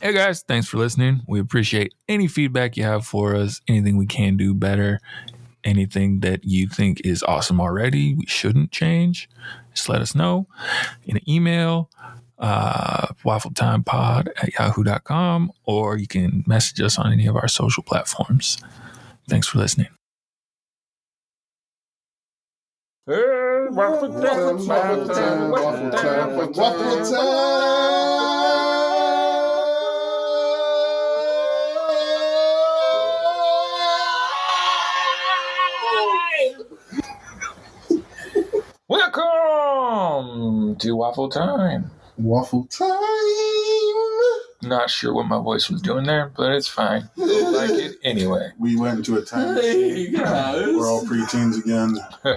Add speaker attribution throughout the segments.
Speaker 1: Hey guys, thanks for listening. We appreciate any feedback you have for us, anything we can do better, anything that you think is awesome already, we shouldn't change. Just let us know in an email, uh, waffletimepod at yahoo.com, or you can message us on any of our social platforms. Thanks for listening.
Speaker 2: Hey, waffle time, waffle time, waffle time, waffle time. Welcome to Waffle Time.
Speaker 3: Waffle time.
Speaker 1: Not sure what my voice was doing there, but it's fine. Like it anyway.
Speaker 3: We went into a time machine.
Speaker 2: guys.
Speaker 3: We're all preteens again. Uh,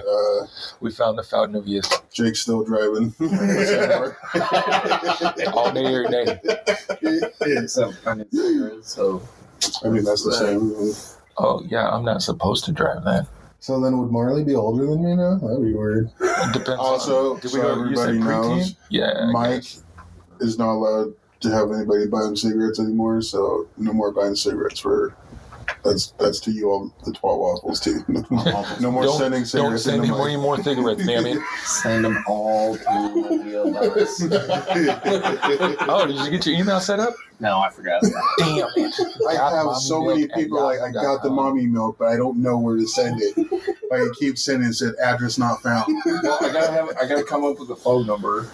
Speaker 1: We found the fountain of youth
Speaker 3: Jake's still driving.
Speaker 1: all day, every day.
Speaker 3: It's-
Speaker 4: So
Speaker 3: I mean, that's the same.
Speaker 1: Oh, yeah, I'm not supposed to drive that.
Speaker 5: So then, would Marley be older than me now? That'd be weird.
Speaker 1: It depends.
Speaker 3: Also,
Speaker 1: on, Did
Speaker 3: so
Speaker 1: you said
Speaker 3: everybody
Speaker 1: preteen?
Speaker 3: knows,
Speaker 1: Yeah. I
Speaker 3: Mike
Speaker 1: guess.
Speaker 3: is not allowed to have anybody buy him cigarettes anymore, so no more buying cigarettes for. That's that's to you all the twat waffles too. no more
Speaker 1: Don't-
Speaker 3: sending
Speaker 1: Don't
Speaker 3: cigarettes.
Speaker 1: send
Speaker 3: into
Speaker 1: him any more cigarettes, damn it.
Speaker 4: send them all to the
Speaker 3: Mike.
Speaker 1: Oh, did you get your email set up?
Speaker 4: No, I forgot.
Speaker 1: Damn it.
Speaker 3: I
Speaker 1: Got
Speaker 3: have
Speaker 1: mommy
Speaker 3: so
Speaker 1: milk
Speaker 3: many
Speaker 1: at
Speaker 3: people like I got the
Speaker 1: yahoo.com.
Speaker 3: mommy milk, but I don't know where to send it. like I keep sending it said address not found.
Speaker 4: well, I gotta have. I gotta come up with a phone number.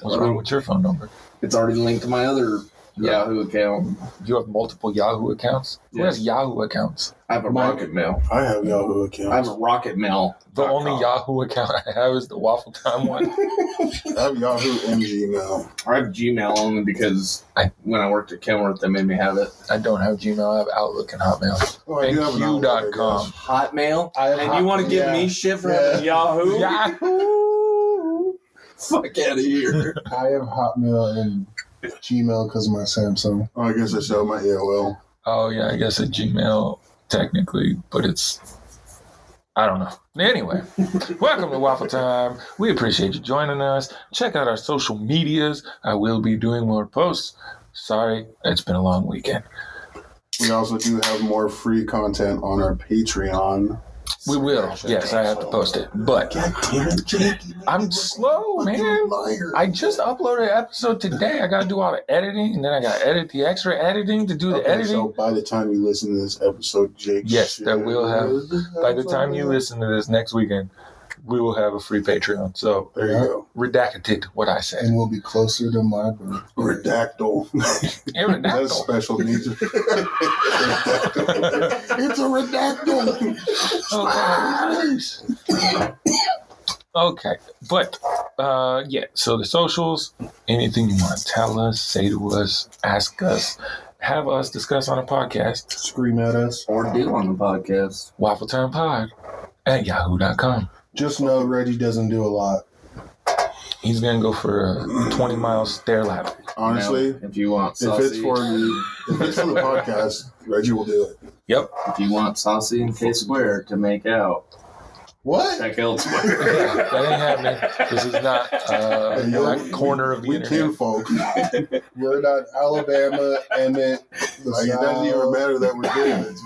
Speaker 1: What's wrong with your phone number?
Speaker 4: It's already linked to my other Yahoo account.
Speaker 1: You have multiple Yahoo accounts? Who has
Speaker 4: Yes.
Speaker 1: Yahoo accounts?
Speaker 4: I have a
Speaker 3: Mike.
Speaker 4: Rocket Mail.
Speaker 3: I have
Speaker 4: I
Speaker 3: Yahoo
Speaker 4: have
Speaker 3: accounts.
Speaker 4: a Rocket Mail.
Speaker 1: The
Speaker 4: dot
Speaker 1: only
Speaker 4: com.
Speaker 1: Yahoo account I have is the Waffle Time one.
Speaker 3: I have Yahoo and Gmail.
Speaker 4: I have Gmail only because
Speaker 1: I-
Speaker 4: when I worked at Kenworth, they made me have it.
Speaker 1: I don't have Gmail. I have Outlook and Hotmail.
Speaker 3: Oh, I
Speaker 1: And
Speaker 3: do have an
Speaker 1: Q
Speaker 3: Outlook, I
Speaker 1: dot com.
Speaker 3: guess.
Speaker 4: Hotmail.
Speaker 5: I have
Speaker 4: and you want to give
Speaker 3: yeah.
Speaker 4: me shit for
Speaker 3: Yeah.
Speaker 4: having Yahoo?
Speaker 1: Yahoo!
Speaker 4: Fuck out of here.
Speaker 5: I have Hotmail and Gmail because of my Samsung.
Speaker 3: Oh, I guess I sell my AOL.
Speaker 1: Oh, yeah, I guess a Gmail technically, but it's. I don't know. Anyway, welcome to Waffle Time. We appreciate you joining us. Check out our social medias. I will be doing more posts. Sorry, it's been a long weekend.
Speaker 3: We also do have more free content on our Patreon.
Speaker 1: We will. Yes, I have to post it. But
Speaker 3: God damn it, Jake!
Speaker 1: I'm slow, man.
Speaker 3: Liar.
Speaker 1: I just uploaded an episode today. I gotta do all the editing, and then I gotta edit the extra editing to do the
Speaker 3: Okay,
Speaker 1: editing.
Speaker 3: so by the time you listen to this episode, Jake.
Speaker 1: Yes, that
Speaker 3: should
Speaker 1: will have- By the time you listen to this next weekend, we will have a free Patreon. So
Speaker 3: There you go.
Speaker 1: redacted what I said.
Speaker 5: And we'll be closer to my birth.
Speaker 3: Redactyl. That's
Speaker 1: Redacted.
Speaker 3: special needs. it's a redactyl.
Speaker 1: Okay. okay, but uh, yeah. So the socials, anything you want to tell us, say to us, ask us, have us discuss on a podcast.
Speaker 5: Scream at us.
Speaker 4: or do on the podcast.
Speaker 1: Waffle Time Pod at yahoo.com.
Speaker 5: Just know Reggie doesn't do a lot.
Speaker 1: He's gonna go for a 20 mile stair lap.
Speaker 3: Honestly,
Speaker 4: Now, if you want
Speaker 3: if
Speaker 4: saucy,
Speaker 3: it's for the if it's for the podcast, Reggie will do it.
Speaker 1: Yep.
Speaker 4: If you want Saucy and K Square to make out,
Speaker 5: What?
Speaker 4: check elsewhere.
Speaker 1: that ain't happening. This is not uh,
Speaker 3: Yo,
Speaker 1: that
Speaker 3: we-
Speaker 1: corner of the
Speaker 3: We
Speaker 1: internet.
Speaker 3: can folk.
Speaker 5: We're not Alabama, Emmett. the
Speaker 3: Like, it doesn't even
Speaker 5: South.
Speaker 3: matter that we're doing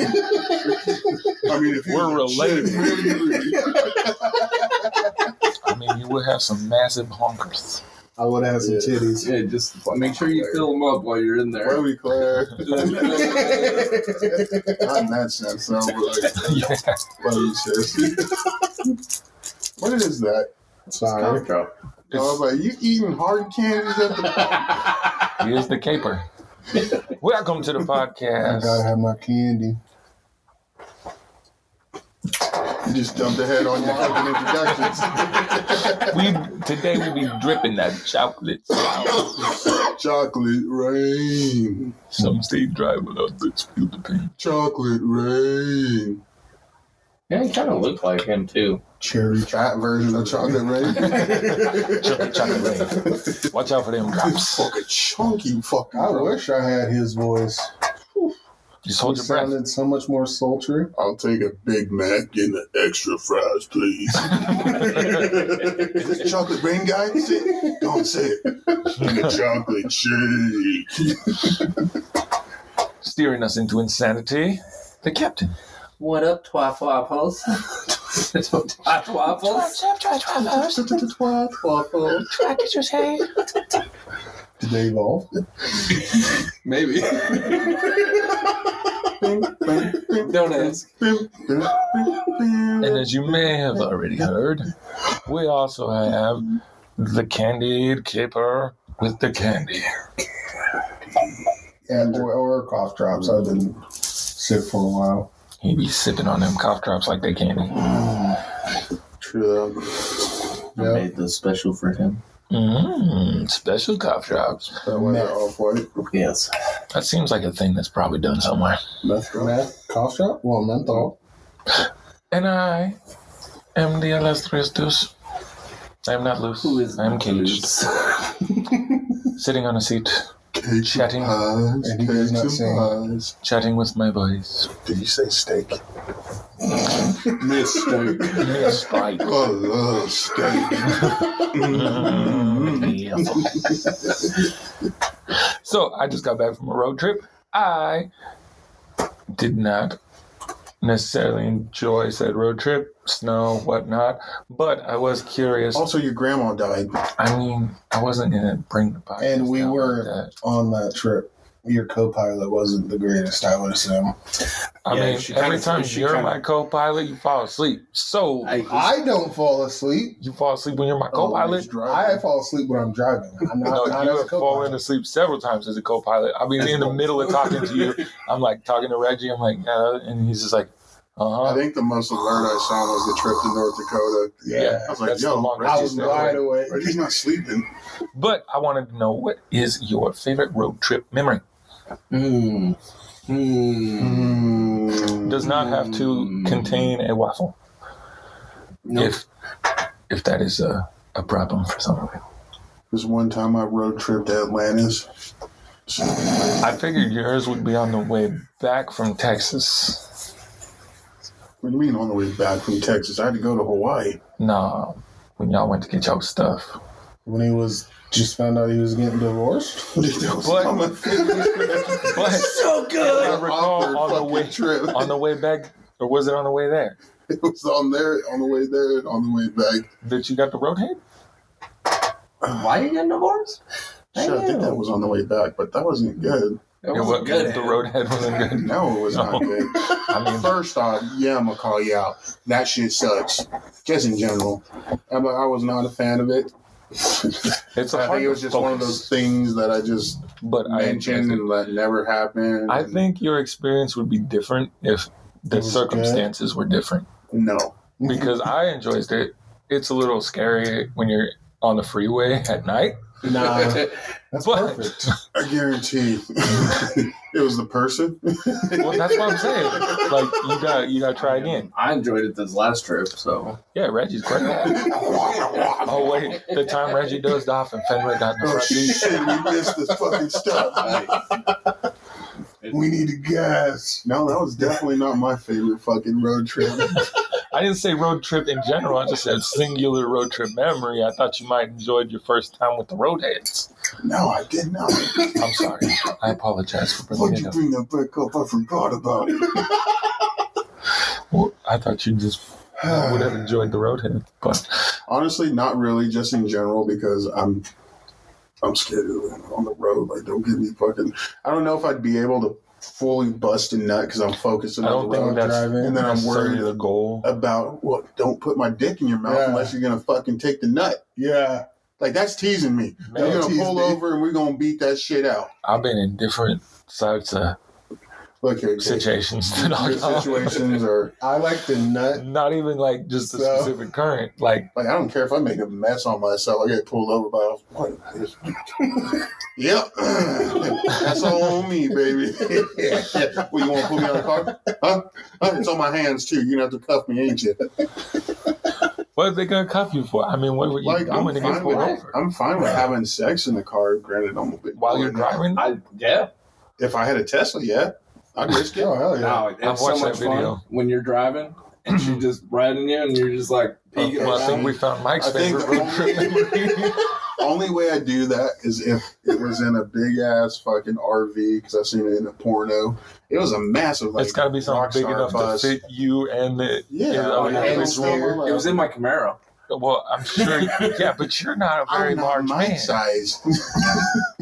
Speaker 3: it. I mean, if he
Speaker 1: We're
Speaker 3: was a
Speaker 1: related.
Speaker 3: chick,
Speaker 1: I mean, you would have some massive honkers.
Speaker 5: I would have some
Speaker 3: Yeah.
Speaker 5: titties.
Speaker 4: yeah, just make sure you fill them up while you're in
Speaker 3: Why
Speaker 4: there.
Speaker 3: are we Claire? Not in that sense, though. But like,
Speaker 1: yeah.
Speaker 3: what are you seriously? What is that?
Speaker 5: Sorry.
Speaker 3: I was like, you eating hard candies at the
Speaker 1: Here's the caper. Welcome to the
Speaker 5: I gotta
Speaker 3: Oh
Speaker 1: podcast.
Speaker 5: have my candy.
Speaker 3: You just jumped ahead on your fucking introductions.
Speaker 1: We today we be dripping that chocolate.
Speaker 3: Chocolate rain.
Speaker 1: Some stay dry without this feel the pain.
Speaker 3: Chocolate rain.
Speaker 4: Yeah, you kind of look like him too.
Speaker 5: Cherry.
Speaker 3: Fat version of chocolate rain.
Speaker 1: Chocolate, chocolate rain. Watch out for them
Speaker 3: It's
Speaker 1: drops.
Speaker 3: fucking chunky fucking.
Speaker 5: I wish I had his voice.
Speaker 1: Just hold
Speaker 5: You
Speaker 1: your breath.
Speaker 5: sounded so much more sultry.
Speaker 3: I'll take a Big Mac and the extra fries, please.
Speaker 6: Is
Speaker 3: Is this chocolate rain guy? Say it. Don't say it. And the chocolate shake.
Speaker 1: Steering us into insanity. The captain.
Speaker 7: What up, twaff waffles? twaff waffles? Twaff waffles.
Speaker 5: Did they evolve?
Speaker 7: Maybe. Don't ask.
Speaker 1: And as you may have already heard, we also have the candied caper with the candy.
Speaker 5: Yeah, or, or cough drops. I didn't sit for a while.
Speaker 1: He be sipping on them cough drops like they candy.
Speaker 3: True.
Speaker 5: Yeah.
Speaker 7: made those special for him.
Speaker 1: Mmm, special cough drops.
Speaker 3: That one
Speaker 5: Meth.
Speaker 3: off white.
Speaker 7: Yes.
Speaker 1: That seems like a thing that's probably done somewhere.
Speaker 3: Meth.
Speaker 5: Meth, cough drop? Well, menthol.
Speaker 1: And I am the illustrious Deuce. I am not loose. I am caged. Sitting on a seat,
Speaker 3: Cake
Speaker 1: Chatting.
Speaker 3: and pies.
Speaker 5: And he does not
Speaker 3: Cakes
Speaker 5: sing.
Speaker 3: and pies.
Speaker 1: chatting with my boys.
Speaker 3: Did you say steak?
Speaker 7: Mistake.
Speaker 1: Yes, I
Speaker 3: I love steak.
Speaker 1: so I just got back from a road trip. I did not necessarily enjoy said road trip, snow, whatnot, but I was curious.
Speaker 5: Oh.
Speaker 3: also, your grandma died.
Speaker 1: I mean, I wasn't gonna bring the podcast
Speaker 5: And we
Speaker 1: down like
Speaker 5: were-
Speaker 1: that.
Speaker 5: On that trip, your co pilot wasn't the greatest, I would assume.
Speaker 1: I
Speaker 6: Yeah,
Speaker 1: mean,
Speaker 6: she
Speaker 1: every
Speaker 6: kinda-
Speaker 1: time
Speaker 6: she
Speaker 1: you're
Speaker 6: kinda-
Speaker 1: my co-pilot, you fall asleep. So
Speaker 7: I,
Speaker 5: I don't fall asleep.
Speaker 1: you fall asleep when you're my co-pilot.
Speaker 3: Always driving.
Speaker 5: I fall asleep when I'm driving. I'm not,
Speaker 1: No,
Speaker 5: not
Speaker 1: you
Speaker 5: as a
Speaker 1: have fallen
Speaker 5: co-pilot.
Speaker 1: asleep several times as a co-pilot. I mean, in the middle of talking to you, I'm like talking to Reggie. I'm like, yeah, and he's just like,
Speaker 3: I
Speaker 1: uh huh.
Speaker 3: think the most alert I sound was the trip to North Dakota.
Speaker 5: Yeah.
Speaker 3: I was like,
Speaker 1: That's the
Speaker 3: yo,
Speaker 1: long-
Speaker 5: I
Speaker 3: Reggie's
Speaker 5: was
Speaker 1: Reggie's
Speaker 5: wide
Speaker 3: not,
Speaker 5: awake.
Speaker 3: Reggie's not sleeping.
Speaker 1: But I wanted to know what is your favorite road trip memory?
Speaker 7: mm. Mm.
Speaker 1: Does not have to
Speaker 7: Mm.
Speaker 1: contain a waffle.
Speaker 7: Nope.
Speaker 1: If if that is a, a problem for some of you.
Speaker 3: This one time I road tripped to Atlantis.
Speaker 1: I figured yours would be on the way back from Texas.
Speaker 3: What do you mean on the way back from Texas? I had to go to Hawaii.
Speaker 1: Nah, when y'all went to get your stuff.
Speaker 5: When he was just found out he was getting divorced.
Speaker 1: But-
Speaker 3: but,
Speaker 1: But
Speaker 6: So good.
Speaker 1: I recall on the way
Speaker 3: trip.
Speaker 1: on the way back, or was it on the way there
Speaker 3: it was on there, on the way there, and on the way back.
Speaker 1: that you got the road hand?
Speaker 7: Why you getting divorced?
Speaker 3: Shit, I think that was on the way back, but that wasn't good.
Speaker 7: That
Speaker 1: Yeah,
Speaker 7: wasn't
Speaker 1: what-
Speaker 7: good.
Speaker 1: The roadhead wasn't good.
Speaker 3: No, it was not
Speaker 1: No.
Speaker 3: good.
Speaker 1: I mean,
Speaker 3: First off, yeah, I'm gonna call you out. That shit sucks. Just in general, I'm a, I was not a fan of it.
Speaker 1: it's
Speaker 3: I
Speaker 1: a hard
Speaker 3: think it was just one of those things that I just
Speaker 1: But I
Speaker 3: mentioned and that never happened.
Speaker 1: I think your experience would be different if the
Speaker 5: It was
Speaker 1: circumstances were different.
Speaker 3: no.
Speaker 1: Because I enjoyed it. It's a little scary when you're on the freeway at night.
Speaker 5: Nah, that's
Speaker 1: What?
Speaker 5: perfect.
Speaker 3: I guarantee it was the person.
Speaker 1: Well, that's what I'm saying. Like you got you got to try again.
Speaker 7: I enjoyed it this last trip, so.
Speaker 1: Yeah, Reggie's great. Oh wait, the time Reggie dozed off and Fenway got in the
Speaker 3: Oh
Speaker 1: front seat.
Speaker 3: shit, we missed this fucking stuff.
Speaker 5: We need to gas.
Speaker 3: No, that was definitely not my favorite fucking road trip.
Speaker 1: I didn't say road trip in general. I just said singular road trip memory. I thought you might enjoyed your first time with the roadheads.
Speaker 3: No, I did not.
Speaker 1: I'm sorry. I apologize for
Speaker 3: Why'd
Speaker 1: bringing
Speaker 3: you
Speaker 1: it up.
Speaker 3: bring that back up? I forgot about it.
Speaker 1: Well, I thought you just would have enjoyed the roadheads, but
Speaker 3: Honestly, not really. Just in general, because I'm, I'm scared of it on the road. Like, don't get me fucking. I don't know if I'd be able to fully bust a nut because I'm focusing
Speaker 1: I
Speaker 3: on
Speaker 1: don't
Speaker 3: the road.
Speaker 1: think that's
Speaker 5: driving.
Speaker 3: And then I'm
Speaker 1: necessarily
Speaker 3: worried
Speaker 1: the goal.
Speaker 3: about what? don't put my dick in your mouth
Speaker 5: Yeah.
Speaker 3: unless you're gonna fucking take the nut.
Speaker 5: yeah.
Speaker 3: Like that's teasing me.
Speaker 1: Man,
Speaker 3: you're gonna
Speaker 5: tease
Speaker 3: pull
Speaker 5: me.
Speaker 3: over and we're gonna beat that shit out.
Speaker 1: I've been in different types of
Speaker 3: Look here, Jake.
Speaker 1: situations that
Speaker 3: Your
Speaker 1: I
Speaker 3: situations are
Speaker 5: I like the nut.
Speaker 1: not even like just the
Speaker 5: So-
Speaker 1: specific current. Like
Speaker 3: like I don't care if I make a mess on myself. I get pulled over by. What is yep, that's all on me, baby. well, you want to put me on the car? Huh? Huh? It's on my hands too. You're gonna have to cuff me, ain't you?
Speaker 1: what are they gonna cuff you for? I mean, what were you
Speaker 3: Like I'm
Speaker 1: doing to get
Speaker 3: fine
Speaker 1: pulled
Speaker 3: with
Speaker 1: over?
Speaker 3: I'm fine with having sex in the car. Granted, I'm a big
Speaker 1: While you're
Speaker 3: boy now.
Speaker 1: driving?
Speaker 7: I, yeah.
Speaker 3: If I had a Tesla, yeah. I'd risk it.
Speaker 5: Oh hell yeah!
Speaker 7: No, it's
Speaker 1: I've
Speaker 7: so
Speaker 1: watched
Speaker 7: much
Speaker 1: that video.
Speaker 7: fun when you're driving and she's just riding you and you're just like peeking.
Speaker 1: Well, I think
Speaker 7: around.
Speaker 1: we found Mike's
Speaker 3: I think
Speaker 1: favorite road trip memory.
Speaker 3: Only way I do that is if it was in a big ass fucking RV because I've seen it in a porno. It was a massive like.
Speaker 1: it's got to be something big
Speaker 3: Rockstar
Speaker 1: enough
Speaker 3: bus.
Speaker 1: to fit you and the.
Speaker 3: yeah,
Speaker 1: Yeah, oh,
Speaker 3: like,
Speaker 1: yeah,
Speaker 3: I
Speaker 7: it
Speaker 3: don't
Speaker 7: was
Speaker 3: care.
Speaker 7: It was in my Camaro.
Speaker 1: Well, I'm sure. Yeah, but you're not a very
Speaker 3: I'm not
Speaker 1: large
Speaker 3: my
Speaker 1: man.
Speaker 3: size.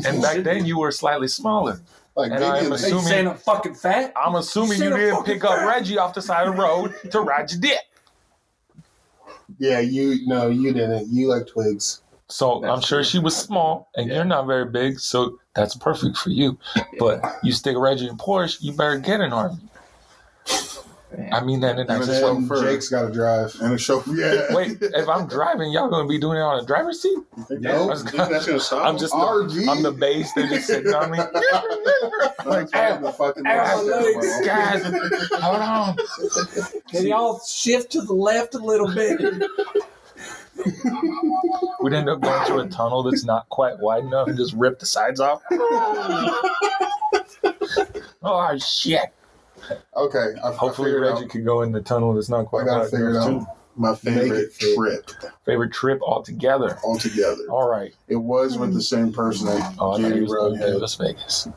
Speaker 1: And back then you were slightly smaller.
Speaker 5: like
Speaker 1: and I am
Speaker 5: Vivian's,
Speaker 7: Are you
Speaker 1: Assuming-
Speaker 7: saying I'm fucking fat?
Speaker 1: I'm assuming you
Speaker 7: Son of
Speaker 1: didn't
Speaker 7: fucking
Speaker 1: pick up
Speaker 7: fat.
Speaker 1: Reggie off the side of the road to ride your dick.
Speaker 5: yeah, you no, you didn't. You like twigs.
Speaker 1: So
Speaker 7: That's
Speaker 1: I'm sure
Speaker 7: true.
Speaker 1: she was small and
Speaker 7: Yeah.
Speaker 1: you're not very big, so that's perfect for you. But you stick Reggie in Porsche, you better get an RV. I mean that in
Speaker 3: I'm
Speaker 1: that
Speaker 3: a
Speaker 1: way.
Speaker 5: Then
Speaker 3: chauffeur.
Speaker 5: Jake's got to drive.
Speaker 3: And a chauffeur. Yeah.
Speaker 1: Wait, if I'm driving, y'all gonna be doing it on a driver's seat?
Speaker 3: no,
Speaker 5: I
Speaker 1: was
Speaker 3: think that's gonna stop.
Speaker 1: I'm just
Speaker 5: RV.
Speaker 1: I'm the bass, they're just sitting on me.
Speaker 3: like, I'm the fucking
Speaker 7: Ow,
Speaker 3: next
Speaker 7: legs.
Speaker 3: step, bro.
Speaker 1: Guys, hold on.
Speaker 7: Can y'all shift to the left a little bit?
Speaker 1: We'd end up going through a tunnel that's not quite wide enough and just rip the sides off. oh shit.
Speaker 5: Okay,
Speaker 3: I- I
Speaker 1: Hopefully
Speaker 3: figured
Speaker 1: Reggie
Speaker 3: out
Speaker 1: could go in the tunnel that's not
Speaker 5: I
Speaker 1: quite
Speaker 5: gotta
Speaker 1: wide
Speaker 5: figure it
Speaker 1: enough.
Speaker 5: out.
Speaker 3: my favorite
Speaker 5: fit.
Speaker 3: trip
Speaker 1: Favorite trip altogether.
Speaker 3: altogether.
Speaker 1: All right.
Speaker 3: It was with the same person that
Speaker 1: Oh, I thought
Speaker 3: Katie
Speaker 1: he was
Speaker 3: Rowe
Speaker 1: going to
Speaker 3: had.
Speaker 1: Las Vegas.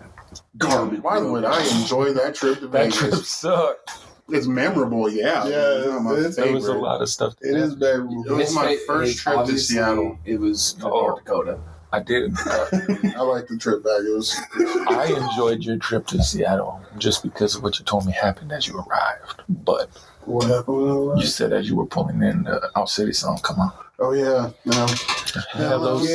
Speaker 7: Garbage.
Speaker 3: By the way, I enjoyed that trip to
Speaker 1: That
Speaker 3: Vegas.
Speaker 1: trip sucked.
Speaker 3: It's memorable, yeah.
Speaker 5: Yeah,
Speaker 3: It's not my
Speaker 5: it's-
Speaker 1: There was a
Speaker 3: favorite.
Speaker 1: lot of stuff.
Speaker 5: It is
Speaker 3: It
Speaker 5: baby.
Speaker 3: was my first trip to
Speaker 7: obviously,
Speaker 3: Seattle.
Speaker 7: It was to
Speaker 1: Oh.
Speaker 7: North Dakota.
Speaker 1: I did.
Speaker 3: I like the trip back. It was
Speaker 1: I enjoyed your trip to Seattle just because of what you told me happened as you arrived. But
Speaker 5: What happened?
Speaker 1: you said as you were pulling in the Out City song, come on.
Speaker 3: oh yeah, no,
Speaker 1: Hello,
Speaker 5: Yay.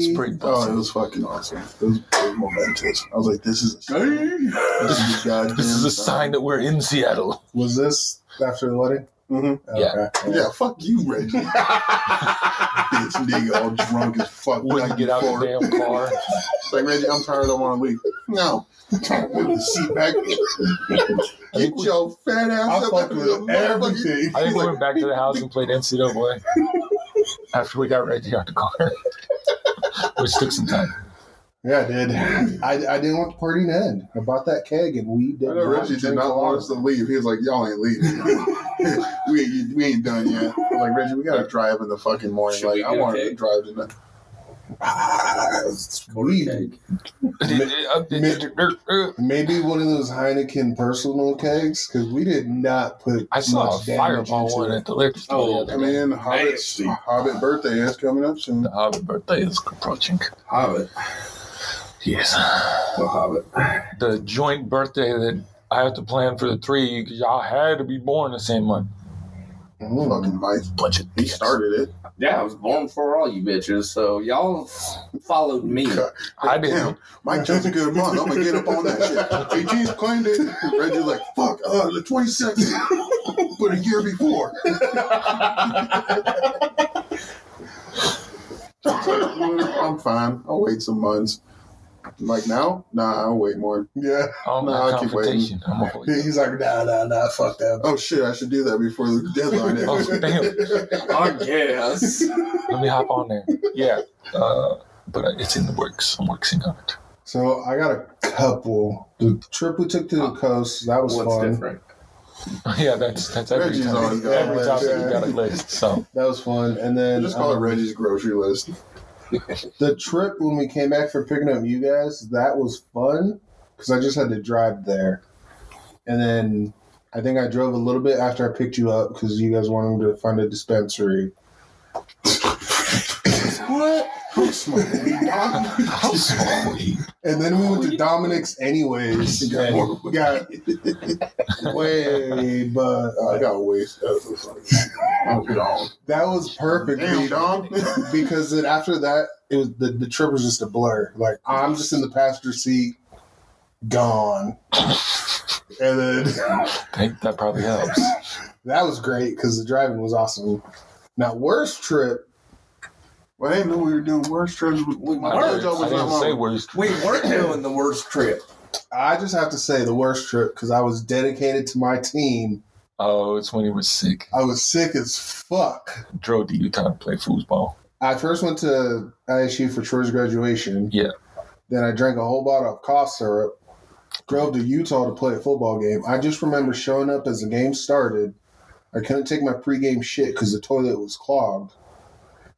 Speaker 1: Seattle. It's pretty
Speaker 3: oh it
Speaker 1: busted.
Speaker 3: was fucking awesome. It was very momentous. I was like, this is this is goddamn.
Speaker 1: This is a sign that we're in Seattle.
Speaker 5: Was this after the wedding? Mm-hmm.
Speaker 3: Mhm.
Speaker 1: Yeah.
Speaker 5: Okay.
Speaker 3: Yeah, fuck you, Reggie. Bitch, nigga, all drunk as fuck.
Speaker 1: Wouldn't
Speaker 3: back
Speaker 1: get
Speaker 3: and
Speaker 1: out the
Speaker 3: forth.
Speaker 1: damn car.
Speaker 3: It's like Reggie, I'm tired. I want to leave. No, move the seat back. Get your fat ass
Speaker 5: I
Speaker 3: up.
Speaker 5: fuck
Speaker 3: out of the
Speaker 5: with
Speaker 3: motherfucking-
Speaker 5: everything.
Speaker 1: I think
Speaker 3: He's
Speaker 1: we
Speaker 3: like,
Speaker 1: went back to the house and played NCAA after we got Reggie out the car, which took some time.
Speaker 5: Yeah, I did. I, I didn't want the party to end. I bought that keg and we did.
Speaker 3: I know Reggie did
Speaker 5: drink a
Speaker 3: not
Speaker 5: lot
Speaker 3: want
Speaker 5: of
Speaker 3: us to leave. He was like, "Y'all ain't leaving. we, ain't- we ain't done yet." I'm like Reggie, we gotta drive in the fucking morning.
Speaker 7: Should we
Speaker 3: like I
Speaker 7: get a
Speaker 3: wanted to
Speaker 7: cake?
Speaker 3: drive tonight.
Speaker 5: We,
Speaker 1: uh,
Speaker 5: maybe one of those Heineken personal kegs because we did not put.
Speaker 1: I saw a
Speaker 5: much damage
Speaker 1: fireball
Speaker 5: into
Speaker 1: one
Speaker 5: it.
Speaker 1: at the liquor store.
Speaker 7: Oh,
Speaker 1: the
Speaker 3: I
Speaker 1: other day.
Speaker 3: mean, Hobbit's,
Speaker 7: Nasty.
Speaker 3: Hobbit birthday is coming up soon.
Speaker 1: the Hobbit birthday is approaching.
Speaker 7: Hobbit.
Speaker 1: Yes.
Speaker 7: The Hobbit.
Speaker 1: The joint birthday that I have to plan for the three of you because y'all had to be born the same month.
Speaker 5: Mm.
Speaker 3: Fucking Mike,
Speaker 1: Bunch of
Speaker 3: he
Speaker 1: dicks.
Speaker 3: started it.
Speaker 7: Yeah, I was born for all you bitches, so y'all followed me.
Speaker 1: I
Speaker 3: Damn,
Speaker 1: didn't.
Speaker 3: Mike chose a good month. I'm gonna get up on that shit. 18th claimed it. Reggie's like, "Fuck, uh, the 22nd, but a year before." I'm fine. I'll wait some months. Like now? Nah, I'll wait more.
Speaker 5: Yeah,
Speaker 1: I'm
Speaker 3: No,
Speaker 1: not
Speaker 3: I keep waiting.
Speaker 1: Oh, confrontation. I'm a
Speaker 5: He- he's like, nah, nah, nah, fuck that.
Speaker 3: Oh shit, I should do that before the deadline is.
Speaker 1: Oh, damn.
Speaker 7: I guess.
Speaker 1: Let me hop on there. Yeah. Uh, but it's in the works. I'm working on it.
Speaker 5: So I got a couple. The trip we took to the coast that was
Speaker 7: What's
Speaker 5: fun.
Speaker 7: different?
Speaker 1: Yeah, that's that's every
Speaker 3: Reggie's always
Speaker 1: time.
Speaker 3: got a
Speaker 1: Every
Speaker 5: list,
Speaker 1: time you
Speaker 5: yeah.
Speaker 1: got a list. So
Speaker 5: That was fun. And then
Speaker 3: Just call it
Speaker 5: um,
Speaker 3: Reggie's grocery list.
Speaker 5: the trip when we came back for picking up you guys, that was fun because I just had to drive there. And then I think I drove a little bit after I picked you up because you guys wanted to find a dispensary.
Speaker 3: What?
Speaker 1: how small were you?
Speaker 5: And then we went to Dominic's anyways. and got way, but uh,
Speaker 3: I got waste. Oh, God.
Speaker 5: that was perfect.
Speaker 3: Damn, dog.
Speaker 5: because then after that, it was the, the trip was just a blur. Like I'm just in the passenger seat, gone. and then
Speaker 1: Think that probably helps.
Speaker 5: that was great because the driving was awesome. Now worst trip,
Speaker 3: Well, I didn't know we were doing worse trips.
Speaker 7: We
Speaker 1: I
Speaker 3: Our
Speaker 7: weren't.
Speaker 1: didn't,
Speaker 3: job
Speaker 1: I
Speaker 3: was
Speaker 1: didn't
Speaker 3: not
Speaker 1: say
Speaker 3: mine.
Speaker 1: worst.
Speaker 7: We weren't doing the worst trip.
Speaker 5: I just have to say the worst trip because I was dedicated to my team.
Speaker 1: Oh, it's when he was sick.
Speaker 5: I was sick as fuck.
Speaker 1: Drove to Utah to play foosball.
Speaker 5: I first went to ISU for Troy's graduation.
Speaker 1: Yeah.
Speaker 5: Then I drank a whole bottle of cough syrup. drove to Utah to play a football game. I just remember showing up as the game started. I couldn't take my pregame shit because the toilet was clogged.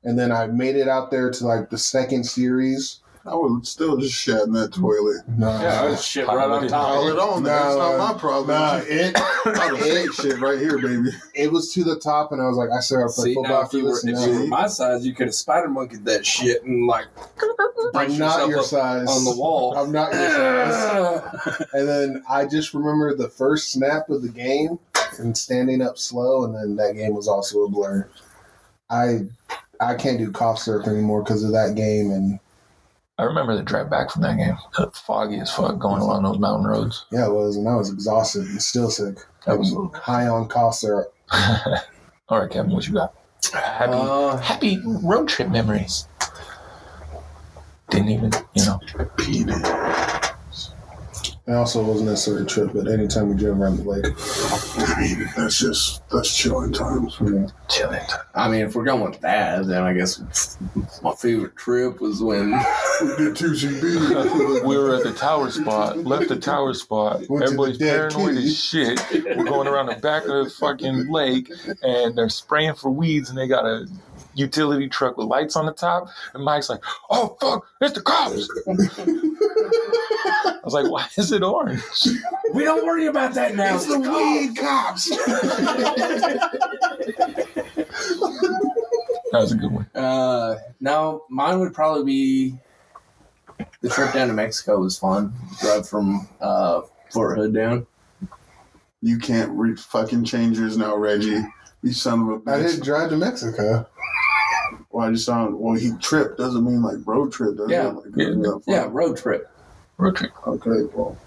Speaker 5: And then I made it out there to like the second series.
Speaker 3: I would still just shat in that toilet.
Speaker 5: No,
Speaker 4: Yeah, I was shit right on
Speaker 3: Pile
Speaker 4: top.
Speaker 3: it on. there. That's
Speaker 5: Nah.
Speaker 3: not my problem.
Speaker 5: Nah, it
Speaker 3: I'm saying shit right here, baby.
Speaker 5: it was to the top, and I was like, I said I
Speaker 4: See,
Speaker 5: play
Speaker 4: now
Speaker 5: football
Speaker 4: if
Speaker 5: for
Speaker 4: you were,
Speaker 5: this.
Speaker 4: if
Speaker 5: now.
Speaker 4: you were my size, you could have spider monkeyed that shit and like brace
Speaker 5: I'm not your
Speaker 4: yourself
Speaker 5: size.
Speaker 4: up on the wall.
Speaker 5: I'm not your size. And then I just remember the first snap of the game and standing up slow, and then that game was also a blur. I I can't do cough syrup anymore because of that game, and
Speaker 1: I remember the drive back from that game. Foggy as fuck going along those mountain roads.
Speaker 5: yeah, it was, and I was exhausted and still sick. I was
Speaker 1: Absolutely.
Speaker 5: high on cough syrup.
Speaker 1: All right, Kevin, what you got? Happy,
Speaker 4: Uh,
Speaker 1: happy road trip memories. Didn't even, you know.
Speaker 5: It also wasn't necessarily a trip, but anytime we drove around the lake,
Speaker 3: I mean, that's just that's chilling times.
Speaker 1: Chilling.
Speaker 4: I mean, if we're going with that, then I guess my favorite trip was when
Speaker 3: We did two CB.
Speaker 1: we were at the tower spot, left the tower spot.
Speaker 5: the
Speaker 1: Everybody's
Speaker 5: dead
Speaker 1: paranoid
Speaker 5: kitty.
Speaker 1: as shit. We're going around the back of the fucking lake and they're spraying for weeds and they got a utility truck with lights on the top. And Mike's like, oh, fuck, it's the cops. I was like, why is it orange?
Speaker 4: we don't worry about that now.
Speaker 3: It's the weed cops.
Speaker 1: That was a good one.
Speaker 4: Uh, now mine would probably be the trip down to Mexico was fun. Drive from uh, Fort Hood down.
Speaker 3: you can't re- fucking change yours now, Reggie. You son of a
Speaker 5: I
Speaker 3: bitch.
Speaker 5: didn't drive to Mexico.
Speaker 3: Well, I just sound. Well, he tripped doesn't mean like road trip, does
Speaker 4: Yeah.
Speaker 3: it? Like,
Speaker 1: Yeah.
Speaker 3: fuck.
Speaker 4: Yeah, road trip.
Speaker 1: Road trip.
Speaker 3: Okay. Well,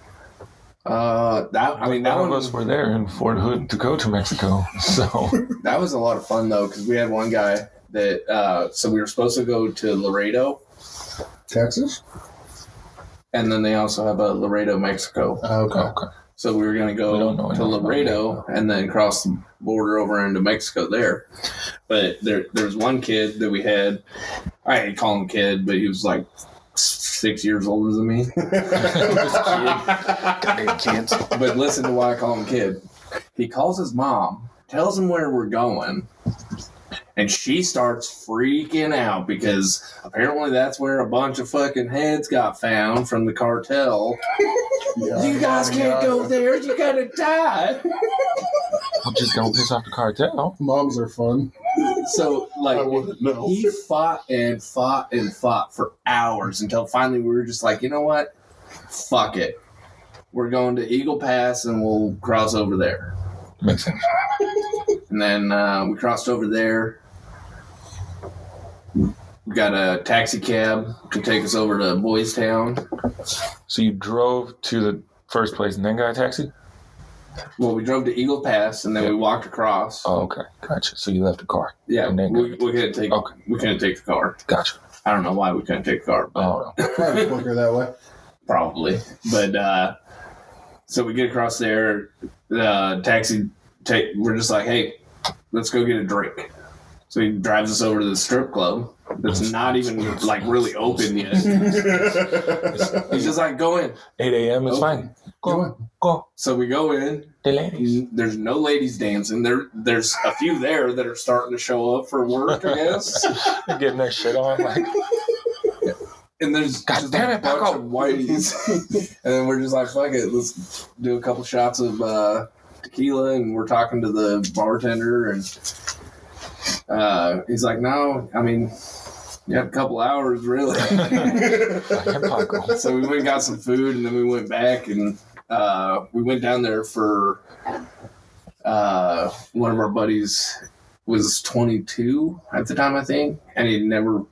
Speaker 4: Uh, that I mean that
Speaker 1: None
Speaker 4: one
Speaker 1: of us were there in Fort Hood to go to Mexico. So
Speaker 4: that was a lot of fun though because we had one guy that uh, so we were supposed to go to Laredo
Speaker 5: Texas?
Speaker 4: and then they also have a Laredo, Mexico.
Speaker 5: Okay.
Speaker 1: okay.
Speaker 4: So we were going to
Speaker 1: We don't know
Speaker 4: go to
Speaker 1: enough about
Speaker 4: Laredo and then cross the border over into Mexico there. But there, there was one kid that we had. I ain't call him kid, but he was like six years older than me. But listen to why I call him kid. He calls his mom, tells him where we're going, and she starts freaking out because apparently that's where a bunch of fucking heads got found from the cartel.
Speaker 5: Oh
Speaker 4: You guys can't go there. You gotta die.
Speaker 1: I'm just going to piss off the cartel.
Speaker 5: Moms are fun.
Speaker 4: So like
Speaker 3: I wouldn't know.
Speaker 4: he fought and fought and fought for hours until finally we were just like, you know what? Fuck it. We're going to Eagle Pass and we'll cross over there.
Speaker 1: Makes sense.
Speaker 4: And then uh, we crossed over there. We got a taxi cab to take us over to Boys Town.
Speaker 1: So you drove to the first place and then got a taxi?
Speaker 4: Well, we drove to Eagle Pass and then we walked across.
Speaker 1: Oh, okay. Gotcha. So you left the car.
Speaker 4: yeah,
Speaker 1: and then-
Speaker 4: we, we couldn't take
Speaker 1: Okay.
Speaker 4: we couldn't take the car.
Speaker 1: Gotcha.
Speaker 4: I don't know why we couldn't take the car, but
Speaker 1: Oh, no.
Speaker 5: Probably quicker that way.
Speaker 4: probably. But uh, so we get across there, uh, taxi. Take, we're just like, hey, let's go get a drink. So he drives us over to the strip club that's not even like really open yet. He's just like, go in.
Speaker 1: 8 a.m. is
Speaker 4: Okay.
Speaker 1: fine. Go, go,
Speaker 4: So we go in.
Speaker 1: the ladies.
Speaker 4: There's no ladies dancing. There, there's a few there that are starting to show up for work, I guess.
Speaker 1: They're getting their shit on. Like,
Speaker 4: And there's
Speaker 1: God
Speaker 4: just
Speaker 1: damn
Speaker 4: a
Speaker 1: it,
Speaker 4: bunch
Speaker 1: Paco.
Speaker 4: of whiteys. and then we're just like, fuck it, let's do a couple shots of uh, tequila. And we're talking to the bartender, and uh, he's like, no, I mean, you have a couple hours, really.
Speaker 1: fucking Paco.
Speaker 4: so we went and got some food, and then we went back, and uh, we went down there for uh, one of our buddies was 22 at the time, I think, and he never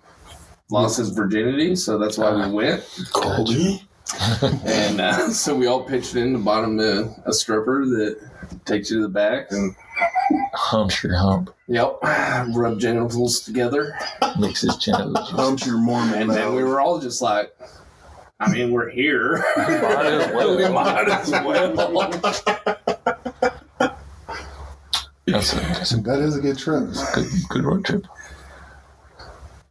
Speaker 4: lost his virginity, so that's why we went. And uh, so we all pitched in to bottom a, a stripper that takes you to the back and
Speaker 1: Humps your hump.
Speaker 4: yep, rub genitals together.
Speaker 1: Makes his genitals. juicy.
Speaker 3: Humps your Mormon.
Speaker 4: And then
Speaker 3: mouth.
Speaker 4: we were all just like, I mean, we're here.
Speaker 1: Might as well.
Speaker 4: we might as well.
Speaker 1: That's a, that's a
Speaker 5: That is a good trip.
Speaker 1: good, good road trip.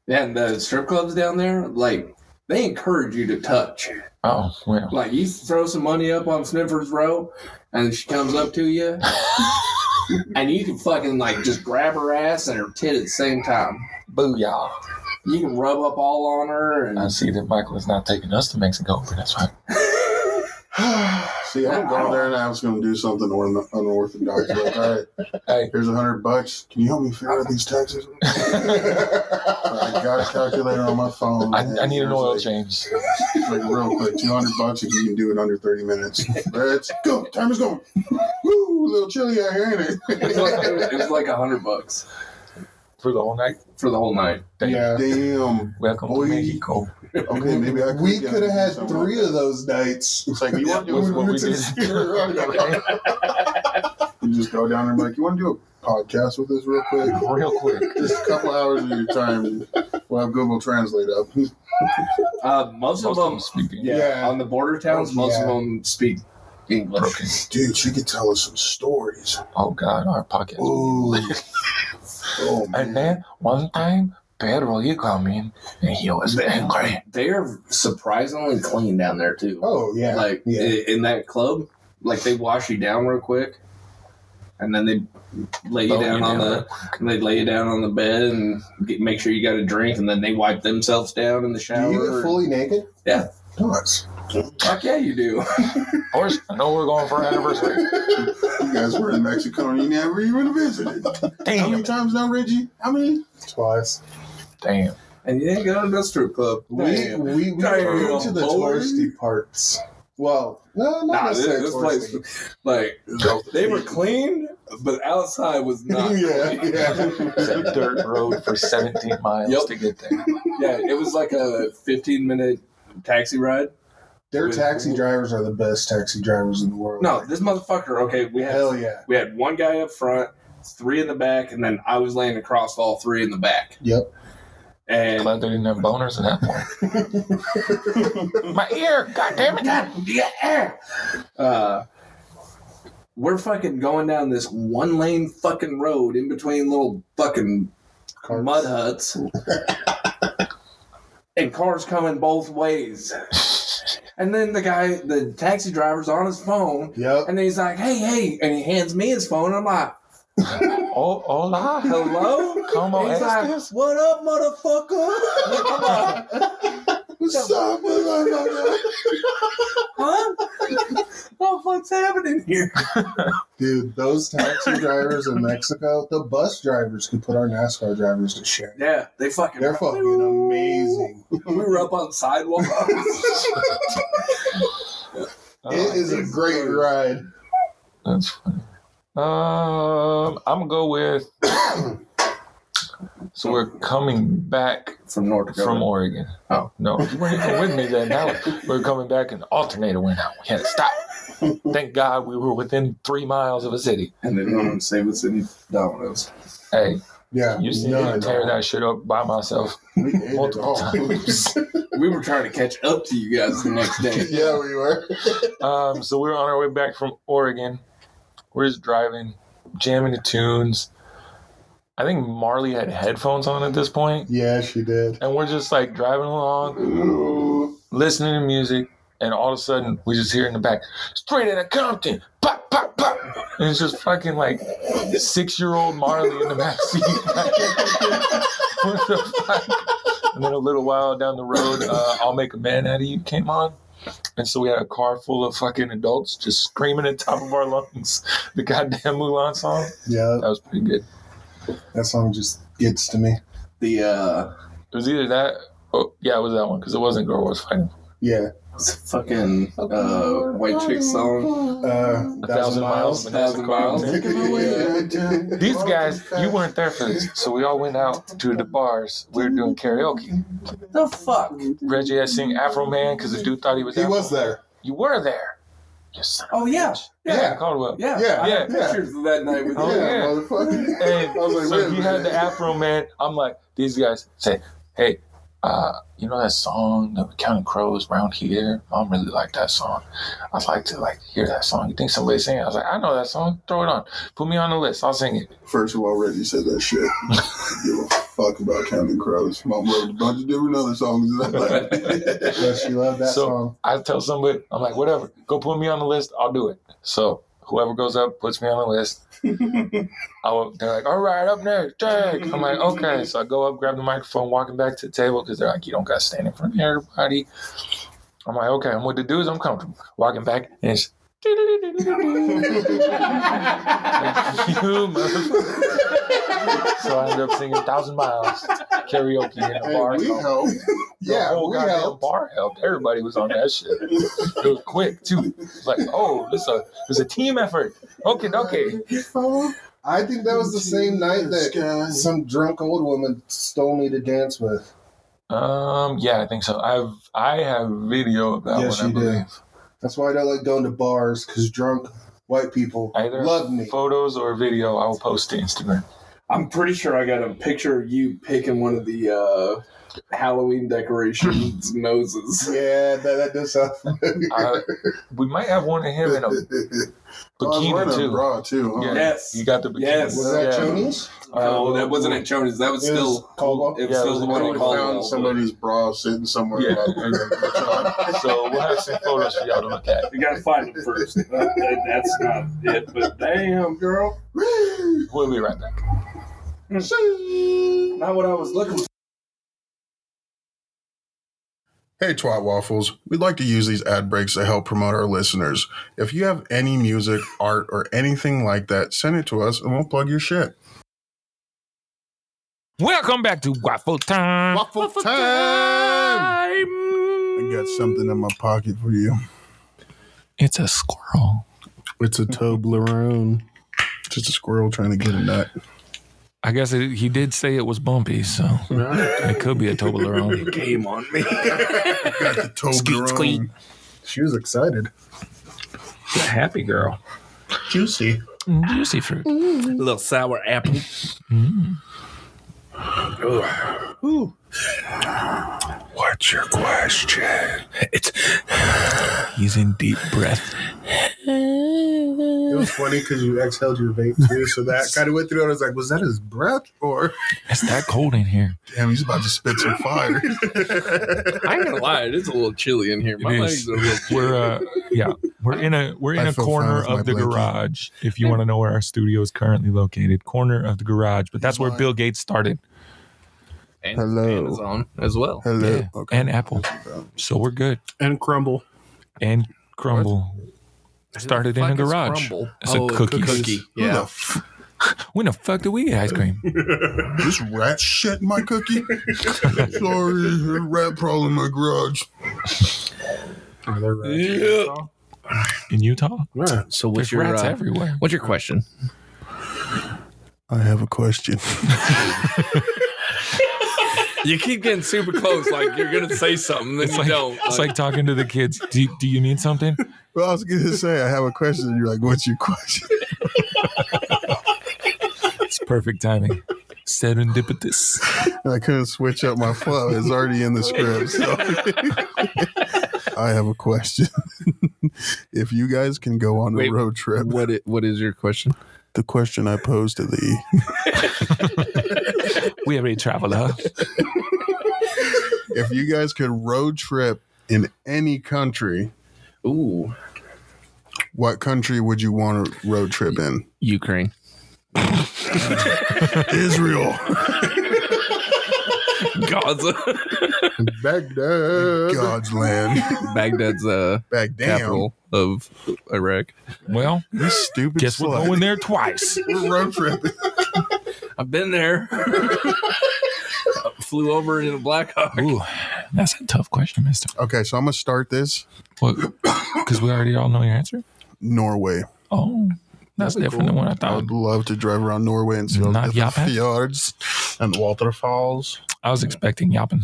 Speaker 4: Yeah, and the strip clubs down there, like they encourage you to touch.
Speaker 1: Oh, well.
Speaker 4: Like you throw some money up on Sniffer's Row, and she comes up to you, and you can fucking like just grab her ass and her tit at the same time.
Speaker 1: Booyah.
Speaker 4: You can rub up all on her, and
Speaker 1: I see that Michael is not taking us to Mexico, but that's fine.
Speaker 3: See, I'm gonna go there and I was gonna do something un- unorthodox. Like, all right,
Speaker 1: Hey.
Speaker 3: here's a hundred bucks. Can you help me figure out these taxes? I got a calculator on my phone.
Speaker 1: I,
Speaker 3: and
Speaker 1: I need an
Speaker 3: there's
Speaker 1: oil
Speaker 3: like-
Speaker 1: change.
Speaker 3: Like real quick, two hundred bucks if you can do it under thirty minutes. Let's go. Time is going. Woo! A little chilly out here, ain't
Speaker 4: it was like,
Speaker 3: it?
Speaker 4: it was like a hundred bucks
Speaker 1: For the whole night.
Speaker 4: for the whole night.
Speaker 5: Yeah.
Speaker 3: Damn.
Speaker 1: Welcome
Speaker 3: Boy.
Speaker 1: to Mexico.
Speaker 3: Okay, maybe I.
Speaker 5: we
Speaker 3: get
Speaker 5: could have
Speaker 3: it
Speaker 5: had
Speaker 3: somewhere.
Speaker 5: three of those nights.
Speaker 3: It's like you want to do.
Speaker 1: Was
Speaker 3: a-
Speaker 1: what we
Speaker 5: went to
Speaker 1: did.
Speaker 5: Skid Row.
Speaker 3: You just go down there and be like, you want to do a podcast with us real quick?
Speaker 1: Real quick.
Speaker 3: Just a couple hours of your time. We'll have Google Translate up.
Speaker 4: Uh, most,
Speaker 1: Most
Speaker 4: of
Speaker 1: of
Speaker 4: them,
Speaker 1: them speaking.
Speaker 4: yeah,
Speaker 5: Yeah.
Speaker 4: on the border towns, most of
Speaker 5: Yeah.
Speaker 4: them speak English.
Speaker 1: Broken.
Speaker 3: Dude, she could tell us some stories.
Speaker 1: Oh, God. Our podcast.
Speaker 3: Ooh. oh,
Speaker 1: And
Speaker 3: man.
Speaker 1: then one time, Pedro, he come in and he was angry.
Speaker 4: They are surprisingly clean down there too.
Speaker 5: Oh yeah.
Speaker 4: like
Speaker 5: yeah.
Speaker 4: i- in that club, like they wash you down real quick, and then they lay you
Speaker 1: Load
Speaker 4: down
Speaker 1: you
Speaker 4: on
Speaker 1: down real
Speaker 4: the and they lay you down on the bed and get, make sure you got a drink, and then they wipe themselves down in the shower.
Speaker 5: Do you get fully naked?
Speaker 4: Yeah.
Speaker 5: Nice.
Speaker 4: Fuck yeah, you do.
Speaker 1: Horse, I know we're going for our anniversary.
Speaker 3: You guys were in Mexico and you never even visited. How many
Speaker 1: Damn.
Speaker 3: times now, Reggie? How many?
Speaker 5: Twice.
Speaker 1: Damn.
Speaker 4: and you didn't go to the strip club.
Speaker 5: We
Speaker 4: Damn.
Speaker 5: we we
Speaker 4: Damn,
Speaker 5: were into the
Speaker 4: boy.
Speaker 5: touristy parts. Well, no, not
Speaker 4: Nah, this,
Speaker 5: necessarily
Speaker 4: this
Speaker 5: touristy.
Speaker 4: place, like they were clean, but outside was not.
Speaker 5: yeah,
Speaker 4: clean.
Speaker 5: yeah.
Speaker 1: It's a dirt road for 17 miles
Speaker 4: Yep.
Speaker 1: to get there.
Speaker 4: yeah, it was like a fifteen minute taxi ride.
Speaker 5: Their taxi drivers are the best taxi drivers in the world.
Speaker 4: No, this motherfucker. Okay, we had
Speaker 5: Hell yeah.
Speaker 4: We had one guy up front, three in the back, and then I was laying across all three in the back.
Speaker 5: Yep.
Speaker 4: And
Speaker 1: Glad they didn't have boners at that point. My ear, God damn it!
Speaker 4: God, yeah. Uh, we're fucking going down this one lane fucking road in between little fucking
Speaker 5: Carts.
Speaker 4: mud huts. and cars coming both ways. And then the guy, the taxi driver's on his phone,
Speaker 5: Yep.
Speaker 4: and he's like, hey, hey. And he hands me his phone, and I'm like,
Speaker 1: Oh, hola,
Speaker 4: hello?
Speaker 1: Come on,
Speaker 4: He's like,
Speaker 1: Estes.
Speaker 4: what up, motherfucker? I'm like,
Speaker 3: What's up, motherfucker?
Speaker 4: huh? what the fuck's happening here?
Speaker 5: Dude, those taxi drivers in Mexico, the bus drivers could put our NASCAR drivers to shame.
Speaker 4: Yeah, they fucking.
Speaker 5: They're fucking amazing.
Speaker 4: We were up on sidewalks.
Speaker 5: It is a great ride.
Speaker 1: Uh, That's funny. Um, I'm gonna go with. so we're coming back
Speaker 4: From North Dakota.
Speaker 1: from Oregon.
Speaker 4: Oh.
Speaker 1: no, you weren't even with me then. Now we're coming back, and the alternator went out. We had to stop. Thank God we were within three miles of a city.
Speaker 4: and they don't even say what's in Domino's.
Speaker 1: Hey,
Speaker 5: Yeah.
Speaker 1: you see me
Speaker 5: none.
Speaker 1: tear that shit up by myself.
Speaker 3: We ate it
Speaker 1: Multiple
Speaker 3: all.
Speaker 1: times.
Speaker 4: We were trying to catch up to you guys the next day.
Speaker 5: Yeah, we were.
Speaker 1: Um, so we're on our way back from Oregon. We're just driving, jamming to tunes. I think Marley had headphones on at this point,
Speaker 5: Yeah, she did.
Speaker 1: and we're just like driving along, listening to music, and all of a sudden we just hear in the back, straight out of Compton, pop, pop, pop, and it's just fucking like six year old Marley in the back seat. what the fuck? And then a little while down the road, uh, I'll make a man out of you came on. And so we had a car full of fucking adults just screaming at top of our lungs the goddamn Mulan song.
Speaker 5: Yeah,
Speaker 1: That was pretty good.
Speaker 5: that song just gets to me.
Speaker 4: The uh,
Speaker 1: It was either that, oh, yeah, it was that one because it wasn't Girl Was Fighting.
Speaker 5: Yeah.
Speaker 4: it's a fucking uh, white chick song.
Speaker 5: Uh,
Speaker 1: A thousand miles, but that's the
Speaker 4: Thousand
Speaker 1: car.
Speaker 4: miles.
Speaker 1: These guys, you weren't there for this. So we all went out to the bars. We were doing karaoke.
Speaker 4: The fuck?
Speaker 1: Reggie had sing Afro Man because the dude thought he was
Speaker 5: He
Speaker 1: Afro.
Speaker 5: was there.
Speaker 1: You were there. You son
Speaker 4: Oh yeah,
Speaker 1: of
Speaker 4: yeah,
Speaker 1: Caldwell.
Speaker 4: yeah,
Speaker 5: Yeah,
Speaker 4: I have
Speaker 1: yeah.
Speaker 4: pictures of that night with
Speaker 1: Oh,
Speaker 4: you.
Speaker 1: yeah.
Speaker 5: motherfucker.
Speaker 1: And
Speaker 5: I was like,
Speaker 1: so
Speaker 5: wait a
Speaker 1: he had
Speaker 5: minute.
Speaker 1: the Afro man. I'm like, these guys say, hey, uh, you know that song, The Counting Crows, Round Here? Mom really liked that song. I'd like to like hear that song. You think somebody sang it? I was like, I know that song. Throw it on. Put me on the list. I'll sing it.
Speaker 3: First of all, Reggie said that shit. Give a fuck about Counting Crows. Mom wrote a bunch of different other songs that I like.
Speaker 5: But she loved that
Speaker 1: So-
Speaker 5: song.
Speaker 1: I tell somebody, I'm like, whatever, go put me on the list. I'll do it. So whoever goes up puts me on the list. I will, they're like, all right, up next, Jack. I'm like, okay. So I go up, grab the microphone, walking back to the table because they're like, you don't got to stand in front of everybody. I'm like, okay. And what the dudes, I'm comfortable. Walking back, and it's. you motherfucker. so I ended up singing Thousand Miles karaoke in a
Speaker 3: Hey,
Speaker 1: bar.
Speaker 3: we helped.
Speaker 1: The
Speaker 5: Yeah,
Speaker 1: whole
Speaker 5: we
Speaker 1: goddamn
Speaker 5: helped.
Speaker 1: bar helped. Everybody was on that shit. It was quick too. It's like, oh, this a it's a team effort. Okay, okay.
Speaker 5: I think that was the same night that
Speaker 3: Sky.
Speaker 5: some drunk old woman stole me to dance with.
Speaker 1: Um, yeah, I think so. I've I have video of that
Speaker 5: Yes,
Speaker 1: one. I
Speaker 5: you do. That's why I don't like going to bars because drunk white people
Speaker 1: Either
Speaker 5: love me.
Speaker 1: photos or video. I will post to Instagram.
Speaker 7: I'm pretty sure I got a picture of you picking one of the uh, Halloween decorations noses.
Speaker 5: Yeah, that, that does sound.
Speaker 1: I, we might have one of him in a
Speaker 3: I was
Speaker 1: bikini
Speaker 3: wearing a
Speaker 1: too.
Speaker 3: bra too. Huh?
Speaker 1: Yeah.
Speaker 7: Yes.
Speaker 1: You got the bikini.
Speaker 7: Yes.
Speaker 5: Was that
Speaker 1: yeah. Uh,
Speaker 5: Chonies?
Speaker 7: No, that wasn't at Jonas. That was
Speaker 5: It was
Speaker 7: still
Speaker 5: Caldwell?
Speaker 7: It was
Speaker 1: Yeah, it
Speaker 7: still
Speaker 1: was
Speaker 7: the
Speaker 3: I
Speaker 7: one
Speaker 3: would
Speaker 7: at
Speaker 3: have
Speaker 7: Caldwell.
Speaker 3: found somebody's bra sitting somewhere.
Speaker 1: Yeah.
Speaker 3: Yeah.
Speaker 1: So we'll have some photos for y'all to look at.
Speaker 8: You gotta find it first. That- that- that's not it. But damn, girl.
Speaker 1: We'll be right back.
Speaker 7: Not what I was looking for.
Speaker 3: Hey, Twat Waffles. We'd like to use these ad breaks to help promote our listeners. If you have any music, art, or anything like that, send it to us and we'll plug your shit.
Speaker 1: Welcome back to Waffle Time.
Speaker 3: Waffle time! I got something in my pocket for you.
Speaker 2: It's a squirrel.
Speaker 3: It's a Toblerone. Just a squirrel trying to get a nut.
Speaker 2: I guess it, he did say it was bumpy, so it could be a Toblerone.
Speaker 7: Game on me.
Speaker 3: Got the Toblerone.
Speaker 5: She was excited.
Speaker 1: Happy girl.
Speaker 3: Juicy.
Speaker 2: Mm, Juicy fruit.
Speaker 7: A little sour apple.
Speaker 3: What's your question?
Speaker 2: He's in deep breath.
Speaker 5: It was funny because you exhaled your vape too, so that kind of went through. And I was like, was that his breath or?
Speaker 2: It's that cold in here.
Speaker 3: Damn, he's about to spit some fire.
Speaker 7: I ain't gonna lie, it is a little chilly in here. My
Speaker 2: It
Speaker 7: legs
Speaker 2: is.
Speaker 7: are a little
Speaker 2: We're uh, yeah, we're in a we're in
Speaker 3: I
Speaker 2: a
Speaker 3: feel
Speaker 2: corner
Speaker 3: fine with my
Speaker 2: of the
Speaker 3: blanket.
Speaker 2: garage. If you want to know where our studio is currently located, corner of the garage. But that's where
Speaker 3: Mine.
Speaker 2: Bill Gates started,
Speaker 7: and
Speaker 3: Hello.
Speaker 7: Amazon as well.
Speaker 3: Hello.
Speaker 2: Yeah, and Apple. So we're good.
Speaker 4: and crumble.
Speaker 2: And Crumble started in a
Speaker 4: Fuck is
Speaker 2: garage.
Speaker 4: Crumble?
Speaker 2: It's a
Speaker 7: Oh,
Speaker 2: cookies.
Speaker 3: Who the
Speaker 4: Yeah.
Speaker 3: f-
Speaker 2: When the fuck did we get ice cream?
Speaker 3: this rat shit in my cookie? Sorry, a rat problem in my garage.
Speaker 2: in Utah.
Speaker 4: Yeah. So what's
Speaker 2: There's
Speaker 4: your
Speaker 2: rats
Speaker 4: uh,
Speaker 2: everywhere.
Speaker 4: what's your question?
Speaker 3: I have a question.
Speaker 4: You keep getting super close, like you're gonna say something, then
Speaker 2: It's like, it's like talking to the kids. Do, do you need something?
Speaker 3: Well, I was going to say, I have a question. And you're like, what's your question?
Speaker 2: It's perfect timing. Serendipitous.
Speaker 3: And I couldn't switch up my flow. It's already in the script. So I have a question. if you guys can go on
Speaker 4: Wait,
Speaker 3: a road trip,
Speaker 4: what it, what is your question?
Speaker 3: the question I posed to thee
Speaker 2: We already traveled out.
Speaker 3: if you guys could road trip in any country,
Speaker 4: Ooh,
Speaker 3: what country would you want to road trip in?
Speaker 4: Ukraine.
Speaker 3: Israel.
Speaker 4: Gaza.
Speaker 5: Baghdad.
Speaker 3: God's land.
Speaker 4: Baghdad's uh
Speaker 3: Back down.
Speaker 4: capital of Iraq.
Speaker 2: Well,
Speaker 3: You stupid
Speaker 2: guess we're
Speaker 3: slut.
Speaker 2: going there twice.
Speaker 3: We're road tripping.
Speaker 4: I've been there. Flew over in a Black Hawk.
Speaker 2: Ooh, that's a tough question, Mister.
Speaker 3: Okay, so I'm gonna start this.
Speaker 2: Because we already all know your answer.
Speaker 3: Norway.
Speaker 2: Oh, that's different than what I
Speaker 3: I
Speaker 2: thought.
Speaker 3: would love to drive around Norway and see all the
Speaker 2: Not
Speaker 3: different
Speaker 2: Japan?
Speaker 3: fjords and waterfalls.
Speaker 2: I was expecting yapping.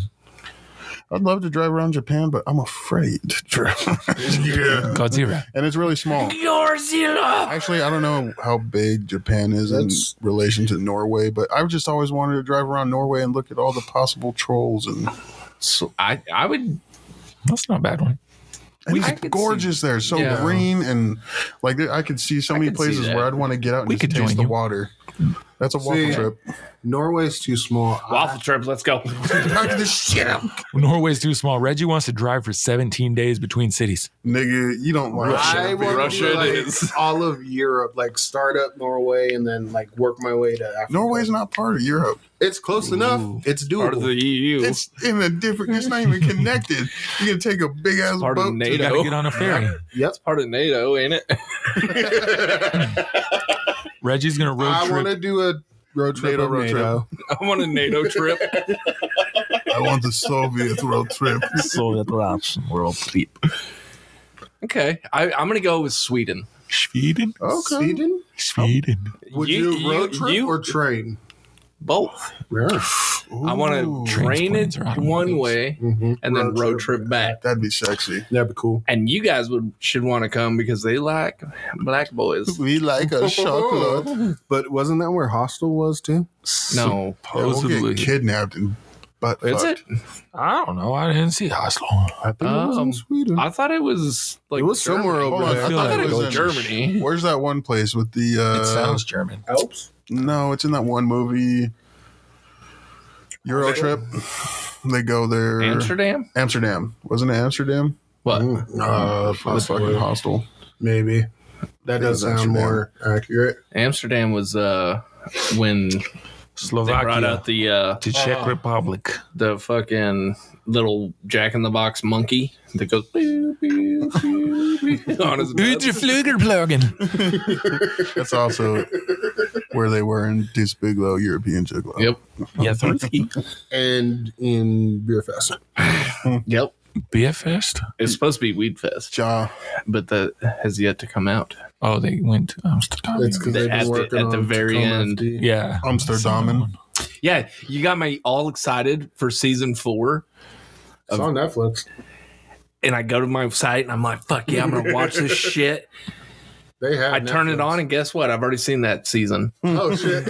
Speaker 3: I'd love to drive around Japan, but I'm afraid to drive. yeah.
Speaker 2: Godzilla.
Speaker 3: And it's really small. Actually, I don't know how big Japan is
Speaker 5: That's-
Speaker 3: in relation to Norway, but I've just always wanted to drive around Norway and look at all the possible trolls and
Speaker 2: So
Speaker 4: I, I would.
Speaker 2: that's not a bad one.
Speaker 4: We
Speaker 3: it's
Speaker 4: could see-
Speaker 3: gorgeous there. So
Speaker 4: Yeah.
Speaker 3: green and like there- I could see so
Speaker 4: I
Speaker 3: many
Speaker 4: could see
Speaker 3: places
Speaker 4: that.
Speaker 3: where I'd want to get out and
Speaker 2: We
Speaker 3: just
Speaker 2: could
Speaker 3: taste
Speaker 2: join
Speaker 3: the
Speaker 2: you.
Speaker 3: water. That's a waffle
Speaker 5: See,
Speaker 3: trip.
Speaker 5: Norway's too small.
Speaker 4: Waffle trip, let's go.
Speaker 3: Knock this shit out.
Speaker 2: Norway's too small. Reggie wants to drive for 17 days between cities.
Speaker 3: Nigga, you don't want
Speaker 5: I
Speaker 3: to
Speaker 5: want
Speaker 4: Russia
Speaker 5: to
Speaker 4: it
Speaker 5: do, like,
Speaker 4: is.
Speaker 5: all of Europe, like start up Norway and then like work my way to Africa.
Speaker 3: Norway's not part of Europe.
Speaker 5: It's close enough. It's
Speaker 4: Part of
Speaker 5: doable.
Speaker 4: the E EU.
Speaker 3: It's in a different. It's not even connected. You can take a big ass
Speaker 4: part of
Speaker 3: boat.
Speaker 2: You
Speaker 4: NATO.
Speaker 2: gotta get on a ferry.
Speaker 4: part of NATO, ain't it?
Speaker 2: Reggie's gonna road
Speaker 5: I
Speaker 2: trip.
Speaker 5: want to do a road trip.
Speaker 3: NATO
Speaker 5: with
Speaker 3: road trip.
Speaker 5: NATO.
Speaker 4: I want a NATO trip.
Speaker 3: I want the Soviet road trip.
Speaker 2: Soviet Russian world trip.
Speaker 4: Okay, I, I'm gonna go with Sweden.
Speaker 2: Sweden,
Speaker 3: Okay.
Speaker 5: Sweden?
Speaker 2: Sweden.
Speaker 5: Would you, road trip
Speaker 4: you-
Speaker 5: or train?
Speaker 4: both? I want to train
Speaker 2: Transplants
Speaker 4: it
Speaker 2: are out of
Speaker 4: one
Speaker 2: these.
Speaker 4: way
Speaker 5: Mm-hmm.
Speaker 4: and then road trip back.
Speaker 3: That'd be sexy.
Speaker 5: That'd be cool.
Speaker 4: And you guys would should want to come because they like black boys.
Speaker 3: We like a chocolate.
Speaker 5: But wasn't that where Hostel was too?
Speaker 4: No,
Speaker 3: We'll
Speaker 2: Supposedly.
Speaker 3: get kidnapped and butt
Speaker 4: is
Speaker 3: fucked.
Speaker 4: it?
Speaker 2: I don't know. I didn't see Oslo.
Speaker 5: I think it was
Speaker 4: Um,
Speaker 5: in Sweden.
Speaker 4: I thought it was like
Speaker 5: it was somewhere
Speaker 4: Germany.
Speaker 5: over
Speaker 3: Hold on,
Speaker 5: there.
Speaker 2: I feel
Speaker 4: I
Speaker 2: like
Speaker 4: thought it
Speaker 2: it
Speaker 4: was
Speaker 2: was-
Speaker 4: Germany.
Speaker 3: Where's that one place with the? Uh,
Speaker 2: It sounds German.
Speaker 5: Alps?
Speaker 3: No, it's in that one movie. Euro trip. They go there.
Speaker 4: Amsterdam?
Speaker 3: Amsterdam. Wasn't it Amsterdam?
Speaker 4: What?
Speaker 3: Uh, fucking hostel.
Speaker 5: Maybe. That does
Speaker 3: Amsterdam.
Speaker 5: sound more accurate.
Speaker 4: Amsterdam was uh when they brought
Speaker 2: Slovakia
Speaker 4: out the uh
Speaker 2: to Czech Republic.
Speaker 4: the fucking little Jack in the Box monkey that goes pew, pew, pew, pew, on his nuts.
Speaker 2: Flügelplagen.
Speaker 3: That's also where they were in Deuce Biglow, European Gigolo.
Speaker 4: Yep.
Speaker 2: Yes,
Speaker 5: And in Beer Fest.
Speaker 4: Oh, Yep.
Speaker 2: Beer fest.
Speaker 4: It's supposed to be Weed Fest,
Speaker 3: Ja.
Speaker 4: but that has yet to come out.
Speaker 2: Oh, they went to Amsterdam.
Speaker 5: That's because
Speaker 4: The-
Speaker 5: they've
Speaker 4: at
Speaker 5: been
Speaker 4: the-
Speaker 5: working
Speaker 4: at the
Speaker 5: on
Speaker 4: very
Speaker 5: Tacoma
Speaker 4: end.
Speaker 5: FD.
Speaker 2: yeah,
Speaker 3: Amsterdamen.
Speaker 4: Yeah, you got me all excited for season four,
Speaker 5: It's on Netflix.
Speaker 4: and I go to my site and I'm like, "Fuck yeah, I'm gonna watch this shit."
Speaker 5: They have.
Speaker 4: I turn it
Speaker 5: Netflix.
Speaker 4: on, and guess what? I've already seen that season.
Speaker 5: Oh shit!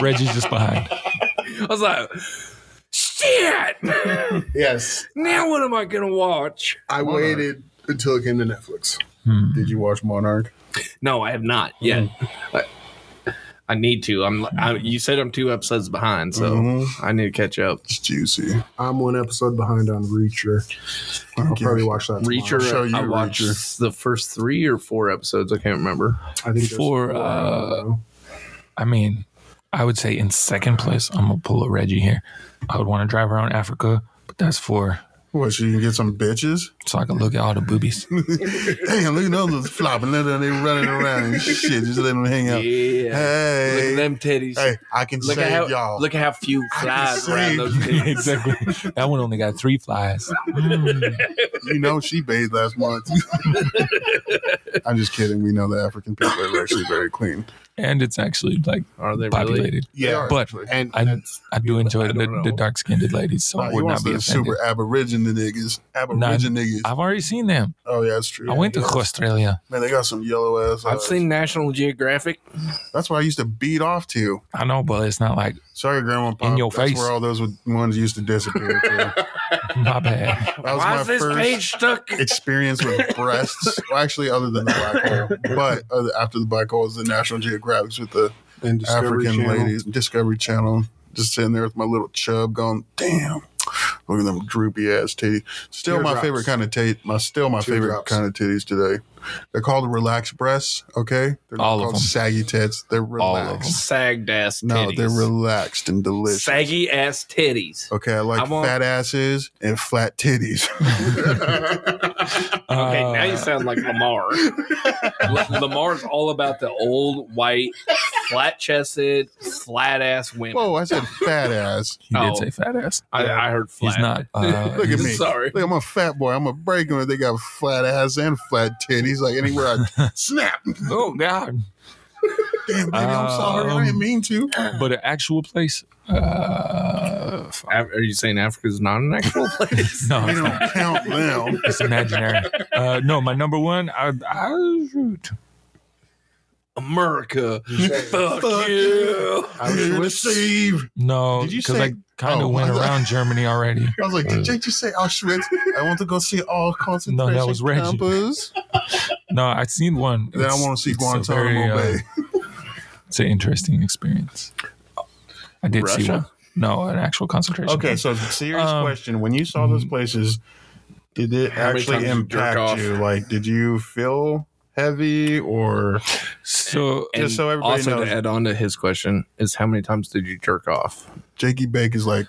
Speaker 2: Reggie's just behind.
Speaker 4: I was like, "Shit!"
Speaker 5: yes,
Speaker 4: now what am I gonna watch?
Speaker 5: I waited until it came to Netflix.
Speaker 2: Hmm.
Speaker 5: Did you watch Monarch?
Speaker 4: No, I have not yet.
Speaker 3: Mm-hmm.
Speaker 4: I, I need to. I'm. I, you said I'm two episodes behind, so
Speaker 3: Mm-hmm.
Speaker 4: I need to catch up.
Speaker 3: It's juicy.
Speaker 5: I'm one episode behind on Reacher. I'll probably watch that. tomorrow.
Speaker 4: Reacher.
Speaker 3: show you
Speaker 4: I watched
Speaker 3: Reacher.
Speaker 4: the first three or four episodes. I can't remember.
Speaker 5: I think there's
Speaker 2: For,
Speaker 5: four,
Speaker 2: uh,
Speaker 5: I don't know.
Speaker 2: I mean, I would say in second place, I'm gonna pull a Reggie here. I would want to drive around Africa, but that's for
Speaker 3: What, so you can get some bitches?
Speaker 2: so I can look at all the boobies.
Speaker 3: Damn, look at those little flopping. Look at them, they running around and shit. Just let them hang out.
Speaker 4: Yeah. Look at
Speaker 3: Hey.
Speaker 4: them titties.
Speaker 3: Hey, I can
Speaker 4: Look at
Speaker 3: save
Speaker 4: how
Speaker 3: y'all.
Speaker 4: look at how few
Speaker 3: I can
Speaker 4: flies around
Speaker 3: save
Speaker 4: those
Speaker 3: you.
Speaker 4: titties.
Speaker 2: exactly. That one only got three flies. Hmm.
Speaker 3: You know she bathed last month. I'm just kidding. We know the African people are actually very clean.
Speaker 2: And it's actually like
Speaker 4: Are they really?
Speaker 2: populated.
Speaker 3: Yeah,
Speaker 2: But
Speaker 5: and
Speaker 2: I,
Speaker 5: that's-
Speaker 2: I do enjoy
Speaker 4: I don't
Speaker 2: the, the
Speaker 4: know.
Speaker 2: dark skinned ladies, so I
Speaker 3: he
Speaker 2: would
Speaker 3: wants
Speaker 2: not be
Speaker 3: the
Speaker 2: offended.
Speaker 3: super aboriginal niggas. Aboriginal niggas.
Speaker 2: I've already seen them.
Speaker 3: oh yeah, that's true.
Speaker 2: I went to Australia.
Speaker 3: Man, they got some yellow ass.
Speaker 4: I've
Speaker 3: eyes.
Speaker 4: seen National Geographic.
Speaker 3: That's why I used to beat off to.
Speaker 2: I know, but it's not like
Speaker 3: Sorry, Grandma. and Pop,
Speaker 2: In your
Speaker 3: that's
Speaker 2: face.
Speaker 3: Where all those would- ones used to disappear. To.
Speaker 2: my bad.
Speaker 3: That was
Speaker 4: Why
Speaker 3: my
Speaker 4: is this
Speaker 3: first
Speaker 4: page stuck?
Speaker 3: experience with breasts. well, actually, other than the black hole, but other, after the black hole was the National Geographic with the
Speaker 5: and Discovery
Speaker 3: African
Speaker 5: Channel.
Speaker 3: ladies, Discovery Channel. Just sitting there with my little chub going, damn. Look at them droopy ass titties. Still my
Speaker 5: Teardrops.
Speaker 3: favorite kind of tate. My still my favorite
Speaker 5: Teardrops.
Speaker 3: kind of titties today. They're called relaxed breasts. Okay, they're not
Speaker 2: All of
Speaker 3: called
Speaker 2: them.
Speaker 3: saggy tits. They're
Speaker 2: All of
Speaker 3: relaxed.
Speaker 4: Sagged ass
Speaker 3: No,
Speaker 4: titties.
Speaker 3: they're relaxed and delicious.
Speaker 4: Saggy ass titties.
Speaker 3: Okay, I like
Speaker 4: I want-
Speaker 3: fat asses and flat titties.
Speaker 4: Okay,
Speaker 2: Uh,
Speaker 4: now you sound like Lamar. L- Lamar's all about the old white, flat chested, flat ass women.
Speaker 3: Whoa, I said fat ass.
Speaker 2: He did
Speaker 4: Oh.
Speaker 2: say fat ass.
Speaker 4: I, I heard flat.
Speaker 2: He's not. Uh,
Speaker 3: Look at me.
Speaker 4: Sorry.
Speaker 3: Look, I'm a fat boy. I'm a break them. They got flat ass and flat titties. Like anywhere I snap.
Speaker 2: Oh God!
Speaker 3: Damn, baby, I'm sorry. I
Speaker 2: Um,
Speaker 3: didn't mean to.
Speaker 2: But an actual place? Uh, fuck.
Speaker 4: Af- Are you saying Africa's not an actual place?
Speaker 2: no,
Speaker 3: We
Speaker 2: it's,
Speaker 3: don't
Speaker 2: not.
Speaker 3: count them.
Speaker 2: it's imaginary. Uh, no, my number one. I, I shoot.
Speaker 4: America.
Speaker 5: You said-
Speaker 4: Fuck,
Speaker 3: Fuck
Speaker 4: you.
Speaker 3: I'm here to save.
Speaker 2: No,
Speaker 3: Did you
Speaker 2: 'cause
Speaker 3: say
Speaker 2: I-
Speaker 1: kind of
Speaker 3: Oh,
Speaker 1: went
Speaker 3: I thought-
Speaker 1: around Germany already.
Speaker 3: I was like, did Jake just say Auschwitz? I want to go see all concentration
Speaker 1: No, that was Reggie.
Speaker 3: campers.
Speaker 1: No, I've seen one.
Speaker 3: Then I
Speaker 1: It's-
Speaker 3: want to see
Speaker 1: it's a
Speaker 3: Guantanamo
Speaker 1: very, uh,
Speaker 3: Bay.
Speaker 1: It's an interesting experience. I did see
Speaker 9: Russia?
Speaker 1: one. No, an actual concentration.
Speaker 2: Okay, so serious
Speaker 1: Um,
Speaker 2: question: When you saw those places, did it
Speaker 9: How many times
Speaker 2: actually
Speaker 9: did you jerk
Speaker 2: impact
Speaker 9: off?
Speaker 2: you? Like, did you feel heavy or
Speaker 1: So
Speaker 2: Just so everybody
Speaker 4: also
Speaker 2: knows.
Speaker 4: to add on to his question is how many times did you jerk off?
Speaker 3: Jakey Bake is like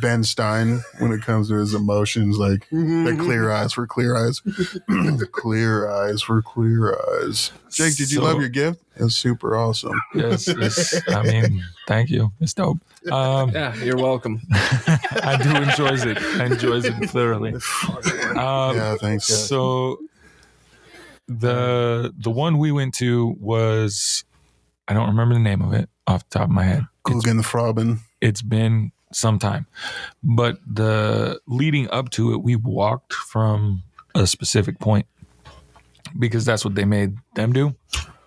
Speaker 3: Ben Stein when it comes to his emotions. Like the
Speaker 4: Mm-hmm.
Speaker 3: clear eyes for clear eyes, the clear eyes for clear eyes. Jake, did you
Speaker 1: So-
Speaker 3: love your gift? That's super awesome.
Speaker 1: yes, yes. I mean, thank you. It's dope. Um,
Speaker 4: Yeah, you're welcome.
Speaker 1: I do enjoys it. I enjoys it thoroughly. Um,
Speaker 3: yeah, thanks. guys.
Speaker 1: so the the one we went to was I don't remember the name of it off the top of my head. It's,
Speaker 3: Coogan the Frobin.
Speaker 1: it's been some time, but the leading up to it, we walked from a specific point because that's what they made them do.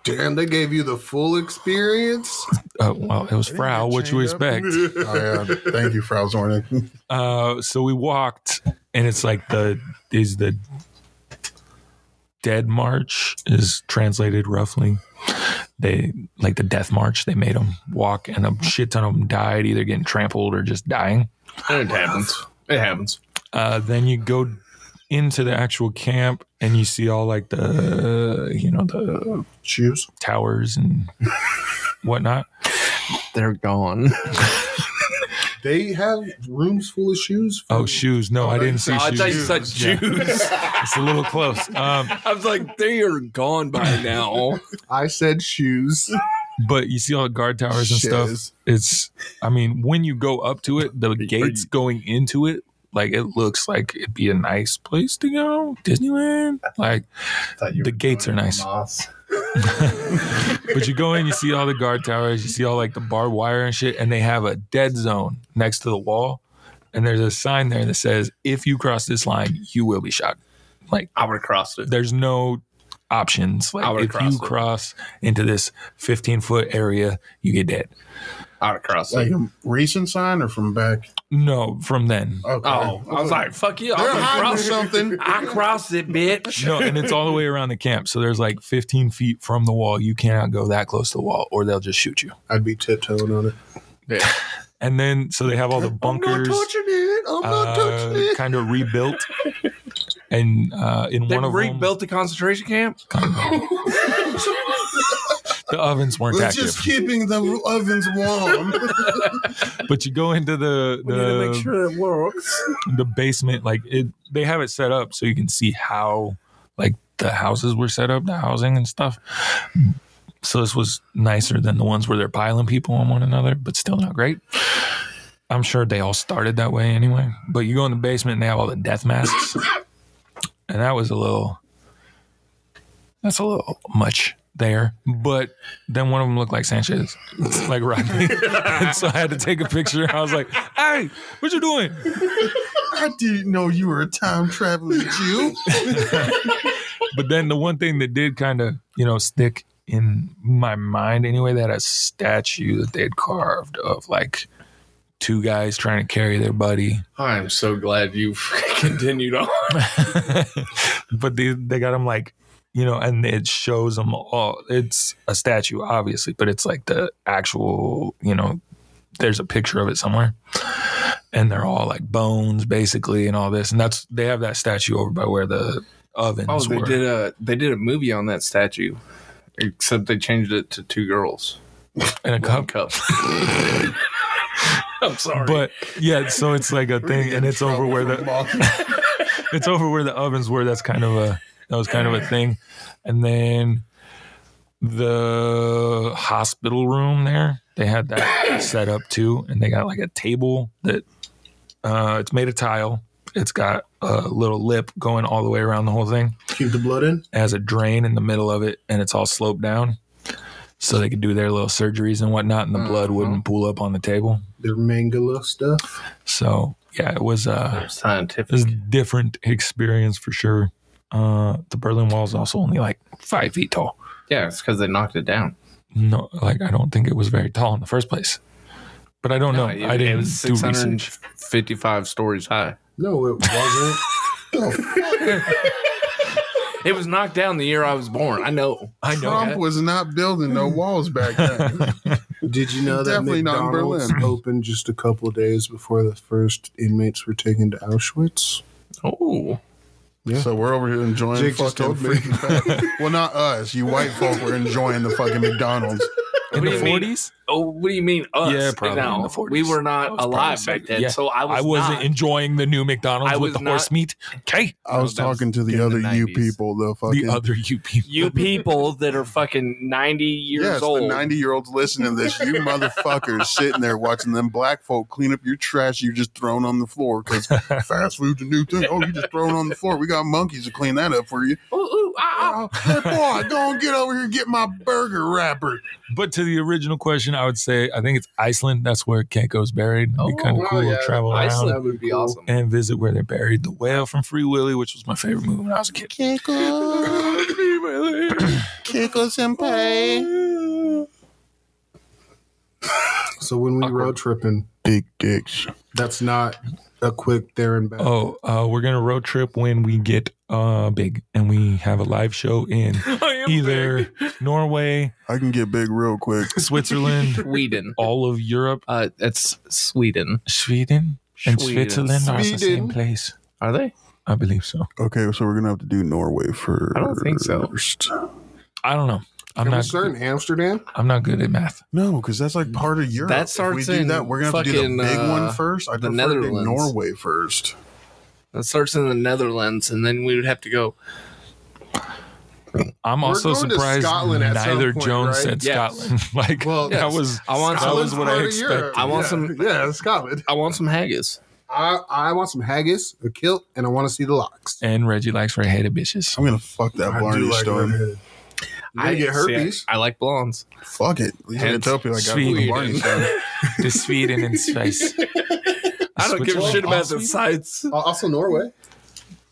Speaker 5: Damn, they gave you the full experience.
Speaker 1: Uh, well, it was Frau. What you expect?
Speaker 3: Oh, yeah. Thank you, Frau Zornick.
Speaker 1: Uh, so we walked, and it's like the is the dead march is translated roughly. They like the death march. They made them walk, and a shit ton of them died, either getting trampled or just dying.
Speaker 4: It happens. It happens.
Speaker 1: Uh, then you go into the actual camp, and you see all like the you know the
Speaker 3: Shoes.
Speaker 1: towers and whatnot.
Speaker 4: They're gone.
Speaker 5: They have rooms full of shoes.
Speaker 1: Oh, shoes! No, I didn't see
Speaker 4: I thought you
Speaker 1: shoes.
Speaker 4: said Jews.
Speaker 1: It's a little close. Um,
Speaker 4: I was like, they are gone by now.
Speaker 5: I said shoes.
Speaker 1: but you see all the guard towers and stuff.
Speaker 3: Shiz.
Speaker 1: It's, I mean, when you go up to it, the gates going into it, like it looks like it'd be a nice place to go, Disneyland. Like the gates are nice, but you go in, you see all the guard towers, you see all like the barbed wire and shit, and they have a dead zone next to the wall, and there's a sign there that says, "If you cross this line, you will be shot."
Speaker 4: I would have crossed it.
Speaker 1: There's no options.
Speaker 4: I
Speaker 1: Like
Speaker 4: would've
Speaker 1: if
Speaker 4: crossed
Speaker 1: you
Speaker 4: it.
Speaker 1: cross into this 15 foot area, you get dead.
Speaker 4: I would have crossed
Speaker 2: like
Speaker 4: it.
Speaker 2: a recent sign or from back?
Speaker 1: No, from then.
Speaker 2: Okay.
Speaker 4: Oh, I was like, fuck you.
Speaker 3: They're
Speaker 4: I
Speaker 3: hiding
Speaker 4: crossed it.
Speaker 3: something.
Speaker 4: I crossed it, bitch.
Speaker 1: No, and it's all the way around the camp. So there's like 15 feet from the wall. You cannot go that close to the wall, or they'll just shoot you.
Speaker 5: I'd be tiptoeing on it.
Speaker 1: And then, so they have all the bunkers
Speaker 5: it. I'm
Speaker 1: uh, kind of rebuilt. And uh, in
Speaker 4: They
Speaker 1: one of
Speaker 4: rebuilt the concentration camp.
Speaker 1: them, the ovens weren't
Speaker 3: We're
Speaker 1: active.
Speaker 3: just keeping the ovens warm.
Speaker 1: But you go into the the,
Speaker 4: sure it works.
Speaker 1: the basement, like it, they have it set up so you can see how like the houses were set up, the housing and stuff. So this was nicer than the ones where they're piling people on one another, but still not great. I'm sure they all started that way anyway. But you go in the basement and they have all the death masks. and that was a little that's a little much there. But then one of them looked like Sanchez, like Rodney. and so I had to take a picture. I was like, hey, what you doing?
Speaker 3: I didn't know you were a time traveling Jew.
Speaker 1: but then the one thing that did kind of you know stick in my mind anyway that a statue that they had carved of like two guys trying to carry their buddy
Speaker 4: I'm so glad you continued on.
Speaker 1: but they, they got him like you know and it shows them all it's a statue obviously but it's like the actual you know there's a picture of it somewhere and they're all like bones basically and all this and that's they have that statue over by where the ovens
Speaker 4: Oh, they
Speaker 1: were
Speaker 4: did a they did a movie on that statue, except they changed it to two girls,
Speaker 1: and a cup
Speaker 4: one cup. I'm sorry.
Speaker 1: But yeah, so it's like a thing, and it's over where the it's over where the ovens were. That's kind of a that was kind of a thing, and then the hospital room there they had that set up too, and they got like a table that uh, it's made of tile. It's got a little lip going all the way around the whole thing.
Speaker 5: Keep the blood in.
Speaker 1: It has a drain in the middle of it, and it's all sloped down. So they could do their little surgeries and whatnot, and the blood wouldn't pool up on the table.
Speaker 5: Their mangala stuff.
Speaker 1: So yeah, it was uh
Speaker 4: They're scientific.
Speaker 1: it was a different experience for sure. Uh the Berlin Wall is also only like five feet tall.
Speaker 4: Yeah, it's because they knocked it down.
Speaker 1: Oh, No, like I don't think it was very tall in the first place. but I don't know.
Speaker 4: it,
Speaker 1: I didn't
Speaker 4: it was
Speaker 1: do research.
Speaker 4: 655 stories high.
Speaker 5: No, it wasn't.
Speaker 4: It was knocked down the year I was born. I know.
Speaker 1: I
Speaker 3: Trump
Speaker 1: know.
Speaker 3: was not building no walls back then.
Speaker 5: Did you know that
Speaker 3: Definitely not in
Speaker 5: McDonald's
Speaker 3: Berlin.
Speaker 5: opened just a couple of days before the first inmates were taken to Auschwitz?
Speaker 4: Oh,
Speaker 5: Yeah.
Speaker 3: So we're over here enjoying
Speaker 5: Jake just
Speaker 3: fucking
Speaker 5: told me.
Speaker 3: freaking fat. Well, not us. You white folk were enjoying the fucking McDonald's.
Speaker 1: In
Speaker 4: What
Speaker 1: the
Speaker 4: do you mean?
Speaker 1: forties,
Speaker 4: oh, what do you mean us?
Speaker 1: Yeah, probably in the 40s.
Speaker 4: We were
Speaker 1: I
Speaker 4: not
Speaker 1: was
Speaker 4: alive
Speaker 1: probably
Speaker 4: back then,
Speaker 1: yeah.
Speaker 4: so I was.
Speaker 1: I wasn't
Speaker 4: not.
Speaker 1: enjoying the new McDonald's
Speaker 4: I
Speaker 1: with
Speaker 4: was
Speaker 1: the
Speaker 4: not-
Speaker 1: horse meat. Okay,
Speaker 3: I was
Speaker 4: That was
Speaker 3: talking to the
Speaker 4: in
Speaker 3: other
Speaker 4: the
Speaker 3: you
Speaker 4: 90s.
Speaker 3: people, the fucking
Speaker 1: the other you people.
Speaker 4: you people that are fucking ninety years
Speaker 3: yes,
Speaker 4: old.
Speaker 3: the ninety-year-olds listening to this. You motherfuckers sitting there watching them black folk clean up your trash you just thrown on the floor because fast food's a new thing. Oh, you just thrown on the floor. We got monkeys to clean that up for you.
Speaker 4: Ooh, ooh, ah, ah.
Speaker 3: Oh, hey, boy, go and get over here and get my burger wrapper.
Speaker 1: But to the original question, I would say I think it's Iceland. That's where Kenko's buried. It'd be kind
Speaker 4: Oh,
Speaker 1: of cool to travel around
Speaker 10: Iceland would be awesome.
Speaker 1: and visit where they're buried. The whale from Free Willy, which was my favorite movie when I was a kid.
Speaker 3: Kiko senpai.
Speaker 5: So when we road tripping,
Speaker 3: Big dicks.
Speaker 5: that's not a quick there and back.
Speaker 1: Oh, uh, we're gonna road trip when we get uh, big and we have a live show in either Norway,
Speaker 3: I can get big real quick.
Speaker 1: Switzerland,
Speaker 4: Sweden.
Speaker 1: all of Europe,
Speaker 4: Uh, that's Sweden.
Speaker 1: Sweden, and
Speaker 4: Sweden.
Speaker 1: Switzerland are the same
Speaker 3: Sweden.
Speaker 1: place.
Speaker 4: Are they?
Speaker 1: I believe so.
Speaker 3: Okay, so we're gonna have to do Norway first.
Speaker 4: I don't think so.
Speaker 1: I don't know. I'm
Speaker 5: Are we
Speaker 1: not.
Speaker 5: starting Amsterdam?
Speaker 1: I'm not good at math.
Speaker 3: No, because that's like part of Europe.
Speaker 4: That
Speaker 3: If
Speaker 4: starts
Speaker 3: we do
Speaker 4: in
Speaker 3: that, we're gonna have to do
Speaker 4: fucking,
Speaker 3: the big
Speaker 4: uh,
Speaker 3: one first. I
Speaker 4: the
Speaker 3: prefer to do
Speaker 4: Netherlands.
Speaker 3: Norway first.
Speaker 4: That starts in the Netherlands, and then we would have to go.
Speaker 1: I'm
Speaker 5: We're
Speaker 1: also
Speaker 5: going to
Speaker 1: surprised
Speaker 5: Scotland at some
Speaker 1: neither
Speaker 5: point,
Speaker 1: Jones
Speaker 5: right?
Speaker 1: said
Speaker 4: Yes.
Speaker 1: Scotland. Like
Speaker 5: Well,
Speaker 1: that
Speaker 5: yes.
Speaker 1: was
Speaker 4: I want
Speaker 1: that
Speaker 4: some.
Speaker 1: was
Speaker 5: Scotland's
Speaker 1: what I
Speaker 5: part of Europe.
Speaker 1: expected.
Speaker 4: I want
Speaker 5: yeah.
Speaker 4: some-
Speaker 5: Yeah, Scotland.
Speaker 4: I want some haggis.
Speaker 5: I, I want some haggis, a kilt, and I want to see the locks.
Speaker 1: And Reggie likes redheaded bitches.
Speaker 3: I'm gonna fuck that
Speaker 5: I
Speaker 3: Barney
Speaker 5: do like
Speaker 3: story.
Speaker 5: redheaded. You're gonna get
Speaker 4: see, I-
Speaker 5: herpes.
Speaker 4: I, like blondes.
Speaker 3: Fuck it. Leave it
Speaker 4: Hence,
Speaker 3: to Topia, I got it from
Speaker 1: Sweden.
Speaker 3: Barney stone.
Speaker 1: the Sweden in space.
Speaker 4: I don't give a shit about the sites.
Speaker 5: Al- Uh, Also Norway.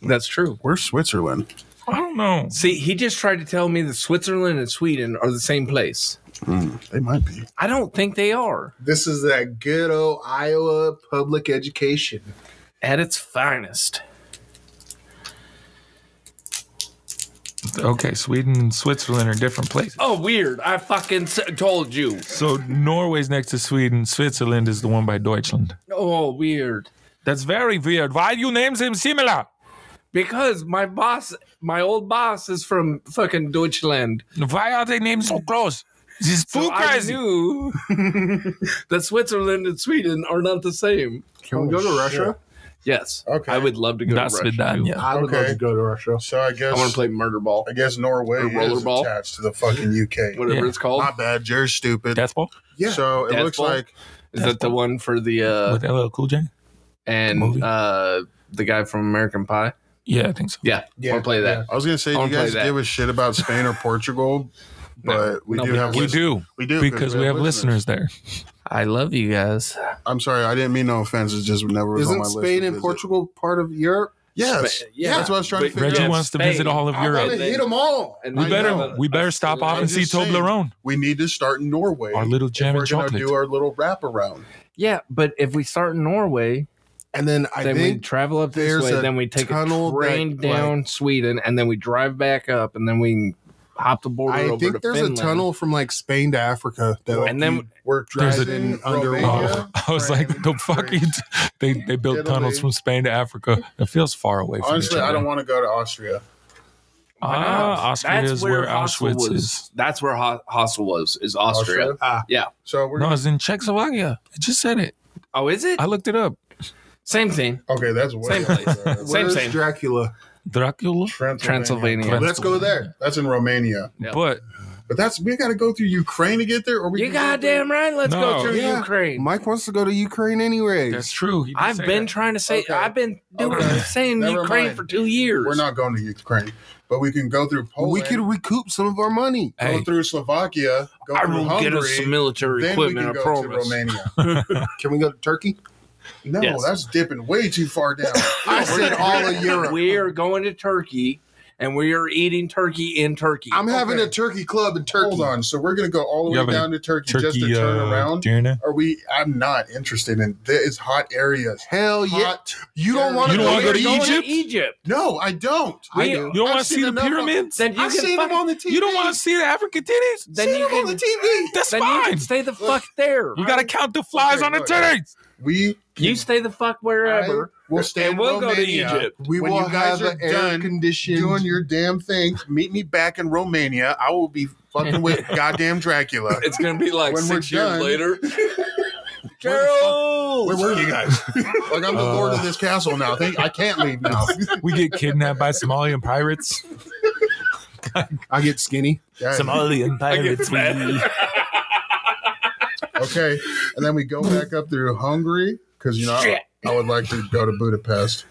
Speaker 4: That's true.
Speaker 3: Where's Switzerland?
Speaker 1: I don't know.
Speaker 4: See, he just tried to tell me that Switzerland and Sweden are the same place.
Speaker 3: They might be.
Speaker 4: I don't think they are.
Speaker 5: This is that good old Iowa public education.
Speaker 4: At its finest.
Speaker 1: Okay, Sweden and Switzerland are different places.
Speaker 4: Oh, weird. I fucking s- told you.
Speaker 1: So Norway's next to Sweden. Switzerland is the one by Deutschland.
Speaker 4: Oh, weird.
Speaker 1: That's very weird. Why you name them similar?
Speaker 4: Because my boss, my old boss, is from fucking Deutschland.
Speaker 1: Why are they named so close? This is too
Speaker 4: So I
Speaker 1: crazy.
Speaker 4: knew that Switzerland and Sweden are not the same.
Speaker 5: Can we go
Speaker 4: Oh,
Speaker 5: to Russia?
Speaker 4: Yes.
Speaker 3: Okay.
Speaker 4: I would love to go
Speaker 1: Das
Speaker 4: to Russia.
Speaker 1: Vidania.
Speaker 5: I would love
Speaker 3: Okay.
Speaker 5: to go to Russia.
Speaker 3: So I
Speaker 4: I
Speaker 3: guess
Speaker 4: want to play murder ball,
Speaker 3: I guess Norway
Speaker 4: Or
Speaker 3: is
Speaker 4: rollerball?
Speaker 3: attached to the fucking UK.
Speaker 4: whatever
Speaker 1: Yeah.
Speaker 4: it's called.
Speaker 3: My bad, you're stupid.
Speaker 1: Death Ball
Speaker 5: Yeah.
Speaker 3: So it
Speaker 4: Death
Speaker 3: looks
Speaker 4: Ball?
Speaker 3: like
Speaker 4: Is that the one for the uh
Speaker 1: with LL Cool J.
Speaker 4: and
Speaker 1: movie?
Speaker 4: uh the guy from American Pie?
Speaker 1: Yeah, I think so.
Speaker 4: Yeah,
Speaker 5: Yeah,
Speaker 4: I'll play that.
Speaker 3: I was gonna say
Speaker 4: I
Speaker 3: you
Speaker 4: wanna play
Speaker 3: guys
Speaker 4: that.
Speaker 3: give a shit about Spain or Portugal, but we
Speaker 4: no,
Speaker 3: do
Speaker 4: we-
Speaker 3: have
Speaker 1: We
Speaker 3: listen-
Speaker 1: do
Speaker 3: we do
Speaker 1: because we have listeners there.
Speaker 4: I love you guys.
Speaker 3: I'm sorry, I didn't mean no offense. It's just never was on
Speaker 5: Isn't
Speaker 3: my list
Speaker 5: Spain
Speaker 3: to
Speaker 5: and
Speaker 3: visit.
Speaker 5: Portugal part of Europe?
Speaker 3: Yes,
Speaker 4: Spa- yeah.
Speaker 3: that's what I was trying
Speaker 4: But
Speaker 3: to figure
Speaker 1: Reggie
Speaker 3: out.
Speaker 1: wants to
Speaker 4: Spain.
Speaker 1: visit all of
Speaker 4: I
Speaker 1: Europe.
Speaker 4: wanna-
Speaker 5: them all.
Speaker 4: And
Speaker 1: We
Speaker 3: I
Speaker 1: better
Speaker 3: know.
Speaker 1: we better stop off
Speaker 3: I'm
Speaker 1: and see
Speaker 3: just saying.
Speaker 1: Toblerone,
Speaker 3: We need to start in Norway.
Speaker 1: our little
Speaker 3: if
Speaker 1: jam
Speaker 3: we're
Speaker 1: and
Speaker 3: gonna
Speaker 1: chocolate.
Speaker 3: do our little wraparound.
Speaker 4: Yeah, but if we start in Norway,
Speaker 5: And then I
Speaker 4: then we
Speaker 5: think
Speaker 4: travel up this
Speaker 5: there's
Speaker 4: way,
Speaker 5: a
Speaker 4: then we take a
Speaker 5: tunnel
Speaker 4: train
Speaker 5: that,
Speaker 4: down Sweden, and then we drive back up, and then we hop the border
Speaker 5: I
Speaker 4: over
Speaker 5: think
Speaker 4: to
Speaker 5: there's
Speaker 4: Finland.
Speaker 5: a tunnel from like Spain to Africa that
Speaker 4: And then-
Speaker 5: you we're
Speaker 1: There's a-
Speaker 5: driving
Speaker 1: Oh,
Speaker 5: underwater.
Speaker 3: Romania.
Speaker 1: I was like, the fuck you? t- They they built
Speaker 3: Italy.
Speaker 1: tunnels from Spain to Africa. It feels far away from
Speaker 3: Honestly,
Speaker 1: each
Speaker 3: I
Speaker 1: other.
Speaker 3: don't want to go to Austria.
Speaker 4: Why not?
Speaker 1: Ah, Austria is where
Speaker 4: Hostel was.
Speaker 1: Auschwitz is.
Speaker 4: That's where Ho- Hostel was. Is Austria?
Speaker 3: Austria?
Speaker 5: Ah.
Speaker 4: Yeah.
Speaker 3: So we're
Speaker 1: No, it's in Czechoslovakia. I just said it.
Speaker 4: Oh, is it?
Speaker 1: I looked it up.
Speaker 4: Same thing.
Speaker 3: okay. That's way
Speaker 4: Same place.
Speaker 3: Uh,
Speaker 4: Same,
Speaker 5: Where's
Speaker 4: same.
Speaker 5: Dracula?
Speaker 1: Dracula.
Speaker 3: Transylvania.
Speaker 4: Transylvania.
Speaker 3: Let's go there. That's in Romania.
Speaker 4: Yeah.
Speaker 1: But
Speaker 3: But that's we got to go through Ukraine to get there, or we
Speaker 4: You
Speaker 3: can go
Speaker 4: goddamn right. Let's
Speaker 1: No.
Speaker 4: go through
Speaker 5: Yeah.
Speaker 4: Ukraine.
Speaker 5: Mike wants to go to Ukraine anyway.
Speaker 1: that's true. He did
Speaker 4: I've
Speaker 1: say
Speaker 4: been
Speaker 1: that.
Speaker 4: trying to say.
Speaker 3: Okay.
Speaker 4: I've been doing
Speaker 3: Okay.
Speaker 4: saying
Speaker 3: Never
Speaker 4: Ukraine
Speaker 3: mind.
Speaker 4: for two years.
Speaker 3: We're not going to Ukraine, but we can go through Poland.
Speaker 5: we could recoup some of our money.
Speaker 3: go
Speaker 1: Hey,
Speaker 3: through Slovakia. Go
Speaker 4: I
Speaker 3: through
Speaker 4: will
Speaker 3: Hungary.
Speaker 4: get us some military
Speaker 3: then we
Speaker 4: equipment.
Speaker 3: can
Speaker 4: I
Speaker 3: go to
Speaker 4: promise.
Speaker 3: Romania.
Speaker 5: Can we go to Turkey?
Speaker 3: No,
Speaker 4: Yes.
Speaker 3: that's dipping way too far down.
Speaker 5: I said all of Europe.
Speaker 4: We're going to Turkey, and we are eating turkey in Turkey.
Speaker 11: I'm having
Speaker 4: Okay.
Speaker 11: a turkey club in Turkey.
Speaker 3: Hold on. So we're gonna go all
Speaker 2: You
Speaker 3: the way
Speaker 2: have any
Speaker 3: down to Turkey,
Speaker 2: Turkey
Speaker 3: just to turn
Speaker 2: uh,
Speaker 3: around.
Speaker 2: Djerna?
Speaker 3: Are we? I'm not interested in. There is hot areas.
Speaker 11: Hell yeah!
Speaker 3: Hot.
Speaker 11: You don't want
Speaker 2: You
Speaker 11: to
Speaker 2: don't wanna
Speaker 11: go
Speaker 2: go
Speaker 11: to
Speaker 2: to
Speaker 4: Going
Speaker 11: Egypt?
Speaker 2: Egypt?
Speaker 4: Egypt.
Speaker 11: No, I don't.
Speaker 4: We-
Speaker 2: You don't
Speaker 11: I've
Speaker 2: want to
Speaker 11: seen
Speaker 2: see the
Speaker 11: enough of-
Speaker 2: pyramids?
Speaker 4: Then you
Speaker 11: I've
Speaker 4: can
Speaker 11: seen
Speaker 4: fuck-
Speaker 11: them on the TV.
Speaker 2: You don't want to see the African titties?
Speaker 4: then
Speaker 11: seen
Speaker 4: you
Speaker 11: them on the
Speaker 4: can
Speaker 11: TV.
Speaker 2: That's
Speaker 4: then you
Speaker 2: fine.
Speaker 4: can stay the fuck there.
Speaker 2: You got to count the flies
Speaker 11: Okay,
Speaker 2: on the
Speaker 11: look.
Speaker 2: titties.
Speaker 11: We
Speaker 4: You stay the fuck wherever.
Speaker 11: will stay in
Speaker 4: And we'll go to
Speaker 11: Romania.
Speaker 4: Egypt.
Speaker 11: We
Speaker 3: When
Speaker 11: will
Speaker 3: you guys
Speaker 11: have
Speaker 3: are
Speaker 11: air
Speaker 3: done
Speaker 11: conditioned.
Speaker 3: Doing your damn thing. Meet me back in Romania. I will be fucking with goddamn Dracula.
Speaker 4: It's gonna be like
Speaker 3: When we're
Speaker 4: six years
Speaker 3: done-
Speaker 4: later.
Speaker 3: Where
Speaker 4: Gerald,
Speaker 3: were you guys? like I'm the lord of this castle now. Thank, I can't leave now.
Speaker 2: We get kidnapped by Somalian pirates.
Speaker 11: I get skinny.
Speaker 3: Yeah.
Speaker 2: Somalian pirates. we-
Speaker 3: Okay, and then we go back up through Hungary because you know I, I would like to go to Budapest,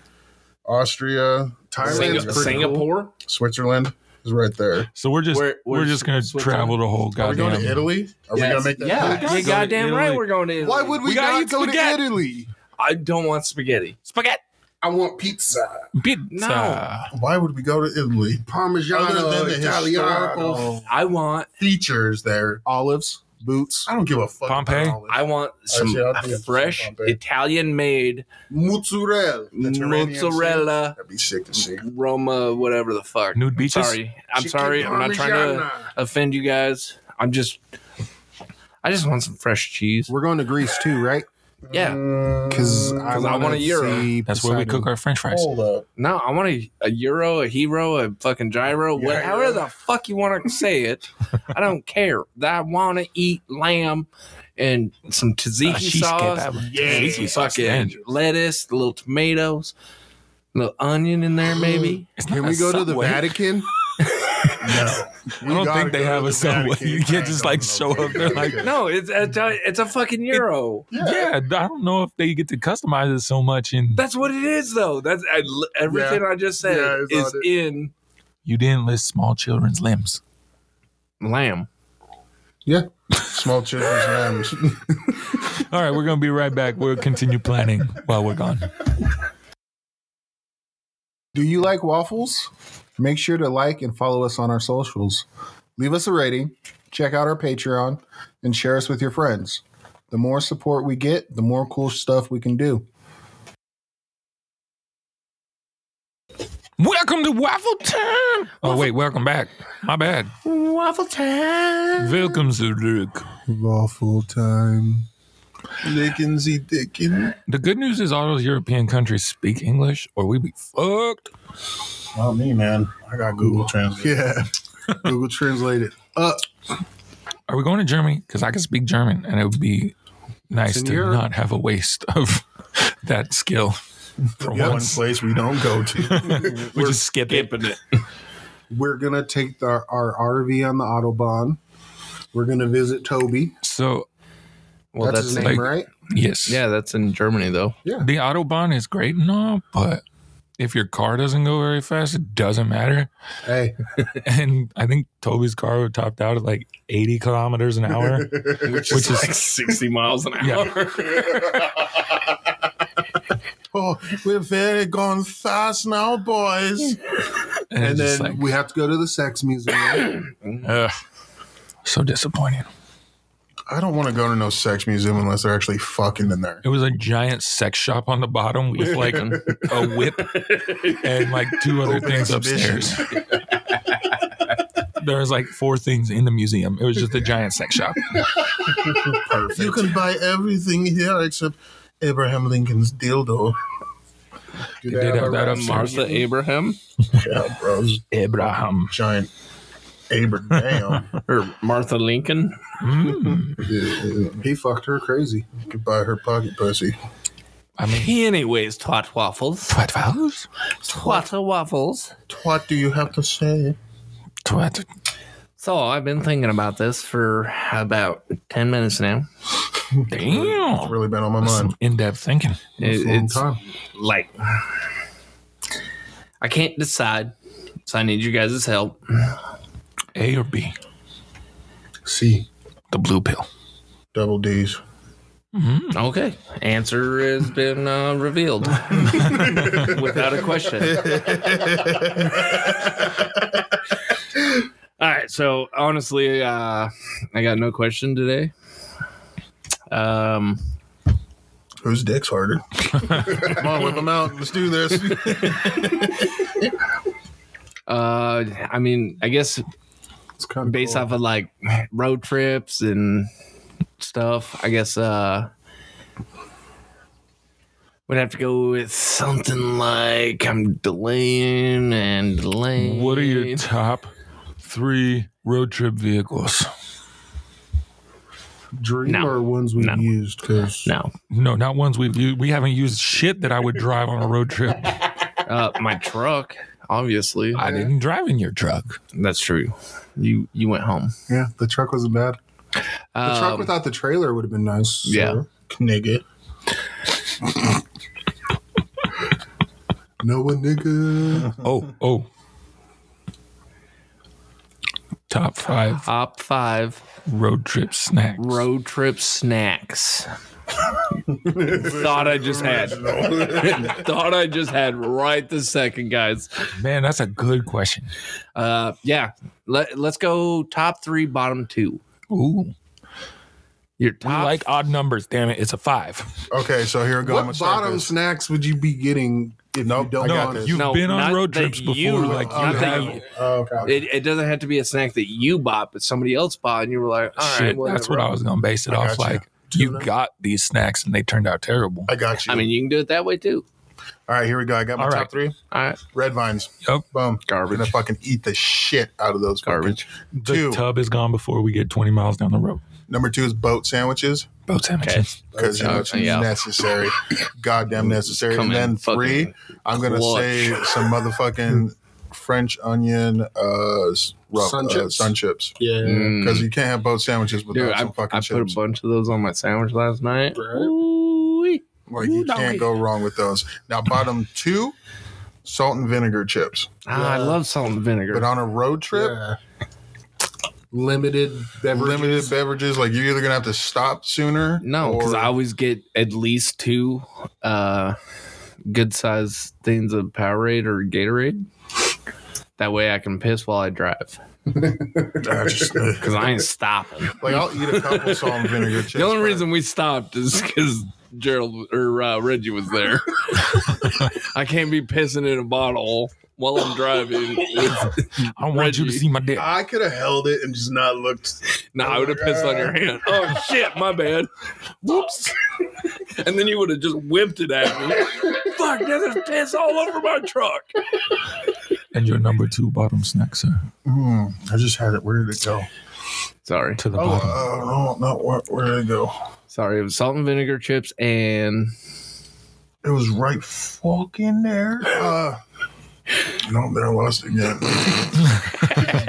Speaker 3: Austria, Thailand, is
Speaker 4: Singa-
Speaker 3: pretty
Speaker 4: Singapore.
Speaker 3: cool. Switzerland is right there.
Speaker 2: So we're just
Speaker 4: Where-
Speaker 2: we're
Speaker 4: where's
Speaker 2: just gonna
Speaker 4: Switzerland?
Speaker 2: travel the whole
Speaker 3: Are we
Speaker 2: goddamn.
Speaker 3: going to Italy? Are we
Speaker 7: Yes.
Speaker 3: gonna make that?
Speaker 7: Yeah.
Speaker 3: move?
Speaker 4: You're
Speaker 2: go to
Speaker 4: goddamn
Speaker 2: Italy.
Speaker 4: right. We're going to Italy.
Speaker 11: Why would we,
Speaker 2: We gotta
Speaker 11: not
Speaker 2: eat
Speaker 11: go
Speaker 2: spaghetti.
Speaker 11: to Italy?
Speaker 4: I don't want spaghetti?
Speaker 2: Spaghetti.
Speaker 7: I want pizza.
Speaker 2: Pizza.
Speaker 4: No.
Speaker 3: Why would we go to Italy?
Speaker 11: Parmesan,
Speaker 3: Other than the historical
Speaker 4: I want.
Speaker 3: features there,
Speaker 11: olives, boots,
Speaker 3: I don't give a fuck.
Speaker 2: Pompeii?
Speaker 3: About
Speaker 4: I want some
Speaker 3: Actually, I'll do it.
Speaker 4: fresh
Speaker 3: Pompeii.
Speaker 4: Italian-made
Speaker 11: mozzarella.
Speaker 3: The Tyrrhenian
Speaker 4: mozzarella,
Speaker 3: That'd be sick to see.
Speaker 4: Roma, whatever the fuck.
Speaker 2: Nude beaches.
Speaker 4: Sorry, I'm sorry. I'm not trying to offend you guys. I'm just. I just want some fresh cheese.
Speaker 5: We're going to Greece too, right?
Speaker 4: Yeah.
Speaker 5: Because I,
Speaker 4: 'Cause I
Speaker 5: wanna
Speaker 4: want a euro.
Speaker 5: see
Speaker 2: That's where we
Speaker 5: Poseidon.
Speaker 2: cook our French fries.
Speaker 5: Oh,
Speaker 3: Hold up.
Speaker 4: No, I want a, a euro, a hero, a fucking gyro,
Speaker 3: Yeah,
Speaker 4: whatever
Speaker 3: yeah.
Speaker 4: the fuck you want to say it. I don't care. I want to eat lamb and some
Speaker 2: Uh,
Speaker 4: tzatziki
Speaker 2: cheesecake,
Speaker 4: sauce,
Speaker 2: that one.
Speaker 3: Yeah.
Speaker 2: Tzatziki sauce, man.
Speaker 4: fucking lettuce, little tomatoes, little onion in there maybe.
Speaker 2: It's
Speaker 11: Can
Speaker 2: not
Speaker 11: we
Speaker 2: a
Speaker 11: go to the
Speaker 2: Subway.
Speaker 11: Vatican?
Speaker 3: No.
Speaker 2: I don't
Speaker 3: gotta
Speaker 2: think they
Speaker 3: go
Speaker 2: have
Speaker 3: to
Speaker 2: a
Speaker 3: the
Speaker 2: Subway.
Speaker 3: Vatican.
Speaker 2: You can't
Speaker 3: I
Speaker 2: just
Speaker 3: don't
Speaker 2: like
Speaker 3: know.
Speaker 2: show up there like.
Speaker 4: No, it's it's a, it's a fucking euro.
Speaker 2: Yeah, I don't know if they get to customize it so much. And
Speaker 4: That's what it is though. That's I, everything I just said
Speaker 3: Yeah, it's
Speaker 4: is
Speaker 3: on it.
Speaker 4: in
Speaker 2: you didn't list small children's limbs.
Speaker 4: lamb.
Speaker 3: Small children's lambs.
Speaker 2: All right, we're gonna be right back. We'll continue planning while we're gone.
Speaker 5: Do you like waffles? Make sure to like and follow us on our socials. Leave us a rating, check out our Patreon, and share us with your friends. The more support we get, the more cool stuff we can do.
Speaker 2: Welcome to Waffle Time. Oh wait, welcome back. My bad.
Speaker 4: Waffle time.
Speaker 2: Welcome zurück.
Speaker 11: Waffle time.
Speaker 3: Dickensy Dickin.
Speaker 2: The good news is all those European countries speak English, or we be fucked.
Speaker 11: Oh,
Speaker 3: Not me, man. I got Google Translate.
Speaker 11: Yeah. Google Translate it.
Speaker 2: Are we going to Germany? Because I can speak German, and it would be nice
Speaker 4: in
Speaker 2: to
Speaker 4: Europe.
Speaker 2: not have a waste of that skill. For
Speaker 3: One
Speaker 2: once,
Speaker 3: place we don't go to.
Speaker 2: we just skip it.
Speaker 5: We're going to take the, our RV on the Autobahn. We're going to visit Toby.
Speaker 2: So
Speaker 4: Well,
Speaker 5: that's,
Speaker 4: that's,
Speaker 5: his
Speaker 2: like-
Speaker 5: name, right?
Speaker 2: yes,
Speaker 4: yeah, that's in Germany though.
Speaker 2: the autobahn is great and all, but if your car doesn't go very fast, it doesn't matter.
Speaker 5: Hey,
Speaker 2: And I think Toby's car would topped out at like 80 kilometers an hour, which is
Speaker 4: like 60 miles an hour.
Speaker 11: Oh, we're very gone fast now, boys.
Speaker 5: and
Speaker 2: and it's
Speaker 5: then
Speaker 2: just like,
Speaker 5: we have to go to the sex museum.
Speaker 2: ugh, so disappointing.
Speaker 11: I don't want to go to no sex museum unless they're actually fucking in there.
Speaker 2: It was a giant sex shop on the bottom with like a whip and like two other
Speaker 11: Open
Speaker 2: things
Speaker 11: exhibition.
Speaker 2: upstairs. there was like four things in the museum. It was just a giant sex shop.
Speaker 11: You can buy everything here except Abraham Lincoln's dildo.
Speaker 2: They
Speaker 5: Do
Speaker 2: did have that
Speaker 5: a-
Speaker 2: upstairs.
Speaker 4: Martha Abraham
Speaker 11: Yeah, bros.
Speaker 2: Abraham.
Speaker 11: Giant Abraham.
Speaker 4: or Martha Lincoln.
Speaker 2: Mm.
Speaker 5: He fucked her crazy.
Speaker 11: you can buy her pocket pussy.
Speaker 2: I mean,
Speaker 4: Anyways, twat waffles.
Speaker 2: twat vows?
Speaker 4: Twat waffles.
Speaker 11: What do you have to say?
Speaker 2: Twat.
Speaker 4: So I've been thinking about this for about 10 minutes now.
Speaker 2: Damn.
Speaker 11: Really been on my mind.
Speaker 2: In depth thinking.
Speaker 4: It- it's like, I can't decide. So I need you guys' help.
Speaker 2: A or B?
Speaker 11: C.
Speaker 2: The blue pill.
Speaker 11: Double D's.
Speaker 4: Okay. Answer has been uh, revealed without a question. All right. So honestly, uh, I got no question today. Um,
Speaker 3: Whose dick's harder? Come on, whip them out. Let's do this.
Speaker 4: uh, I mean, I guess
Speaker 5: It's kind
Speaker 4: based off of like road trips and stuff. I guess uh would have to go with something like I'm delaying and delaying.
Speaker 2: What are your top three road trip vehicles?
Speaker 5: dream
Speaker 4: No.
Speaker 5: or ones we
Speaker 4: No.
Speaker 5: have used because
Speaker 4: no,
Speaker 2: No, not ones we've used. We haven't used shit that I would drive on a road trip.
Speaker 4: uh, my truck. Obviously,
Speaker 2: I didn't drive in your truck.
Speaker 4: that's true. You you went home.
Speaker 5: yeah, the truck wasn't bad. The truck
Speaker 4: Um,
Speaker 5: without the trailer would have been nice. so-
Speaker 4: yeah.
Speaker 3: Nigga.
Speaker 5: no one nigga.
Speaker 2: Oh, oh. Top five
Speaker 4: top five
Speaker 2: road trip snacks.
Speaker 4: road trip snacks. Thought I just had. Thought I just had right the second, guys.
Speaker 2: Man, that's a good question.
Speaker 4: Uh, yeah. Let, let's go top three, bottom two.
Speaker 2: Ooh,
Speaker 4: Your
Speaker 2: we
Speaker 4: top.
Speaker 2: like odd numbers. Damn it, it's a five.
Speaker 3: Okay, so here we go. I'm gonna
Speaker 5: what
Speaker 3: start
Speaker 5: bottom
Speaker 3: this.
Speaker 5: snacks would you be getting if
Speaker 3: Nope,
Speaker 5: you don't
Speaker 3: I got
Speaker 5: want
Speaker 3: this.
Speaker 5: it?
Speaker 2: You've
Speaker 4: No,
Speaker 2: been on
Speaker 4: not
Speaker 2: road
Speaker 4: that
Speaker 2: trips before.
Speaker 4: you-
Speaker 2: like you
Speaker 3: not that
Speaker 2: have
Speaker 4: you-
Speaker 5: Oh, okay.
Speaker 4: it, it doesn't have to be a snack that you bought, but somebody else bought, and you were like, all right,
Speaker 2: shit.
Speaker 4: whatever.
Speaker 2: that's what I was gonna base it
Speaker 3: I
Speaker 2: off.
Speaker 3: gotcha.
Speaker 2: Like you got these snacks and they turned out terrible.
Speaker 3: I got you.
Speaker 4: I mean, you can do it that way too.
Speaker 3: all right, here we go. I got my
Speaker 2: All
Speaker 3: top
Speaker 2: right.
Speaker 3: three.
Speaker 4: All right,
Speaker 3: Red vines.
Speaker 2: Yep.
Speaker 3: Boom. I'm gonna
Speaker 4: garbage,
Speaker 3: fucking eat the shit out of those. fucking-
Speaker 4: garbage.
Speaker 2: The
Speaker 3: Two.
Speaker 2: tub is gone before we get 20 miles down the road.
Speaker 3: Number two is boat sandwiches
Speaker 2: Boat sandwiches.
Speaker 3: because you know it's
Speaker 4: Okay, yeah.
Speaker 3: necessary, goddamn necessary.
Speaker 4: Come
Speaker 3: and then
Speaker 4: in,
Speaker 3: three, I'm gonna
Speaker 4: clutch.
Speaker 3: say some motherfucking French onion uh, s- rub,
Speaker 5: Sun
Speaker 3: uh,
Speaker 5: chips.
Speaker 3: sun chips
Speaker 5: Yeah.
Speaker 3: because
Speaker 4: Mm.
Speaker 3: you can't have boat sandwiches without
Speaker 4: Dude, I,
Speaker 3: some fucking
Speaker 4: I put a
Speaker 3: chips.
Speaker 4: bunch of those on my sandwich last night.
Speaker 5: Right.
Speaker 4: Ooh-wee.
Speaker 3: like you
Speaker 4: Ooh, no,
Speaker 3: can't
Speaker 4: wait.
Speaker 3: go wrong with those. Now bottom two, salt and vinegar chips.
Speaker 4: Ah, I
Speaker 5: Yeah.
Speaker 4: love salt and vinegar.
Speaker 3: But on a road trip,
Speaker 5: Yeah. Limited beverages.
Speaker 3: limited beverages. Like you're either gonna have to stop sooner.
Speaker 4: no, because
Speaker 3: or-
Speaker 4: I always get at least two uh, good sized things of Powerade or Gatorade. That way I can piss while I drive
Speaker 3: I just-
Speaker 4: because I ain't stopping.
Speaker 3: like I'll eat a couple salt and vinegar chips.
Speaker 4: the only
Speaker 3: but-
Speaker 4: reason we stopped is because Gerald or uh, Reggie was there. I can't be pissing in a bottle while I'm driving.
Speaker 2: I want you to
Speaker 4: Reggie.
Speaker 2: see my dick.
Speaker 3: I could have held it and just not looked.
Speaker 4: no, I would have pissed on your hand. Oh shit, my bad. Whoops. and then you would have just whipped it at me. Fuck, there's piss all over my truck.
Speaker 2: And your number two bottom snack, sir.
Speaker 3: Hmm, I just had it. Where did it go?
Speaker 4: Sorry,
Speaker 2: To the
Speaker 3: Oh,
Speaker 2: bottom.
Speaker 3: uh, no, not where, where did it go?
Speaker 4: sorry. It was salt and vinegar chips and
Speaker 3: It was right fucking there. Uh, no, there I lost it again.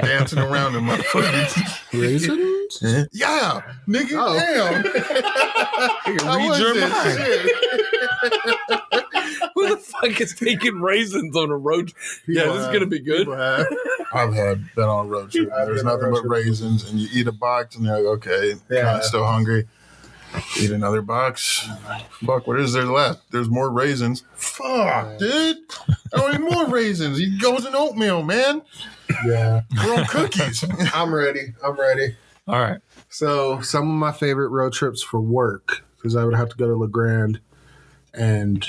Speaker 3: Dancing around in my fucking.
Speaker 5: Raisins?
Speaker 3: Yeah, nigga,
Speaker 5: Oh.
Speaker 3: damn. How
Speaker 2: read
Speaker 3: was
Speaker 2: your
Speaker 3: that
Speaker 2: mind.
Speaker 3: shit?
Speaker 4: who the fuck is taking raisins on a road? yeah, this is gonna be good.
Speaker 3: I've had been on a road trip.
Speaker 5: I've
Speaker 3: There's
Speaker 5: been on
Speaker 3: nothing
Speaker 5: road
Speaker 3: but
Speaker 5: trip.
Speaker 3: raisins, and you eat a box, and you're like, okay,
Speaker 5: Yeah.
Speaker 3: kinda still hungry. Eat another box. Fuck, what is there left? There's more raisins. Fuck, dude. I don't need more raisins. He goes in oatmeal, man.
Speaker 5: Yeah.
Speaker 3: We're on cookies.
Speaker 5: I'm ready. I'm ready.
Speaker 3: uh,
Speaker 2: All right.
Speaker 5: So some of my favorite road trips for work because I would have to go to Legrand, and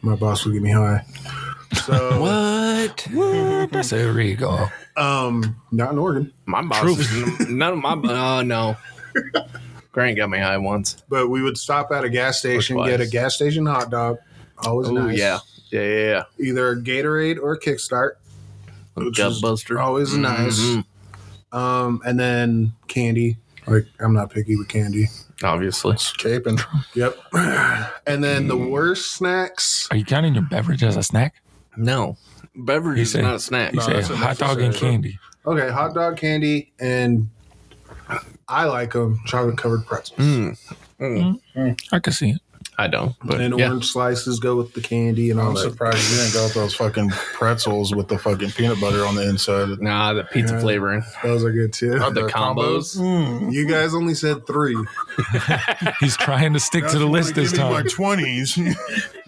Speaker 5: my boss would get me high. So
Speaker 4: What?
Speaker 2: There you go.
Speaker 5: um, not in Oregon,
Speaker 4: My boss, is- none of my, oh no. Grant got me high once.
Speaker 5: but we would stop at a gas station,
Speaker 4: Or
Speaker 5: get a
Speaker 4: twice.
Speaker 5: gas station hot dog. Always
Speaker 4: Oh
Speaker 5: nice.
Speaker 4: yeah, yeah, yeah.
Speaker 5: Either a Gatorade or a Kickstart.
Speaker 4: yeah.
Speaker 5: Which
Speaker 4: Gut
Speaker 5: is
Speaker 4: Buster.
Speaker 5: Always nice.
Speaker 4: Mhm.
Speaker 5: Um, and then candy. Like I'm not picky with candy.
Speaker 4: Obviously,
Speaker 3: Caping.
Speaker 5: Yep. And then the
Speaker 4: Mm.
Speaker 5: worst snacks.
Speaker 2: Are you counting your beverage as a snack?
Speaker 4: no. Beverage
Speaker 2: He
Speaker 4: is
Speaker 2: said-
Speaker 4: not a snack.
Speaker 2: You
Speaker 3: No,
Speaker 2: say
Speaker 3: that's a
Speaker 2: hot dog and
Speaker 3: necessary.
Speaker 2: candy.
Speaker 5: Okay, hot dog candy and I like them chocolate covered pretzels.
Speaker 4: Mm. Mm.
Speaker 2: I can see it.
Speaker 4: I don't. But
Speaker 5: and
Speaker 4: yeah.
Speaker 5: orange slices go with the candy and all
Speaker 11: I'm
Speaker 5: that.
Speaker 11: surprised you didn't go with those fucking pretzels with the fucking peanut butter on the inside.
Speaker 4: Nah, the pizza
Speaker 5: Yeah.
Speaker 4: flavoring.
Speaker 5: Those are good too.
Speaker 4: The combos.
Speaker 2: Hmm.
Speaker 11: Mm.
Speaker 5: You guys only said three.
Speaker 2: He's trying to stick to the list this
Speaker 11: My
Speaker 2: time.
Speaker 11: twenties.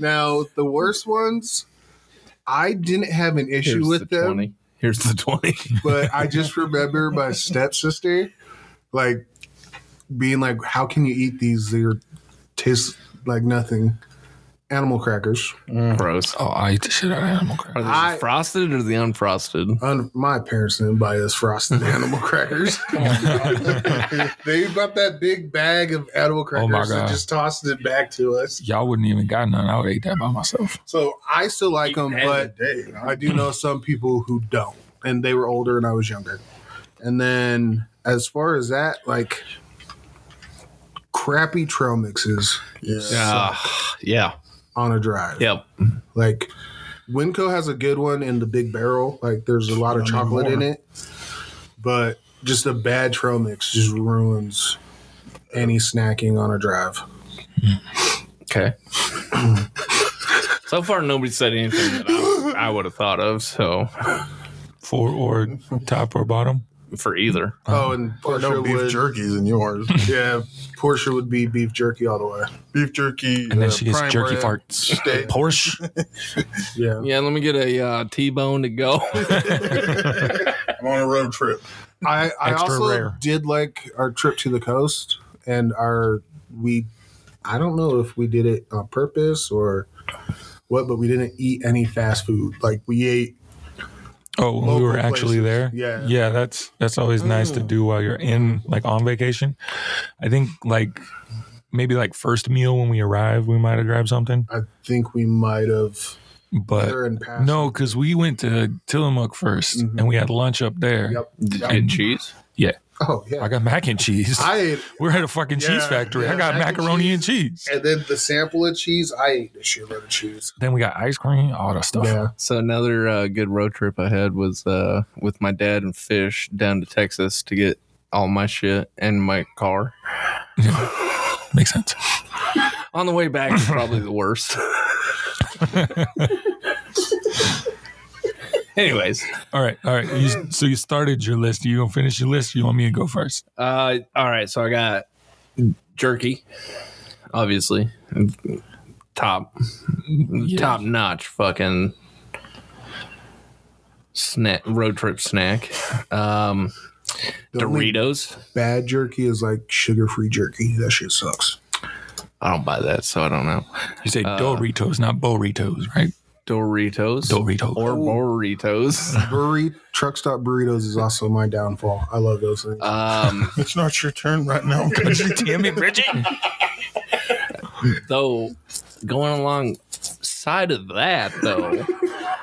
Speaker 5: Now the worst ones, I didn't have an issue with
Speaker 4: the
Speaker 5: them.
Speaker 4: 20. Here's the 20.
Speaker 5: but I just remember my stepsister, like being like, "How can you eat these? They're taste like nothing." Animal crackers.
Speaker 4: Gross.
Speaker 2: Oh, I eat the shit out of animal
Speaker 4: Are
Speaker 2: crackers.
Speaker 4: they
Speaker 5: Mm. I-
Speaker 4: frosted or the unfrosted?
Speaker 5: Un- my parents didn't buy us frosted animal crackers. they bought that big bag of animal
Speaker 2: Oh my
Speaker 5: crackers and
Speaker 2: God.
Speaker 5: just tossed it back to us.
Speaker 2: Y'all wouldn't even got none. I would eat that by myself.
Speaker 5: So I still like them, but I do know some people who don't, and they were older and I was younger. And then as far as that, like crappy trail mixes
Speaker 4: Yeah. Ah, yeah.
Speaker 5: on a drive.
Speaker 4: Yep.
Speaker 5: Like Winco has a good one in the big barrel. Like there's a lot of chocolate in it, but just a bad trail mix just ruins any snacking on a drive.
Speaker 4: Okay. so far, nobody said anything that I, I would have thought of. So
Speaker 2: Four or top or bottom.
Speaker 4: for either,
Speaker 5: Oh, and Portia
Speaker 11: no beef
Speaker 5: would,
Speaker 11: jerkies in yours.
Speaker 5: yeah, Portia would be beef jerky all the way.
Speaker 11: beef jerky.
Speaker 2: And then
Speaker 11: uh,
Speaker 2: she gets
Speaker 11: prime
Speaker 2: jerky
Speaker 11: rib,
Speaker 2: farts.
Speaker 11: steak.
Speaker 2: Porsche.
Speaker 5: Yeah,
Speaker 4: yeah. Let me get a uh, T-bone to go.
Speaker 11: I'm on a road trip.
Speaker 5: I, I
Speaker 2: Extra
Speaker 5: also
Speaker 2: rare.
Speaker 5: did like our trip to the coast and our we I don't know if we did it on purpose or what, but we didn't eat any fast food. Like we ate
Speaker 2: Oh, when we
Speaker 5: Local
Speaker 2: were actually
Speaker 5: places.
Speaker 2: there.
Speaker 5: Yeah. Oh.
Speaker 2: yeah, that's that's always nice to do while you're in like on vacation. I think like maybe like first meal when we arrived, we might have grabbed something,
Speaker 5: I think we might have
Speaker 2: but
Speaker 5: there in past
Speaker 2: no, because we went to Tillamook 1st
Speaker 5: Mhm.
Speaker 2: and we had lunch up there.
Speaker 5: Yep.
Speaker 2: And
Speaker 4: cheese.
Speaker 5: Oh
Speaker 2: I
Speaker 5: yeah.
Speaker 2: got mac and cheese.
Speaker 5: I ate
Speaker 2: we're at a fucking cheese
Speaker 5: Yeah,
Speaker 2: factory. I
Speaker 5: yeah,
Speaker 2: got
Speaker 5: mac and
Speaker 2: macaroni
Speaker 5: cheese.
Speaker 2: and cheese.
Speaker 5: and then the sample of cheese, I ate a shitload of cheese.
Speaker 2: Then we got ice cream, all that stuff.
Speaker 5: Yeah.
Speaker 4: So another uh, good road trip I had was uh, with my dad and Fish down to Texas to get all my shit and my car.
Speaker 2: Makes sense.
Speaker 4: On the way back, it's probably the worst. Anyways,
Speaker 2: All right, all right. You, so you started your list. You gonna finish your list? You want me to go first?
Speaker 4: uh, all right. So I got jerky, obviously, top top notch fucking snack road trip snack. Um,
Speaker 5: The only
Speaker 4: Doritos.
Speaker 5: bad jerky is like sugar free jerky. That shit sucks.
Speaker 4: I don't buy that, so I don't know.
Speaker 2: You say
Speaker 4: Uh,
Speaker 2: Doritos, not Burritos, right?
Speaker 4: Doritos.
Speaker 2: Doritos.
Speaker 4: or burritos.
Speaker 5: Burrito truck stop burritos is also my downfall. I love those things.
Speaker 4: Um,
Speaker 11: It's not your turn right now.
Speaker 2: Damn it, Bridget.
Speaker 4: though, going along side of that, though,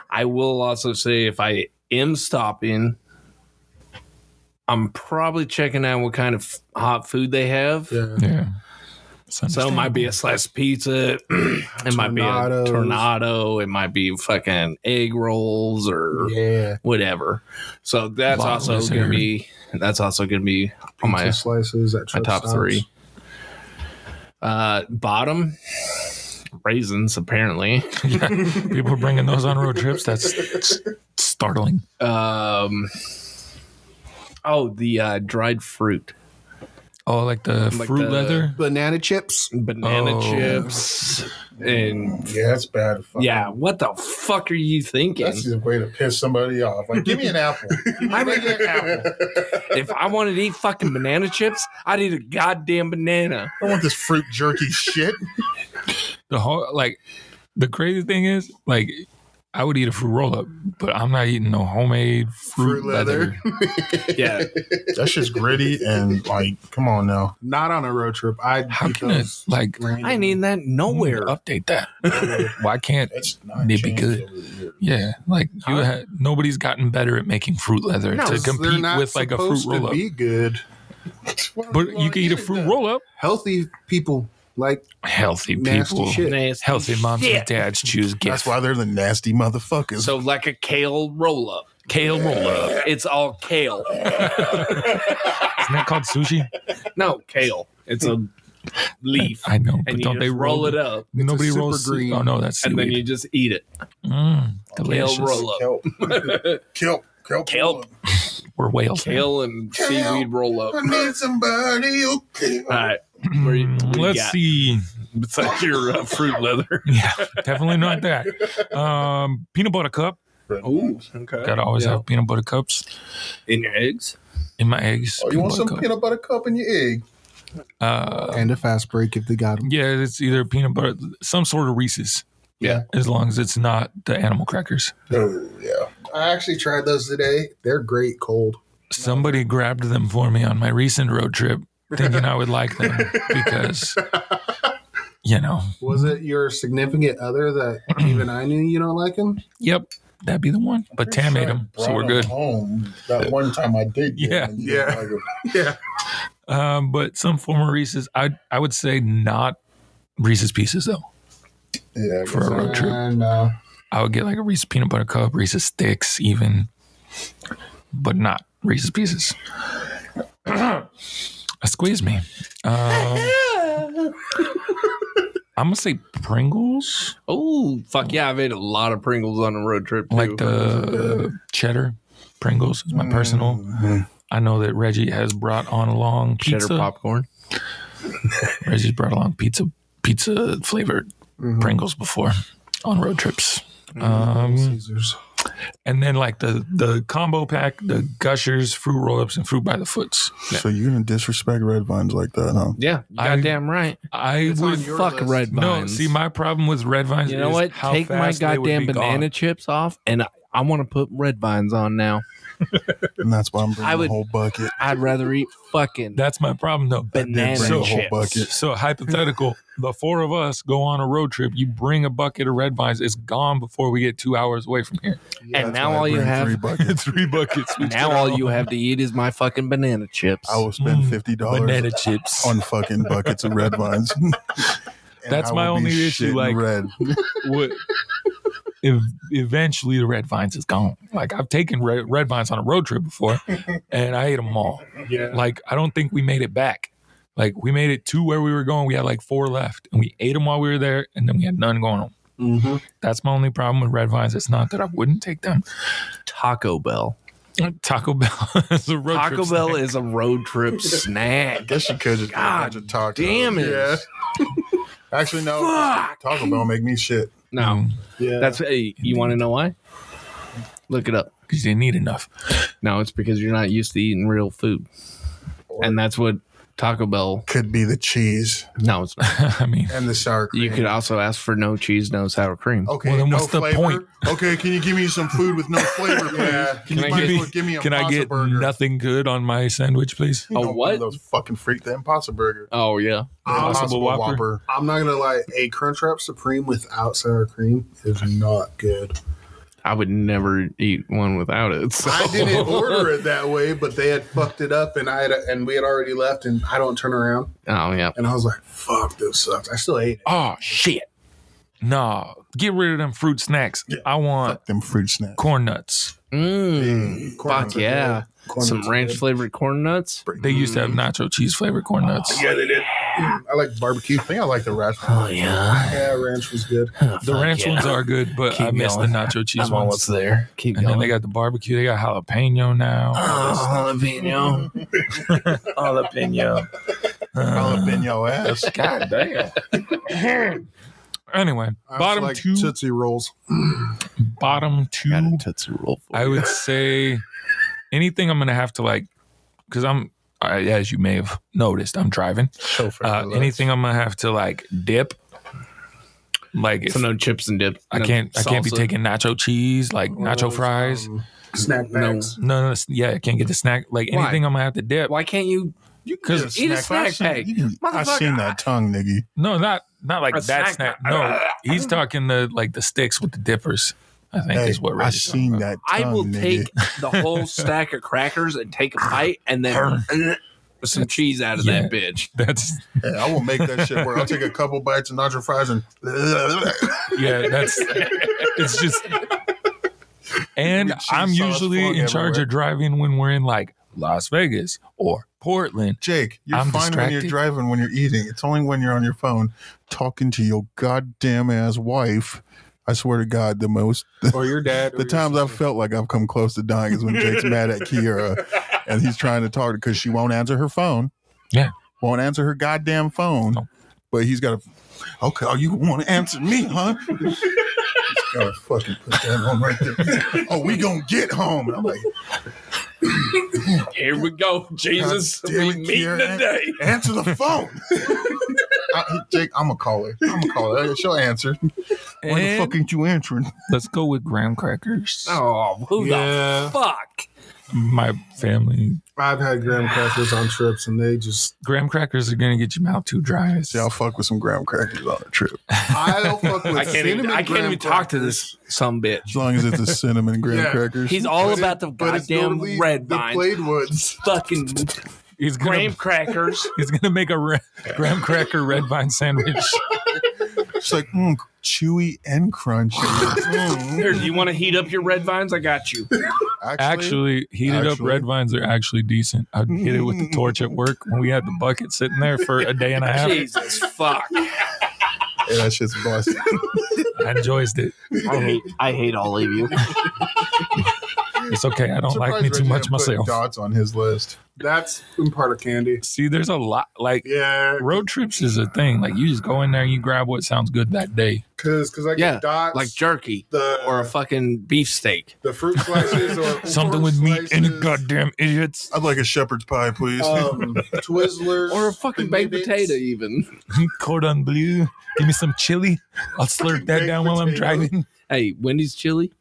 Speaker 4: I will also say if I am stopping, I'm probably checking out what kind of hot food they have.
Speaker 5: yeah.
Speaker 2: Yeah.
Speaker 4: So it might be a slice pizza. it might be a
Speaker 5: Tornadoes.
Speaker 4: tornado. It might be fucking egg rolls or
Speaker 5: Yeah.
Speaker 4: whatever. So that's
Speaker 2: Lot
Speaker 4: also going to
Speaker 2: lizard.
Speaker 4: be that's also going to be on my
Speaker 5: Pizza slices at
Speaker 4: my
Speaker 5: truck
Speaker 4: top
Speaker 5: stops.
Speaker 4: three. Uh, bottom raisins apparently.
Speaker 2: yeah. People are bringing those on road trips. That's s- startling.
Speaker 4: Um, oh, the uh, dried fruit,
Speaker 2: Oh, like the
Speaker 4: Like
Speaker 2: fruit
Speaker 4: the-
Speaker 2: leather.
Speaker 5: Banana chips.
Speaker 4: banana
Speaker 2: Oh.
Speaker 4: chips, and
Speaker 11: Yeah, that's bad. Fuck.
Speaker 4: yeah, what the fuck are you thinking?
Speaker 11: That's just a way to piss somebody off. Like, give me an apple.
Speaker 4: I would- if I wanted to eat fucking banana chips, I'd eat a goddamn banana.
Speaker 11: I want this fruit jerky shit.
Speaker 2: The whole like the crazy thing is like. I would eat a fruit roll up, but I'm not eating no homemade fruit,
Speaker 5: Fruit
Speaker 2: leather.
Speaker 5: leather.
Speaker 4: Yeah,
Speaker 11: That's just gritty and like, come on now.
Speaker 5: Not on a road trip. I'd
Speaker 2: How
Speaker 5: eat
Speaker 2: can it
Speaker 5: those
Speaker 2: like
Speaker 5: random-
Speaker 4: I ain't eating that nowhere.
Speaker 2: update that? Why can't
Speaker 11: That's not
Speaker 2: They'd be
Speaker 11: changed
Speaker 2: good.
Speaker 11: over the years.
Speaker 2: Yeah, like you ha nobody's gotten better at making fruit leather
Speaker 5: No,
Speaker 2: to
Speaker 5: they're
Speaker 2: compete
Speaker 5: not
Speaker 2: with like a fruit
Speaker 5: supposed to
Speaker 2: roll up.
Speaker 5: Be good.
Speaker 2: But you can eat a fruit roll up.
Speaker 5: Healthy people like
Speaker 2: Healthy
Speaker 5: nasty
Speaker 2: people,
Speaker 5: shit.
Speaker 4: Nasty
Speaker 2: healthy moms
Speaker 4: shit.
Speaker 2: and dads choose
Speaker 11: That's
Speaker 2: gifts.
Speaker 11: why they're the nasty motherfuckers.
Speaker 4: So like a kale roll up.
Speaker 2: Kale roll up.
Speaker 4: It's all kale.
Speaker 2: Isn't that called sushi?
Speaker 4: No, kale. It's a leaf.
Speaker 2: I know,
Speaker 4: and
Speaker 2: but
Speaker 4: you
Speaker 2: don't they
Speaker 4: just roll
Speaker 2: roll
Speaker 4: it up,
Speaker 3: a
Speaker 2: Nobody
Speaker 3: super
Speaker 2: rolls
Speaker 3: green.
Speaker 2: Oh no, that's
Speaker 4: and then
Speaker 2: seaweed.
Speaker 4: you just eat it.
Speaker 2: Mm,
Speaker 4: Kale
Speaker 2: delicious.
Speaker 4: roll up,
Speaker 12: Kelp.
Speaker 3: Kelp. Kelp.
Speaker 4: Kelp.
Speaker 2: We're whales. now.
Speaker 4: kale and seaweed roll up.
Speaker 3: I need somebody. Okay.
Speaker 4: All right, where you- what you
Speaker 2: Let's
Speaker 4: got?
Speaker 2: see.
Speaker 4: besides your uh, fruit leather.
Speaker 2: Yeah, definitely not that. Um, peanut butter cup.
Speaker 4: Ooh, okay.
Speaker 2: Gotta always
Speaker 4: Yeah.
Speaker 2: have peanut butter cups
Speaker 4: in your eggs.
Speaker 2: in my eggs.
Speaker 12: Oh, you want
Speaker 2: butter
Speaker 12: some
Speaker 2: cup.
Speaker 12: peanut butter cup in your egg?
Speaker 2: Uh,
Speaker 5: and a fast break if they got them.
Speaker 2: yeah, it's either peanut butter, some sort of Reese's.
Speaker 4: Yeah.
Speaker 2: as long as it's not the animal crackers.
Speaker 12: Oh, yeah.
Speaker 5: I actually tried those today. They're great cold.
Speaker 2: Somebody grabbed them for me on my recent road trip, thinking I would like them because, you know,
Speaker 5: Was it your significant other that even I knew you don't like them?
Speaker 2: yep, that'd be the one. But Tam ate them, so we're good.
Speaker 12: Home that one time I did. get
Speaker 2: Yeah.
Speaker 12: them, and you didn't
Speaker 3: Yeah.
Speaker 12: like them.
Speaker 2: Um, but some form of Reese's, I I would say not Reese's Pieces though.
Speaker 12: Yeah. I
Speaker 2: For
Speaker 12: guess
Speaker 2: a
Speaker 12: I-
Speaker 2: road trip.
Speaker 5: And uh,
Speaker 2: I would get like a Reese's peanut butter cup, Reese's sticks, even, but not Reese's pieces. Squeeze me. Um, I'm gonna say Pringles,
Speaker 4: Oh, fuck yeah. I've ate a lot of Pringles on a road trip. Too.
Speaker 2: like the cheddar Pringles is my
Speaker 12: Mm.
Speaker 2: personal. I know that Reggie has brought on along
Speaker 4: cheddar
Speaker 2: pizza.
Speaker 4: popcorn.
Speaker 2: Reggie's brought along pizza, pizza flavored
Speaker 3: Mm-hmm.
Speaker 5: mhm.
Speaker 2: Pringles before on road trips.
Speaker 5: Mhm.
Speaker 2: Um,
Speaker 5: Caesars.
Speaker 2: and then like the the combo pack, the gushers, fruit roll ups, and fruit by the foots.
Speaker 3: So you're gonna disrespect red vines like that, huh?
Speaker 4: Yeah, you
Speaker 2: I-
Speaker 4: goddamn right.
Speaker 2: I would
Speaker 4: Fuck red vines.
Speaker 2: no see my problem with red vines.
Speaker 4: you know
Speaker 2: is
Speaker 4: what?
Speaker 2: How
Speaker 4: Take my
Speaker 2: fast they would
Speaker 4: goddamn
Speaker 2: be gone.
Speaker 4: banana chips off, and I, I want to put red vines on now.
Speaker 3: And that's why I'm bringing
Speaker 4: I would-
Speaker 3: a whole bucket.
Speaker 4: I'd rather eat fucking
Speaker 2: That's my problem though.
Speaker 4: banana
Speaker 2: bring a whole
Speaker 4: chips.
Speaker 3: bucket.
Speaker 2: So hypothetical, the four of us go on a road trip. You bring a bucket of red vines. It's gone before we get two hours away from here.
Speaker 4: and
Speaker 3: That's
Speaker 4: now
Speaker 3: why I
Speaker 4: all you
Speaker 3: bring
Speaker 4: have,
Speaker 3: three buckets.
Speaker 2: Three buckets.
Speaker 4: now all you have to eat is my fucking banana chips.
Speaker 3: I will spend
Speaker 2: Mm,
Speaker 3: fifty dollars
Speaker 2: banana chips.
Speaker 3: on fucking buckets of red vines. And
Speaker 2: That's
Speaker 3: I
Speaker 2: my
Speaker 3: will be
Speaker 2: only issue,
Speaker 3: shitting
Speaker 2: like-
Speaker 3: red.
Speaker 2: what ev- eventually the red vines is gone. Like I've taken red, red vines on a road trip before, and I ate them all.
Speaker 13: Yeah.
Speaker 2: Like I don't think we made it back. Like we made it to where we were going. We had like four left, and we ate them while we were there, and then we had none going home.
Speaker 4: Mhm.
Speaker 2: That's my only problem with red vines. It's not that I wouldn't take them.
Speaker 4: Taco Bell.
Speaker 2: Taco Bell is a road
Speaker 4: Taco
Speaker 2: trip
Speaker 4: Bell
Speaker 2: snack.
Speaker 4: is a road trip snack.
Speaker 3: Guess you could just
Speaker 4: God
Speaker 3: imagine tacos.
Speaker 4: Ah, damn it.
Speaker 3: Yeah. Actually, no.
Speaker 4: Fuck.
Speaker 3: Taco Bell make me shit.
Speaker 2: Mm.
Speaker 4: No,
Speaker 12: Yeah.
Speaker 4: that's hey, you want to know why? Look it up.
Speaker 2: because you didn't eat enough.
Speaker 4: No, it's because you're not used to eating real food, and that's what Taco Bell.
Speaker 3: Could be the cheese
Speaker 4: No, it's not.
Speaker 2: I mean,
Speaker 3: and the sour cream.
Speaker 4: You could also ask for no cheese, no sour cream.
Speaker 3: Okay,
Speaker 2: Well, then
Speaker 3: no
Speaker 2: what's the
Speaker 3: flavor.
Speaker 2: point?
Speaker 3: Okay, can you give me some food with no flavor, please? Can,
Speaker 2: Can I
Speaker 3: you give
Speaker 2: give
Speaker 3: me,
Speaker 2: you-
Speaker 3: give me a
Speaker 2: can I
Speaker 3: pasta
Speaker 2: get
Speaker 3: burger?
Speaker 2: nothing good on my sandwich, please?
Speaker 3: You
Speaker 4: A
Speaker 3: know, one
Speaker 4: what?
Speaker 3: of Those fucking freak the Impossible Burger.
Speaker 4: Oh yeah,
Speaker 3: The
Speaker 2: Impossible
Speaker 3: Impossible
Speaker 2: Whopper?
Speaker 3: Whopper.
Speaker 5: I'm not gonna lie. A Crunchwrap Supreme without sour cream is not good.
Speaker 4: I would never eat one without it. so-
Speaker 5: I didn't order it that way, but they had fucked it up, and I had and we had already left, and I don't turn around,
Speaker 4: Oh yeah,
Speaker 5: and I was like, "Fuck, this sucks." I still ate it.
Speaker 2: Oh shit! Nah, get rid of them fruit snacks. I want
Speaker 3: Fuck them fruit snacks.
Speaker 2: corn nuts.
Speaker 4: mm,
Speaker 3: Corn
Speaker 4: fuck
Speaker 3: nuts are
Speaker 4: yeah,
Speaker 5: Corn nuts
Speaker 4: some
Speaker 5: are
Speaker 4: ranch
Speaker 5: good.
Speaker 4: flavored corn nuts.
Speaker 2: They used to have nacho cheese flavored corn nuts.
Speaker 13: Yeah, they did.
Speaker 5: I like barbecue.
Speaker 3: I think I like the raspberry.
Speaker 4: Oh yeah,
Speaker 5: Yeah, ranch was good.
Speaker 2: The ranch ones are good, but
Speaker 4: Keep
Speaker 2: I miss
Speaker 4: going.
Speaker 2: the nacho cheese
Speaker 4: I'm almost
Speaker 2: ones.
Speaker 4: there. Keep
Speaker 2: And then
Speaker 4: going.
Speaker 2: they got the barbecue. They got jalapeno now.
Speaker 4: oh, jalapeno.
Speaker 14: Jalapeno.
Speaker 3: All up
Speaker 2: Uh,
Speaker 3: in your ass.
Speaker 14: God damn.
Speaker 2: anyway,
Speaker 5: I
Speaker 2: bottom
Speaker 5: also like
Speaker 2: two.
Speaker 5: Tootsie Rolls.
Speaker 2: bottom
Speaker 4: Got
Speaker 2: two.
Speaker 4: a Tootsie Roll. for
Speaker 2: I
Speaker 4: you.
Speaker 2: would say anything I'm gonna have to like, because I'm I, as you may have noticed, I'm driving. Uh, anything I'm gonna have to like dip. Like if
Speaker 4: So no chips and dip.
Speaker 2: I
Speaker 4: No
Speaker 2: can't I can't be
Speaker 4: salsa.
Speaker 2: taking nacho cheese like nacho fries.
Speaker 5: Um, snack
Speaker 4: No.
Speaker 5: bags.
Speaker 2: No, no, no, yeah, I can't get the snack. Like
Speaker 4: Why?
Speaker 2: anything, I'm gonna have to dip.
Speaker 4: Why can't you?
Speaker 2: Because
Speaker 4: Eat a snack pack.
Speaker 3: I seen that tongue, nigga.
Speaker 2: no, not not like
Speaker 4: A
Speaker 2: that
Speaker 4: snack
Speaker 2: snack.
Speaker 4: pack. Uh,
Speaker 2: No, he's talking the like the sticks with the dippers. I think
Speaker 3: Hey,
Speaker 2: is what
Speaker 3: I
Speaker 2: Reggie's talking
Speaker 3: seen
Speaker 2: about.
Speaker 3: that. Tongue,
Speaker 4: I will
Speaker 3: nigga.
Speaker 4: take the whole stack of crackers and take
Speaker 2: Ah,
Speaker 4: a bite, and then some cheese out of that bitch.
Speaker 2: That's
Speaker 3: Yeah, I will make that shit work. I'll take a couple bites of nacho fries and.
Speaker 2: yeah, that's it's just. And
Speaker 3: With cheese
Speaker 2: I'm
Speaker 3: sauce
Speaker 2: usually in
Speaker 3: flung
Speaker 2: charge of driving when we're in like Las Vegas or Portland.
Speaker 3: Jake, you're
Speaker 2: I'm
Speaker 3: fine when you're
Speaker 2: distracted.
Speaker 3: driving, when you're eating. It's only when you're on your phone talking to your goddamn ass wife. I swear to God, the most
Speaker 1: or your dad. or
Speaker 3: the
Speaker 1: your
Speaker 3: times I've
Speaker 1: sister.
Speaker 3: felt like I've come close to dying is when Jake's mad at Kiera and he's trying to talk to because she won't answer her phone.
Speaker 2: Yeah.
Speaker 3: Won't answer her goddamn phone.
Speaker 2: No.
Speaker 3: But he's got to, okay, oh, you want to answer me, huh? He's gotta fucking put that on right there. oh, we gonna get home. And I'm like,
Speaker 4: Here we go, Jesus.
Speaker 3: God damn
Speaker 4: We
Speaker 3: it,
Speaker 4: meet
Speaker 3: Kiera.
Speaker 4: today.
Speaker 3: answer the phone. I, he- Jake, I'm gonna call her. I'm gonna call her. She'll answer. Why the
Speaker 2: And
Speaker 3: fuck ain't you answering?
Speaker 2: let's go with graham crackers.
Speaker 4: Oh, who
Speaker 5: Yeah.
Speaker 4: the fuck?
Speaker 2: My family.
Speaker 15: I've had graham crackers on trips, and they just
Speaker 2: Graham crackers are gonna get your mouth too dry. It's-
Speaker 3: See, I'll fuck with some graham crackers on a trip.
Speaker 5: I'll fuck with
Speaker 4: I can't even,
Speaker 5: cinnamon
Speaker 4: I can't
Speaker 5: graham
Speaker 4: even talk to this
Speaker 5: crackers.
Speaker 4: some bitch.
Speaker 3: As long as it's a cinnamon graham
Speaker 5: Yeah.
Speaker 3: crackers.
Speaker 4: He's all
Speaker 5: But it-
Speaker 4: about the
Speaker 5: but it's
Speaker 4: goddamn
Speaker 5: normally
Speaker 4: red
Speaker 5: The
Speaker 4: vine.
Speaker 5: played woods.
Speaker 4: Fucking
Speaker 2: he's gonna
Speaker 4: graham crackers.
Speaker 2: he's gonna make a re- graham cracker red vine sandwich.
Speaker 3: It's like mm, chewy and crunchy. Mm.
Speaker 4: Here, do you want to heat up your red vines? I got you.
Speaker 2: Actually, heated up
Speaker 3: Actually.
Speaker 2: red vines are actually decent. I'd hit it with the torch at work when we had the bucket sitting there for a day and a half.
Speaker 4: Jesus fuck.
Speaker 3: yeah, that shit's busted.
Speaker 2: I enjoyed it.
Speaker 4: I hate I hate all of you.
Speaker 2: It's okay. I don't like
Speaker 3: Surprised
Speaker 2: me too
Speaker 3: Reggie
Speaker 2: much
Speaker 3: didn't put
Speaker 2: myself.
Speaker 3: Dots on his list.
Speaker 5: That's been part of candy.
Speaker 2: See, there's a lot like
Speaker 5: Yeah,
Speaker 2: road trips is a thing. Like you just go in there and you grab what sounds good that day.
Speaker 5: because because I get
Speaker 4: Yeah,
Speaker 5: dots
Speaker 4: Like jerky
Speaker 5: the
Speaker 4: or a fucking beefsteak.
Speaker 5: the fruit slices or
Speaker 2: Something with meat and a goddamn idiots.
Speaker 3: I'd like a shepherd's pie,
Speaker 5: Uh,
Speaker 3: please.
Speaker 15: um, Twizzlers
Speaker 4: Or a fucking
Speaker 15: the
Speaker 4: baked
Speaker 15: Nibbits.
Speaker 4: potato even.
Speaker 2: Cordon bleu. Give me some chili. I'll slurp that
Speaker 5: baked
Speaker 2: down while I'm
Speaker 5: potato.
Speaker 2: driving.
Speaker 4: Hey, Wendy's chili?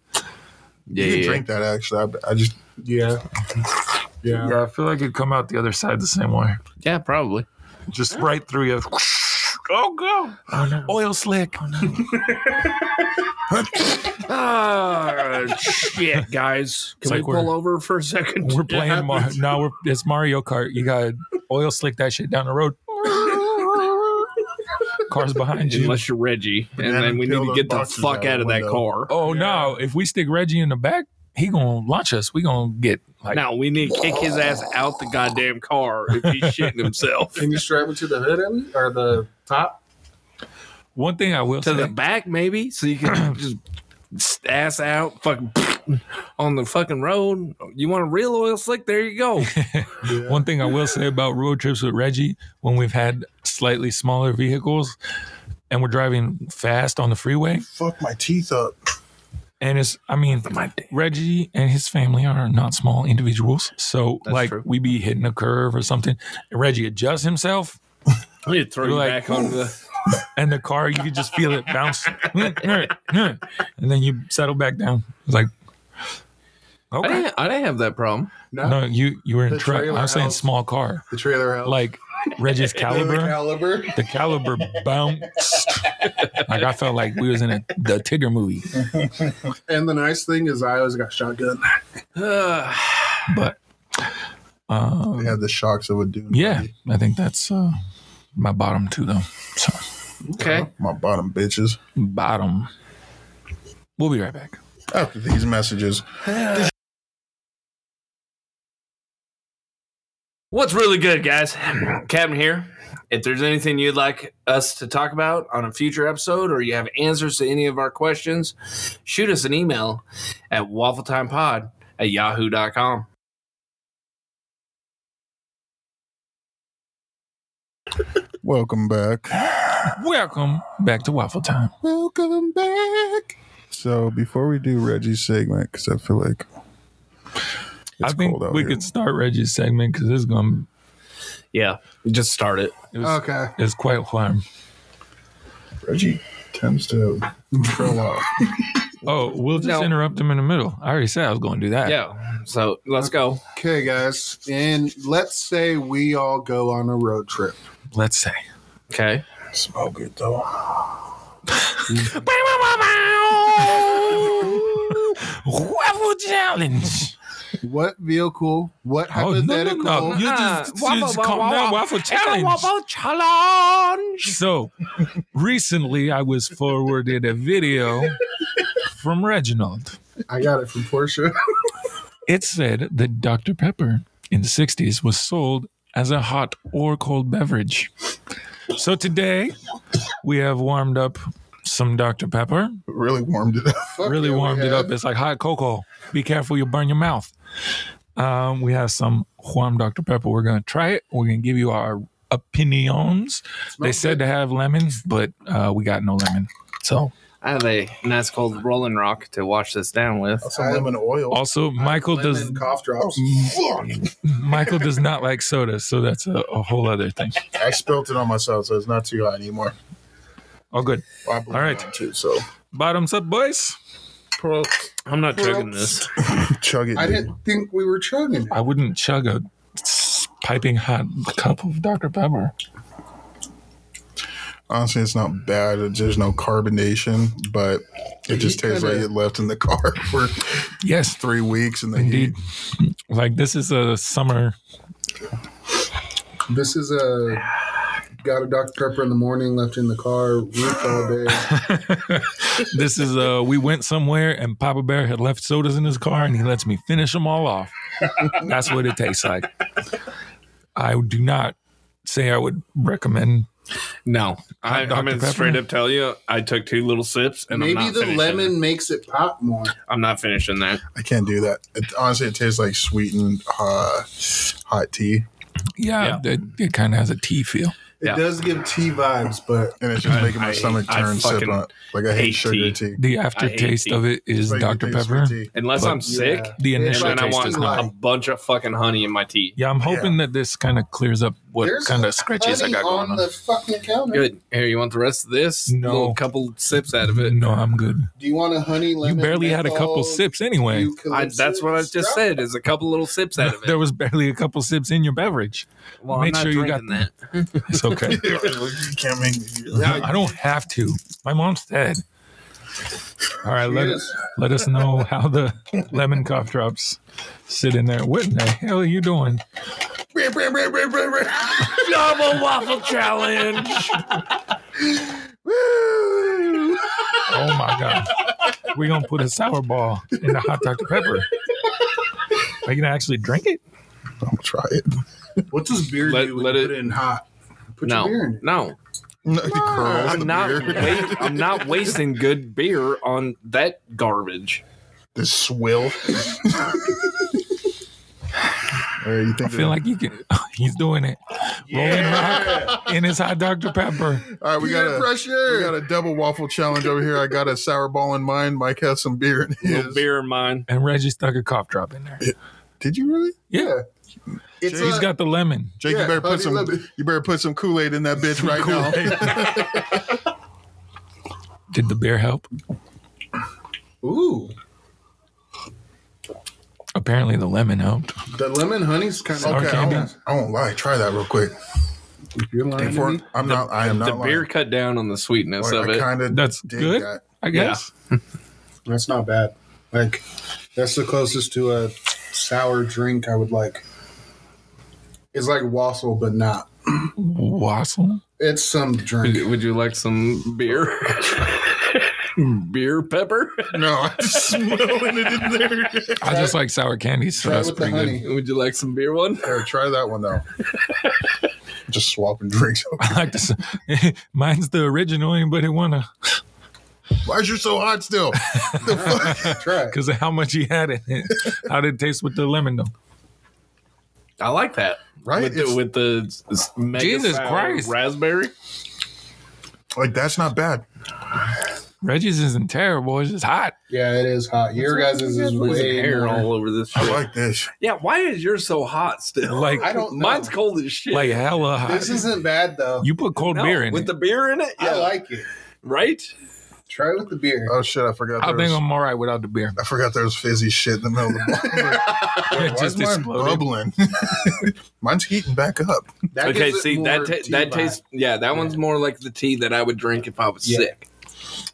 Speaker 3: you
Speaker 4: Yeah.
Speaker 3: can drink that actually. I, I just
Speaker 5: Yeah, yeah.
Speaker 2: Yeah, I feel like it'd come out the other side the same way.
Speaker 4: Yeah, probably.
Speaker 2: Just right through you.
Speaker 16: Oh, go.
Speaker 2: Oil slick.
Speaker 4: Ah, shit, guys. Can
Speaker 2: It's
Speaker 4: we
Speaker 2: like
Speaker 4: pull
Speaker 2: we're-
Speaker 4: over for a second?
Speaker 2: We're playing Mar- now. We're it's Mario Kart. You got oil slick that shit down the road. Cars behind you.
Speaker 4: Unless you're Reggie, and
Speaker 3: Banana
Speaker 4: then we need
Speaker 3: peel
Speaker 4: to
Speaker 3: those
Speaker 4: get the
Speaker 3: boxes
Speaker 4: fuck
Speaker 3: out
Speaker 4: out
Speaker 3: the
Speaker 4: of that
Speaker 3: window.
Speaker 4: car.
Speaker 2: Oh no! If we stick Reggie in the back, he gonna launch us. We gonna get like
Speaker 4: Now we need to kick his ass out the goddamn car if he's shitting himself.
Speaker 15: Can you strap it to the hood at least, or the top?
Speaker 2: one thing I will
Speaker 4: to
Speaker 2: say.
Speaker 4: the back, maybe, so you can just ass out, fucking on the fucking road. You want a real oil slick? There you go.
Speaker 2: One thing I will say about road trips with Reggie, when we've had slightly smaller vehicles, and we're driving fast on the freeway,
Speaker 3: fuck my teeth up.
Speaker 2: and it's I mean Reggie and his family are not small individuals, so
Speaker 4: That's
Speaker 2: like
Speaker 4: true.
Speaker 2: we be hitting a curve or something, and Reggie adjusts himself.
Speaker 4: I need to throw
Speaker 2: We're
Speaker 4: you
Speaker 2: like,
Speaker 4: back onto the.
Speaker 2: and the car you could just feel it bounce and then you settle back down it's like
Speaker 4: I
Speaker 2: okay
Speaker 4: didn't, I didn't have that problem.
Speaker 5: No,
Speaker 2: no you you were in
Speaker 5: The
Speaker 2: truck i
Speaker 5: trailer
Speaker 2: was saying
Speaker 5: house.
Speaker 2: small car
Speaker 5: the trailer house.
Speaker 2: like reggie's
Speaker 5: The
Speaker 2: caliber
Speaker 5: caliber.
Speaker 2: the caliber bounced like i felt like we was in a, the tigger movie
Speaker 5: And the nice thing is, I always got shotgun.
Speaker 4: Uh,
Speaker 2: but uh,
Speaker 1: um,
Speaker 3: We had the shocks of a dude.
Speaker 2: yeah i think that's uh, my bottom two though so
Speaker 4: okay.
Speaker 3: My bottom bitches.
Speaker 2: bottom we'll be right back
Speaker 3: After these messages,
Speaker 4: What's really good, guys? Captain here. If there's anything you'd like us to talk about on a future episode or you have answers to any of our questions, shoot us an email at waffletimepod at yahoo.com.
Speaker 3: welcome back.
Speaker 2: welcome back to waffle time
Speaker 3: Welcome back. So before we do Reggie's segment, because I feel like it's
Speaker 2: I think
Speaker 3: cold out
Speaker 2: we
Speaker 3: here.
Speaker 2: could start Reggie's segment because it's going
Speaker 4: Yeah, just start it.
Speaker 2: it was,
Speaker 5: Okay,
Speaker 2: it's quite warm.
Speaker 3: Reggie tends to trail off.
Speaker 2: Oh, we'll just
Speaker 4: No.
Speaker 2: interrupt him in the middle. I already said I was going to do that.
Speaker 4: Yeah. So let's go.
Speaker 5: okay, guys. And let's say we all go on a road trip.
Speaker 2: Let's say.
Speaker 4: Okay.
Speaker 3: Smell good though.
Speaker 2: Waffle challenge.
Speaker 5: What vehicle? What
Speaker 2: Oh no, no,
Speaker 5: hypothetical?
Speaker 2: no! You
Speaker 4: Uh-uh.
Speaker 2: just, you
Speaker 4: Waffle,
Speaker 2: just
Speaker 4: waffle,
Speaker 2: calm down.
Speaker 4: waffle.
Speaker 2: Waffle challenge.
Speaker 4: challenge.
Speaker 2: So, recently I was forwarded a video from Reginald.
Speaker 5: I got it from Porsche.
Speaker 2: It said that Dr Pepper in the '60s was sold
Speaker 1: as a hot or cold beverage. So today we have warmed up some Dr. Pepper.
Speaker 3: Really warmed it up.
Speaker 1: really warmed it up. It's like hot cocoa. Be careful, you'll burn your mouth. Um, we have some Juan Dr. Pepper. We're going to try it. We're going to give you our opinions. they said to have lemon, but uh, we got no lemon. So
Speaker 4: I have a nice cold Rolling Rock to wash this down with.
Speaker 2: Some lemon oil.
Speaker 1: also, Michael
Speaker 2: lemon
Speaker 1: does
Speaker 2: cough drops.
Speaker 3: Mm.
Speaker 1: Michael does not like soda, so that's a, a whole other thing.
Speaker 3: I spilt it on myself, so it's not too hot anymore.
Speaker 1: All good.
Speaker 3: Well, I blew
Speaker 1: All right.
Speaker 3: mine Too, so
Speaker 1: Bottoms up, boys.
Speaker 4: I'm not chugging this.
Speaker 3: chug it.
Speaker 5: I
Speaker 3: dude.
Speaker 5: didn't think we were chugging.
Speaker 1: I wouldn't chug a s- piping hot cup of Dr. Pepper.
Speaker 3: Honestly, it's not bad. There's no carbonation, but it just tastes like it left in the car for
Speaker 1: Yes,
Speaker 3: three weeks in the
Speaker 1: indeed.
Speaker 3: heat.
Speaker 1: Like this is a summer.
Speaker 5: This is a got a Dr Pepper in the morning, left in the car, roof all day.
Speaker 1: this is uh we went somewhere and Papa Bear had left sodas in his car and he lets me finish them all off. That's what it tastes like. I do not say I would recommend.
Speaker 4: No, I,
Speaker 1: Dr.
Speaker 4: I'm gonna
Speaker 1: Pepper?
Speaker 4: straight up tell you, I took two little sips and I'm
Speaker 5: Maybe
Speaker 4: not
Speaker 5: the
Speaker 4: finishing.
Speaker 5: lemon makes it pop more.
Speaker 4: I'm not finishing that.
Speaker 3: I can't do that. It, honestly, it tastes like sweetened uh, hot tea,
Speaker 1: Yeah, it, it kind of has a tea feel.
Speaker 5: It
Speaker 4: Yeah.
Speaker 5: does give tea vibes, but
Speaker 3: and it's just
Speaker 4: I-
Speaker 3: making my
Speaker 4: I-
Speaker 3: stomach
Speaker 4: I
Speaker 3: turn sip
Speaker 4: fucking
Speaker 3: on it. Like I hate
Speaker 4: hate
Speaker 3: sugar
Speaker 4: tea.
Speaker 3: tea.
Speaker 1: The
Speaker 4: hate
Speaker 1: aftertaste
Speaker 4: tea.
Speaker 1: of it
Speaker 3: It's
Speaker 1: is
Speaker 3: like
Speaker 1: Dr.
Speaker 3: it tastes
Speaker 1: Pepper.
Speaker 3: sweet tea.
Speaker 4: Unless
Speaker 1: But-
Speaker 4: I'm sick,
Speaker 5: Yeah.
Speaker 1: The
Speaker 4: and
Speaker 1: initial
Speaker 4: then I
Speaker 1: taste is
Speaker 4: want a
Speaker 1: not.
Speaker 4: bunch of fucking honey in my tea.
Speaker 1: Yeah, I'm hoping that this kind of clears up what
Speaker 5: There's
Speaker 1: kind of scratches I
Speaker 5: honey
Speaker 1: got going
Speaker 5: on,
Speaker 1: on.
Speaker 5: the fucking counter.
Speaker 4: Good. Here, you want the rest of this?
Speaker 1: No.
Speaker 4: Little couple sips out of it.
Speaker 1: No, I'm good.
Speaker 5: Do you want a honey lemon?
Speaker 1: you barely had a couple
Speaker 5: menthol,
Speaker 1: sips anyway.
Speaker 5: eucalyptus
Speaker 4: I, that's what I just
Speaker 5: drop?
Speaker 4: said. Is a couple little sips out of it.
Speaker 1: There was barely a couple sips in your beverage.
Speaker 4: well,
Speaker 1: make
Speaker 4: I'm not
Speaker 1: sure you got
Speaker 4: drinking that.
Speaker 1: It's okay.
Speaker 3: you can't make me do that.
Speaker 1: I don't have to. My mom's dead. All right, let
Speaker 5: Yes.
Speaker 1: let us know how the lemon cough drops sit in there. What in the hell are you doing?
Speaker 4: Double waffle challenge.
Speaker 1: Oh my god, we're gonna put a sour ball in the hot Dr Pepper. Are you gonna actually drink it?
Speaker 3: I'll try it.
Speaker 2: What does beer
Speaker 4: Let-
Speaker 2: do when
Speaker 4: let
Speaker 2: you
Speaker 4: it-
Speaker 2: put it in hot?
Speaker 5: Put your beer in
Speaker 4: No,
Speaker 5: it.
Speaker 4: no,
Speaker 3: No, it curls the
Speaker 4: I'm not.
Speaker 3: beer.
Speaker 4: Wait, I'm not wasting good beer on that garbage.
Speaker 3: This swill. All right, you think
Speaker 1: I feel like you can. He's doing it. Rolling rock in his hot Dr Pepper.
Speaker 3: All right, we got a we got a double waffle challenge over here. I got a sour ball in mine. Mike has some beer in
Speaker 4: Little
Speaker 3: his.
Speaker 4: beer in mine.
Speaker 1: And Reggie stuck a cough drop in there.
Speaker 3: Did you really?
Speaker 1: Yeah,
Speaker 5: It's
Speaker 1: he's
Speaker 5: a-
Speaker 1: got the lemon.
Speaker 3: Jake,
Speaker 5: Yeah,
Speaker 3: you better
Speaker 5: honey
Speaker 3: put some
Speaker 5: lemon.
Speaker 3: you better put some Kool Aid in that bitch right now.
Speaker 1: Did the beer help?
Speaker 5: Ooh,
Speaker 1: Apparently, the lemon helped.
Speaker 5: the lemon honey's kind of
Speaker 1: Sour
Speaker 3: okay, I
Speaker 1: candy.
Speaker 3: won't, I won't lie. Try that real quick.
Speaker 5: You're lying to
Speaker 3: For-
Speaker 5: me.
Speaker 3: I'm not. I am
Speaker 4: The
Speaker 3: not.
Speaker 4: beer cut down on the sweetness
Speaker 3: lying. Like,
Speaker 4: of
Speaker 3: I
Speaker 4: it.
Speaker 3: kind of
Speaker 1: That's
Speaker 3: dig
Speaker 1: good,
Speaker 3: that.
Speaker 1: I guess.
Speaker 5: That's not bad. Like, that's the closest to a sour drink I would like. It's like wassail, but not.
Speaker 1: Wassail.
Speaker 5: It's some
Speaker 4: Would
Speaker 5: drink.
Speaker 4: you, would you like some beer? beer pepper?
Speaker 3: No, I'm just smelling it in there.
Speaker 1: I just like sour candy, so
Speaker 5: Try it
Speaker 1: that's
Speaker 5: with the
Speaker 1: pretty good.
Speaker 5: honey.
Speaker 4: Would you like some beer one?
Speaker 3: All right, try that one though. just swapping drinks.
Speaker 1: I like this. Mine's the original. Anybody wanna?
Speaker 3: Why is you so hot still?
Speaker 5: Try it.
Speaker 1: Because of how much he had in it. How did it taste with the lemon though?
Speaker 4: I like that.
Speaker 3: Right?
Speaker 4: With
Speaker 3: It's-
Speaker 4: the, with the s- s- mega
Speaker 1: Jesus
Speaker 4: sour
Speaker 1: Christ.
Speaker 4: raspberry.
Speaker 3: Like that's not bad.
Speaker 1: Reggie's isn't terrible. It's just hot.
Speaker 5: Yeah, it is hot. Your guys' is
Speaker 4: Losing
Speaker 5: way
Speaker 4: hair
Speaker 5: more.
Speaker 4: all over this shit.
Speaker 3: I like this.
Speaker 4: yeah, why is yours so hot still?
Speaker 1: Like
Speaker 5: I don't know.
Speaker 4: Mine's cold as shit.
Speaker 1: like hella hot.
Speaker 5: This isn't bad though.
Speaker 1: you put cold
Speaker 4: No,
Speaker 1: beer in
Speaker 4: with
Speaker 1: it.
Speaker 4: the beer in it.
Speaker 5: I like it.
Speaker 4: right.
Speaker 5: Try it with the beer.
Speaker 3: Oh shit! I forgot.
Speaker 1: I
Speaker 3: There
Speaker 1: think
Speaker 3: was,
Speaker 1: I'm all right without the beer.
Speaker 3: I forgot there was fizzy shit in the middle of the bottle. Like,
Speaker 1: It
Speaker 3: why
Speaker 1: just
Speaker 3: is mine
Speaker 1: exploded.
Speaker 3: bubbling? Mine's heating back up.
Speaker 5: That
Speaker 4: okay,
Speaker 5: gives it
Speaker 4: see
Speaker 5: more
Speaker 4: that ta-
Speaker 5: tea
Speaker 4: that
Speaker 5: vibe.
Speaker 4: tastes. Yeah, that one's more like the tea that I would drink if I was
Speaker 5: Yeah.
Speaker 4: sick.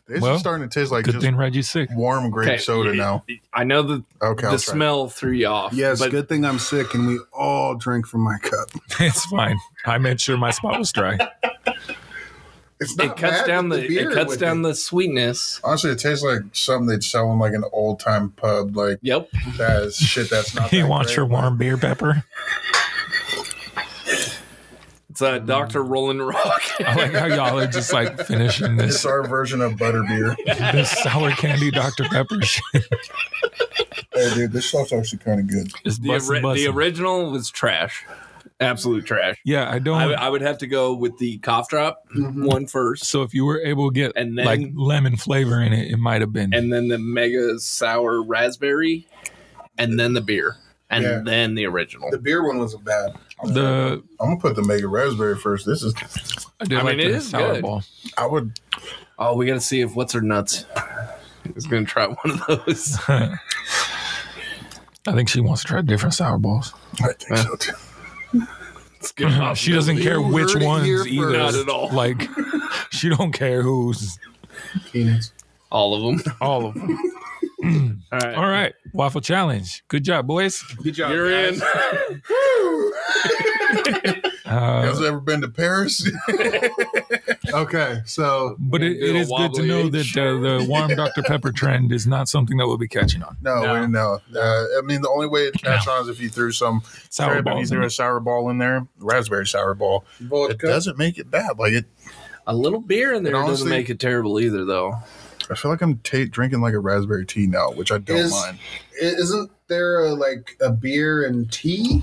Speaker 3: This
Speaker 1: Well,
Speaker 3: is starting to taste like
Speaker 1: Good
Speaker 3: just
Speaker 1: thing Reggie's sick.
Speaker 3: warm grape
Speaker 4: Okay,
Speaker 3: soda
Speaker 4: y-
Speaker 3: now.
Speaker 4: I know that
Speaker 3: Okay, I'll
Speaker 4: the
Speaker 3: try.
Speaker 4: smell threw you off.
Speaker 5: Yes,
Speaker 4: but
Speaker 5: good thing I'm sick and we all drank from my cup.
Speaker 1: It's fine. I made sure my spot was dry.
Speaker 5: It's
Speaker 4: it cuts
Speaker 5: bad
Speaker 4: down the,
Speaker 5: with beer
Speaker 4: it cuts
Speaker 5: with
Speaker 4: down
Speaker 5: it.
Speaker 4: the sweetness.
Speaker 3: Honestly, it tastes like something they'd sell in like an old time pub. Like
Speaker 4: Yep.
Speaker 3: that is shit. That's not.
Speaker 1: You
Speaker 3: that
Speaker 1: want
Speaker 3: great.
Speaker 1: your warm beer, Pepper?
Speaker 4: It's uh, Dr. Roland Rock.
Speaker 2: I like how y'all are just like finishing
Speaker 3: It's
Speaker 2: this
Speaker 3: our version of butterbeer.
Speaker 2: this sour candy Dr. Pepper shit.
Speaker 3: hey, dude, this stuff's actually kind of good.
Speaker 2: It's
Speaker 4: the,
Speaker 2: bussin',
Speaker 4: ori- the
Speaker 2: bussin'.
Speaker 4: original was trash. Absolute trash.
Speaker 2: Yeah, I don't.
Speaker 4: I, I would have to go with the cough drop one first,
Speaker 2: so if you were able to get
Speaker 4: and then
Speaker 2: like lemon flavor in it, it might have been.
Speaker 4: and then the mega sour raspberry, and then the beer, and
Speaker 1: Yeah.
Speaker 4: then the original.
Speaker 1: The beer one wasn't bad.
Speaker 4: uh,
Speaker 2: the
Speaker 3: I'm gonna put the mega raspberry first. This is.
Speaker 2: I did
Speaker 4: I
Speaker 2: like
Speaker 4: mean, it
Speaker 2: the
Speaker 4: is
Speaker 2: sour
Speaker 4: good.
Speaker 2: ball.
Speaker 3: I would.
Speaker 4: Oh, we got to see if what's her nuts is going to try one of those.
Speaker 2: I think she wants to try different sour balls.
Speaker 3: I think so too.
Speaker 4: It's good off.
Speaker 2: She doesn't care which
Speaker 1: heard it here
Speaker 2: ones either.
Speaker 4: Not at all.
Speaker 2: Like she don't care who's
Speaker 4: all of them.
Speaker 2: all of them.
Speaker 4: All right,
Speaker 2: All right, waffle challenge. Good job, boys.
Speaker 1: Good job.
Speaker 4: you're
Speaker 1: guys.
Speaker 4: in.
Speaker 3: You
Speaker 2: Uh,
Speaker 3: guys ever been to Paris?
Speaker 1: Okay, so
Speaker 2: but it,
Speaker 4: do
Speaker 2: it
Speaker 4: a
Speaker 2: is good to
Speaker 4: wobbly
Speaker 2: know
Speaker 4: H.
Speaker 2: that uh, the warm Dr Pepper trend is not something that we'll be catching on.
Speaker 3: No,
Speaker 4: No.
Speaker 3: no. no. Uh, I mean, the only way it catch on is if you threw some
Speaker 2: Sour
Speaker 3: if you
Speaker 2: balls.
Speaker 3: threw
Speaker 2: in
Speaker 3: a
Speaker 2: it.
Speaker 3: sour ball in there, raspberry sour ball. It
Speaker 1: vodka.
Speaker 3: doesn't make it bad. Like it,
Speaker 4: A little beer in there
Speaker 3: And
Speaker 4: doesn't
Speaker 3: honestly-
Speaker 4: make it terrible either, though.
Speaker 3: I feel like I'm ta drinking like a raspberry tea now, which I don't
Speaker 5: Is-
Speaker 3: mind.
Speaker 5: I- Isn't there a, like a beer and tea?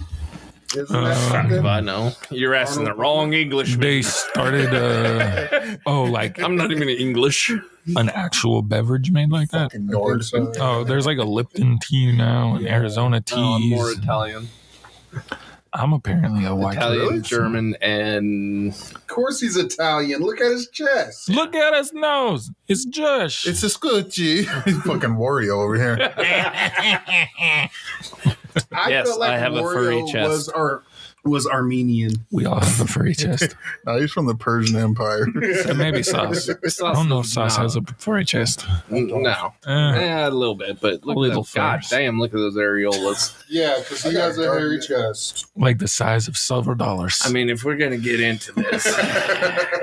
Speaker 5: Isn't that
Speaker 2: Uh,
Speaker 4: If
Speaker 5: something?
Speaker 4: I know, you're asking the wrong Englishman.
Speaker 2: They started, uh, oh, like
Speaker 4: I'm not even English.
Speaker 2: an actual beverage made like that.
Speaker 3: Fucking Nord.
Speaker 5: So,
Speaker 2: Oh, there's like a Lipton tea now and Arizona teas.
Speaker 4: No, Oh, I'm more Italian.
Speaker 2: I'm apparently a white
Speaker 4: Italian,
Speaker 2: person.
Speaker 4: German, and
Speaker 5: Of course he's Italian. Look at his chest.
Speaker 2: Look at his nose. It's Josh.
Speaker 3: It's a scoochie. fucking Wario over here.
Speaker 5: I
Speaker 4: Yes,
Speaker 5: feel like
Speaker 4: I have a furry
Speaker 5: Wario
Speaker 4: chest.
Speaker 5: Was, Ar- was Armenian.
Speaker 2: we all have a furry chest.
Speaker 3: No, he's from the Persian Empire.
Speaker 2: So maybe Sauce. I don't know if Sauce has a furry chest.
Speaker 4: no,
Speaker 2: Uh,
Speaker 4: eh, a little bit, but look
Speaker 2: A
Speaker 4: at
Speaker 2: little
Speaker 4: those. God
Speaker 2: first.
Speaker 4: damn, look at those areolas.
Speaker 5: Yeah, because he has a hairy chest.
Speaker 2: like the size of silver dollars.
Speaker 4: I mean, if we're gonna get into this,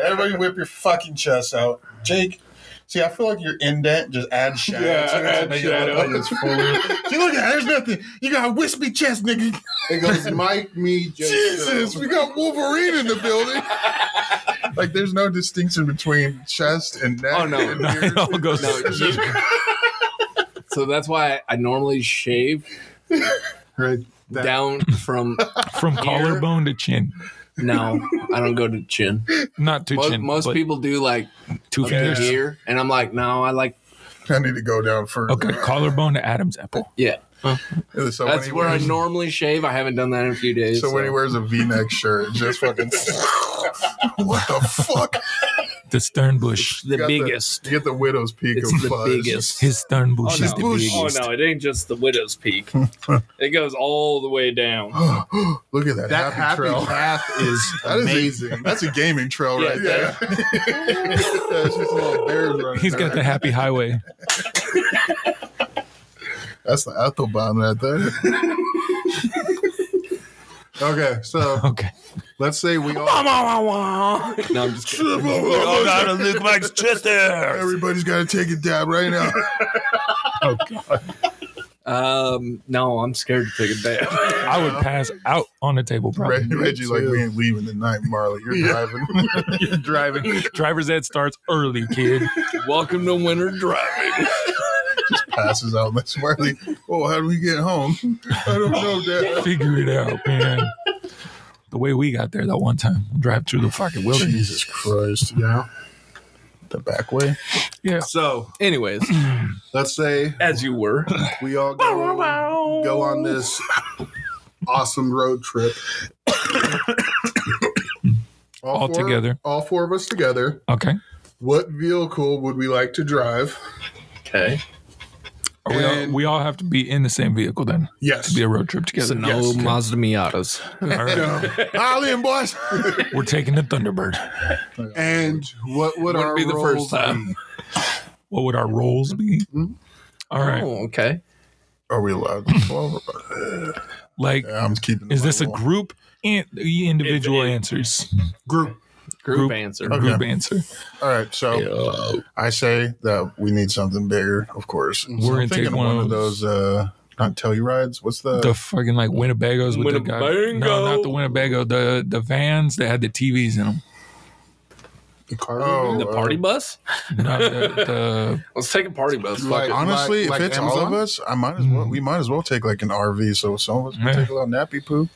Speaker 3: Everybody whip your fucking chest out. Jake, see, I feel like your indent just adds shadow to it to make it look like it's fuller. see, look at it. There's nothing. You got a wispy chest, nigga.
Speaker 5: It goes Mike, me, Joe.
Speaker 3: Jesus, we got Wolverine in the building. like, there's no distinction between chest and neck.
Speaker 4: Oh, no.
Speaker 3: and
Speaker 2: No,
Speaker 3: beard.
Speaker 2: it all goes-
Speaker 3: No, it's just-
Speaker 4: so that's why I normally shave
Speaker 1: Right.
Speaker 4: down from.
Speaker 2: From collarbone to chin.
Speaker 4: No, I don't go to chin.
Speaker 2: Not to
Speaker 4: Most,
Speaker 2: chin.
Speaker 4: most
Speaker 2: but
Speaker 4: people do like
Speaker 2: Two
Speaker 4: up
Speaker 2: fingers.
Speaker 4: here, and I'm like, no, I like.
Speaker 3: I need to go down further.
Speaker 2: Okay, collarbone to Adam's apple.
Speaker 4: Yeah,
Speaker 3: So when
Speaker 4: that's
Speaker 3: he
Speaker 4: where I
Speaker 3: wears-
Speaker 4: normally shave. I haven't done that in a few days.
Speaker 3: So when he wears a V-neck shirt, it just fucking what the fuck?
Speaker 2: The stern bush.
Speaker 4: the
Speaker 3: got the-
Speaker 4: biggest,
Speaker 3: You get the widow's peak
Speaker 4: it's
Speaker 3: of
Speaker 4: the
Speaker 3: fuzz.
Speaker 4: biggest.
Speaker 2: His stern bush
Speaker 4: no.
Speaker 2: is the biggest.
Speaker 4: Oh no, it ain't just the widow's peak. it goes all the way down.
Speaker 3: Look at that,
Speaker 1: That
Speaker 3: happy,
Speaker 1: happy
Speaker 3: trail.
Speaker 1: path is
Speaker 3: That is
Speaker 1: amazing.
Speaker 3: A, that's a gaming trail
Speaker 4: Yeah,
Speaker 3: right there. that's just a little bears running.
Speaker 2: He's got the happy highway.
Speaker 3: That's the Autobahn right there. okay, so
Speaker 2: Okay.
Speaker 3: let's say we all
Speaker 4: No, I'm just kidding.
Speaker 3: Oh,
Speaker 2: look like Chester.
Speaker 3: everybody's got to take a dab right now.
Speaker 4: Um, no, I'm scared to take a bath.
Speaker 2: I would pass out on the table probably.
Speaker 3: Reg- Reggie, like we ain't leaving tonight, Marley. You're driving.
Speaker 2: You're driving. Driver's ed starts early, kid.
Speaker 4: Welcome to winter driving.
Speaker 3: passes out. Miss Marley. Oh, how do we get home? I don't know, Dad.
Speaker 2: Figure it out, man. The way we got there that one time, drive through the fucking wilderness.
Speaker 3: Jesus Christ.
Speaker 1: Yeah.
Speaker 3: The back way.
Speaker 1: So
Speaker 4: Anyways,
Speaker 1: let's say
Speaker 4: as you were,
Speaker 1: we all go, go on this awesome road trip.
Speaker 2: All
Speaker 1: four-
Speaker 2: together.
Speaker 1: All four of us together.
Speaker 2: Okay.
Speaker 1: What vehicle would we like to drive?
Speaker 4: okay.
Speaker 2: Are we, all,
Speaker 1: And-
Speaker 2: we all have to be in the same vehicle then
Speaker 1: Yes.
Speaker 2: to be a road trip
Speaker 4: So
Speaker 2: together.
Speaker 4: no
Speaker 2: Yes.
Speaker 4: Mazda Miatas.
Speaker 2: All right.
Speaker 3: All in, boys.
Speaker 2: We're taking the Thunderbird.
Speaker 1: And what would
Speaker 4: Wouldn't
Speaker 1: our
Speaker 4: be the first
Speaker 1: roles
Speaker 4: time.
Speaker 1: be?
Speaker 2: What would our roles be? All right.
Speaker 4: Oh, okay.
Speaker 3: Are we allowed to pull over?
Speaker 2: Like,
Speaker 3: Yeah, I'm keeping.
Speaker 2: is
Speaker 3: my
Speaker 2: this a
Speaker 3: rule.
Speaker 2: group? and individual answers.
Speaker 3: group?
Speaker 4: Group,
Speaker 2: Group.
Speaker 4: answer.
Speaker 3: Okay.
Speaker 2: Group answer.
Speaker 3: All right. So uh, I say that we need something bigger, of course.
Speaker 2: We're
Speaker 3: so
Speaker 2: gonna
Speaker 3: I'm thinking
Speaker 2: take one
Speaker 3: one
Speaker 2: of
Speaker 3: of those uh, not Tellurides. What's the
Speaker 2: the fucking like Winnebagos with the guy. No,
Speaker 3: Winnebago.
Speaker 2: not the Winnebago. The the vans that had the TVs in them.
Speaker 3: the
Speaker 2: Oh,
Speaker 4: the
Speaker 3: uh,
Speaker 4: party bus?
Speaker 2: No, the,
Speaker 4: Let's take a party bus. Fuck
Speaker 3: Like
Speaker 4: it.
Speaker 3: honestly,
Speaker 4: Like- like
Speaker 3: if it's all of
Speaker 4: Amazon?
Speaker 3: us, I might as well. We might as well take like an RV. So some of us can
Speaker 2: Hmm. Yeah.
Speaker 3: take a little nappy poo.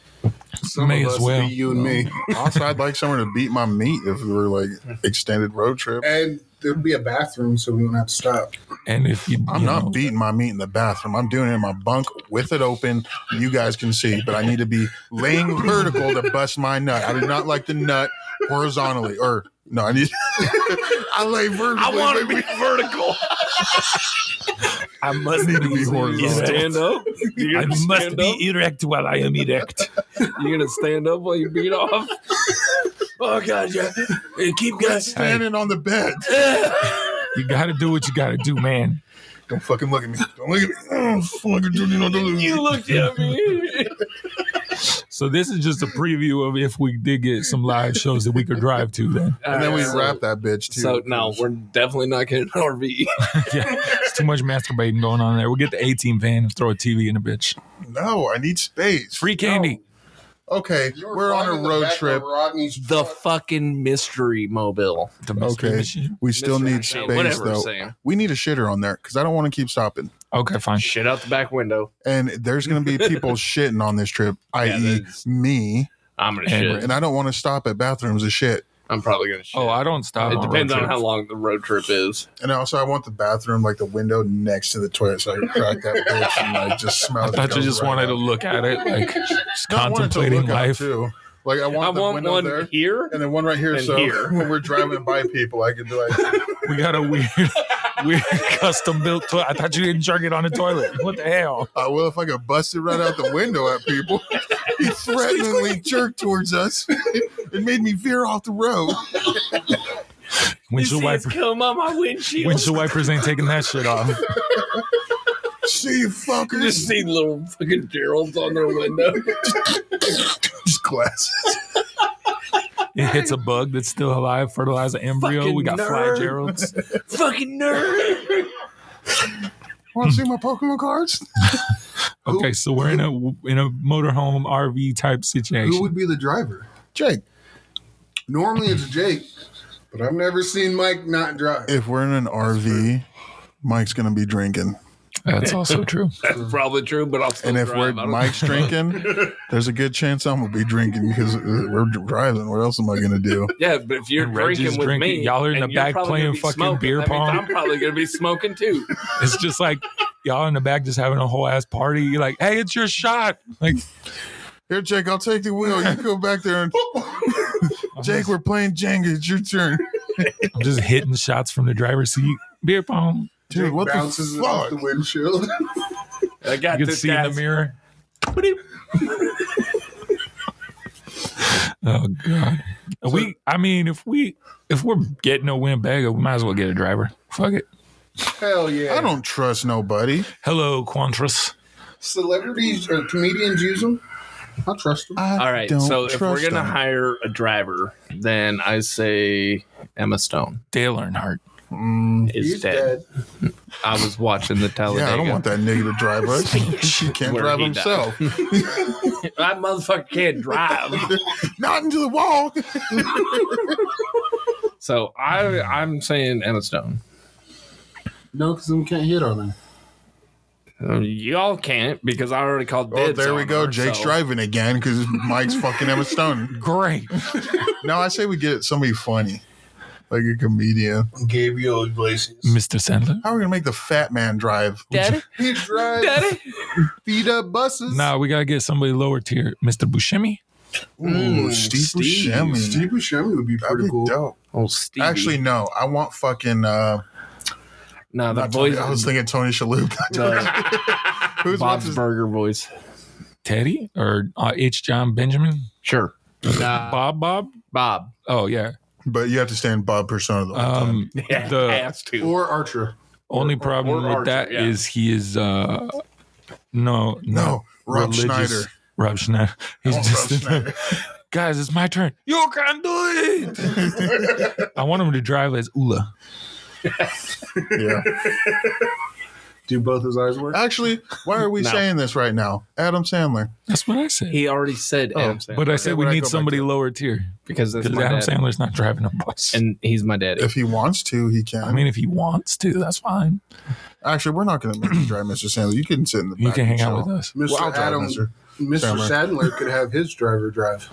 Speaker 2: the may as well.
Speaker 3: you and me. also, I'd like somewhere to beat my meat if we were like extended road trip.
Speaker 5: And there'd be a bathroom, so we wouldn't have to stop.
Speaker 2: And if you,
Speaker 3: I'm
Speaker 2: you
Speaker 3: not
Speaker 2: know,
Speaker 3: beating my meat in the bathroom. I'm doing it in my bunk with it open. You guys can see, but I need to be laying vertical to bust my nut. I do not like the nut horizontally. Or no, I need. I lay vertical.
Speaker 4: I want to be vertical.
Speaker 2: I must need to be
Speaker 4: You stand up. You're
Speaker 2: I
Speaker 4: gonna
Speaker 2: must
Speaker 4: stand up.
Speaker 2: be erect while I am erect.
Speaker 4: You're gonna stand up while you beat off. oh god, yeah. Hey, keep going.
Speaker 3: standing on the bed.
Speaker 2: You got to do what you got to do, man.
Speaker 3: Don't fucking look at me. Don't look at me. Oh, fucking do not look at me.
Speaker 4: You looked at me.
Speaker 2: So this is just a preview of if we did get some live shows that we could drive to. Then
Speaker 3: And then we
Speaker 4: Alright, so-
Speaker 3: wrap that bitch too.
Speaker 4: So no, we're definitely not getting an RV.
Speaker 2: yeah, it's too much masturbating going on there. We'll get the A team van and throw a TV in a bitch.
Speaker 3: no, I need space.
Speaker 2: Free candy.
Speaker 3: Okay, we're on a road trip.
Speaker 5: Rodney's
Speaker 4: The fucking mystery mobile.
Speaker 2: The mystery
Speaker 3: Okay.
Speaker 2: machine.
Speaker 3: We still
Speaker 4: Mr.
Speaker 3: need
Speaker 4: Hussein,
Speaker 3: space
Speaker 4: whatever
Speaker 3: though.
Speaker 4: Hussein.
Speaker 3: We need a shitter on there because I don't want to keep stopping.
Speaker 2: Okay, fine.
Speaker 4: Shit out the back window.
Speaker 3: And there's going to be people shitting on this trip, i.e.,
Speaker 4: that's-
Speaker 3: me.
Speaker 4: I'm gonna
Speaker 2: And-
Speaker 4: shit.
Speaker 3: And I don't want to stop at bathrooms and shit.
Speaker 4: I'm probably gonna shit.
Speaker 2: Oh, I don't stop.
Speaker 4: it
Speaker 2: on
Speaker 4: depends
Speaker 2: road
Speaker 4: on how
Speaker 2: trips.
Speaker 4: long the road trip is.
Speaker 3: And also, I want the bathroom like the window next to the toilet, so I can crack that bitch and like just smell.
Speaker 2: I thought you just wanted to look at it, like just contemplating life.
Speaker 3: too. Like I want
Speaker 4: I
Speaker 3: the
Speaker 4: want
Speaker 3: window
Speaker 4: one
Speaker 3: there.
Speaker 4: here.
Speaker 3: And then one right here,
Speaker 4: And
Speaker 3: so
Speaker 4: here.
Speaker 3: when we're driving by people, I can be like,
Speaker 2: We got a weird, weird custom built toilet. I thought you didn't jerk it on the toilet. What the hell?
Speaker 3: I will Uh, if I could bust it right out the window at people. He threateningly jerked towards us. It made me veer off the road.
Speaker 2: Windshield
Speaker 4: you see it's
Speaker 2: wiper.
Speaker 4: come on my windshield.
Speaker 2: Windshield wipers ain't taking that shit off.
Speaker 3: See you
Speaker 4: You
Speaker 3: fuckers.
Speaker 4: just see little fucking Geralds on their window.
Speaker 3: Just glasses.
Speaker 2: It hits a bug that's still alive, fertilize an embryo. we got
Speaker 4: nerd.
Speaker 2: fly Geralds.
Speaker 4: fucking nerd.
Speaker 3: Want to see my Pokemon cards?
Speaker 2: Okay, so we're in a in a motorhome RV type
Speaker 5: Who
Speaker 2: situation.
Speaker 5: would be the driver?
Speaker 3: Jake,
Speaker 5: Normally it's Jake, but I've never seen Mike not drive.
Speaker 3: if we're in an RV, Mike's going to be drinking.
Speaker 2: That's also true.
Speaker 4: That's probably true, but I'll still
Speaker 3: And if
Speaker 4: drive.
Speaker 3: we're
Speaker 4: I don't-
Speaker 3: Mike's drinking, there's a good chance I'm going to be drinking because uh, we're driving. What else am I going to do?
Speaker 4: Yeah, but if you're
Speaker 2: And Reggie's
Speaker 4: drinking with
Speaker 2: drinking,
Speaker 4: me,
Speaker 2: y'all are in
Speaker 4: and
Speaker 2: the
Speaker 4: you're
Speaker 2: back
Speaker 4: probably
Speaker 2: playing
Speaker 4: gonna be
Speaker 2: fucking
Speaker 4: smoking,
Speaker 2: beer
Speaker 4: that means
Speaker 2: pong.
Speaker 4: I'm probably gonna be smoking too.
Speaker 2: It's just like y'all in the back just having a whole ass party. You're like, hey, it's your shot. Like
Speaker 3: Here, Jake, I'll take the wheel. You go back there and Jake, we're playing Jenga. It's your turn.
Speaker 2: I'm just hitting shots from the driver's seat. Beer pong.
Speaker 3: Dude,
Speaker 5: Jake
Speaker 3: what
Speaker 5: bounces
Speaker 3: the
Speaker 5: it
Speaker 3: fuck?
Speaker 5: off the windshield.
Speaker 4: I got
Speaker 2: You can
Speaker 4: this
Speaker 2: see in
Speaker 4: guy.
Speaker 2: the mirror. oh god. we I mean if we if we're getting a Winnebago, we might as well get a driver. Fuck it.
Speaker 5: Hell yeah!
Speaker 3: I don't trust nobody.
Speaker 2: Hello, Quantrus.
Speaker 5: Celebrities or comedians use them. I trust them.
Speaker 3: I
Speaker 4: All right,
Speaker 3: don't
Speaker 4: so if we're
Speaker 3: trust
Speaker 4: gonna
Speaker 3: 'em.
Speaker 4: hire a driver, then I say Emma Stone
Speaker 2: Dale Earnhardt.
Speaker 3: Mm,
Speaker 4: is
Speaker 5: He's
Speaker 4: dead.
Speaker 5: dead.
Speaker 4: I was watching the Talladega.
Speaker 3: yeah, I don't want that nigga to drive us. he can't
Speaker 4: Where
Speaker 3: drive
Speaker 4: he
Speaker 3: himself.
Speaker 4: that. motherfucker can't drive.
Speaker 3: Not into the wall.
Speaker 4: so I, I'm saying Emma Stone.
Speaker 5: No, because we can't hit on her.
Speaker 4: Uh, Y'all can't because I already called.
Speaker 3: Oh,
Speaker 4: dibs
Speaker 3: there we
Speaker 4: on
Speaker 3: go.
Speaker 4: her,
Speaker 3: Jake's
Speaker 4: so-
Speaker 3: driving again because Mike's fucking Emma Stone.
Speaker 2: Great.
Speaker 3: No, I say we get somebody funny, like a comedian.
Speaker 17: Gabriel Iglesias.
Speaker 2: Mr. Sandler?
Speaker 3: How are we gonna make the fat man drive?
Speaker 4: Daddy,
Speaker 5: He drives
Speaker 4: daddy.
Speaker 5: beat up buses.
Speaker 2: Nah, we gotta get somebody lower tier. Mr. Buscemi?
Speaker 3: Ooh,
Speaker 4: Mm,
Speaker 3: Steve
Speaker 4: Steve.
Speaker 3: Buscemi.
Speaker 5: Steve Buscemi would be
Speaker 3: That'd
Speaker 5: pretty
Speaker 3: be
Speaker 5: cool.
Speaker 3: dope.
Speaker 4: Oh, Stevie.
Speaker 3: Actually, no. I want fucking. Uh,
Speaker 4: no, the
Speaker 3: not Tony-
Speaker 4: voice.
Speaker 3: I was thinking Tony Shalhoub.
Speaker 4: the
Speaker 3: Who's what's
Speaker 4: Bob's
Speaker 3: his-
Speaker 4: Burger voice.
Speaker 2: Teddy? Or uh, H. John Benjamin?
Speaker 4: Sure. Nah,
Speaker 2: Bob Bob?
Speaker 4: Bob.
Speaker 2: Oh yeah.
Speaker 3: But you have to stand Bob persona the whole time.
Speaker 2: Um the
Speaker 4: has to.
Speaker 5: Or Archer.
Speaker 2: only
Speaker 4: or-
Speaker 2: problem
Speaker 4: or
Speaker 2: with that
Speaker 4: Archer,
Speaker 2: is
Speaker 4: yeah.
Speaker 2: he is uh no
Speaker 3: No, Rob Schneider.
Speaker 2: Rob Schneider. He's
Speaker 4: Oh,
Speaker 3: I want
Speaker 2: just
Speaker 3: Rob Schneider.
Speaker 2: guys, it's my turn. You can do it. I want him to drive as Ula.
Speaker 3: yeah.
Speaker 5: Do both his eyes work?
Speaker 3: Actually, why are we
Speaker 4: No.
Speaker 3: saying this right now? Adam Sandler.
Speaker 1: That's what I said.
Speaker 4: He already said
Speaker 3: Oh,
Speaker 4: Adam Sandler.
Speaker 1: But I said
Speaker 3: Okay,
Speaker 1: we
Speaker 3: where'd I go
Speaker 1: need
Speaker 3: back
Speaker 1: somebody lower tier
Speaker 4: because that's
Speaker 1: because
Speaker 4: my
Speaker 1: Adam
Speaker 4: dad.
Speaker 1: Sandler's not driving a bus.
Speaker 4: and he's my daddy.
Speaker 3: If he wants to, he can.
Speaker 1: I mean, if he wants to, that's fine.
Speaker 3: Actually, we're not going to make you drive, Mr. Sandler. You can sit in the back.
Speaker 1: You can
Speaker 3: and
Speaker 1: hang out
Speaker 3: chill.
Speaker 1: with us.
Speaker 3: Well,
Speaker 5: Mr.
Speaker 3: I'll drive,
Speaker 5: Adam,
Speaker 3: Mr.
Speaker 5: Mr. Sadler could have his driver drive.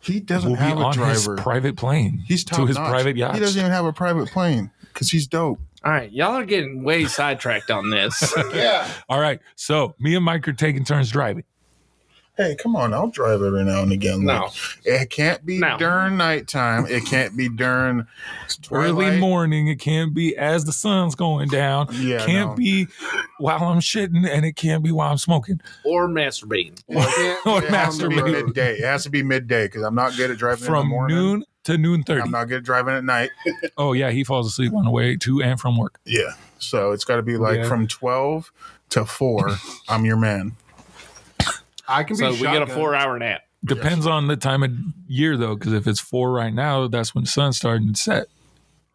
Speaker 3: He doesn't
Speaker 1: We'll be
Speaker 3: have a
Speaker 1: on his
Speaker 3: driver.
Speaker 1: private plane.
Speaker 3: He's top
Speaker 1: to his
Speaker 3: notch.
Speaker 1: private yacht.
Speaker 3: He doesn't even have a private plane because he's dope.
Speaker 4: All right, y'all are getting way sidetracked on this.
Speaker 18: Yeah.
Speaker 1: All right, so me and Mike are taking turns driving.
Speaker 3: Hey, come on! I'll drive every now and again.
Speaker 4: No.
Speaker 3: Like, it can't be
Speaker 4: No.
Speaker 3: during nighttime. It can't be during
Speaker 1: Early
Speaker 3: twilight.
Speaker 1: morning, it can't be as the sun's going down.
Speaker 3: Yeah,
Speaker 1: can't
Speaker 3: no.
Speaker 1: be while I'm shitting, and it can't be while I'm smoking.
Speaker 4: or masturbating.
Speaker 3: It
Speaker 1: Or
Speaker 3: can't- it has to be
Speaker 1: masturbate.
Speaker 3: midday. It has to be midday because I'm not good at driving in the
Speaker 1: From
Speaker 3: morning.
Speaker 1: noon to noon thirty.
Speaker 3: I'm not good at driving at night.
Speaker 1: Oh yeah, he falls asleep on the way to and from work.
Speaker 3: Yeah. So it's got to be like from 12 to 4. I'm your man.
Speaker 5: I can be.
Speaker 4: So we get a
Speaker 5: shotgun.
Speaker 4: four hour nap.
Speaker 1: Depends on the time of year though, because if it's four right now, that's when the sun's starting to set.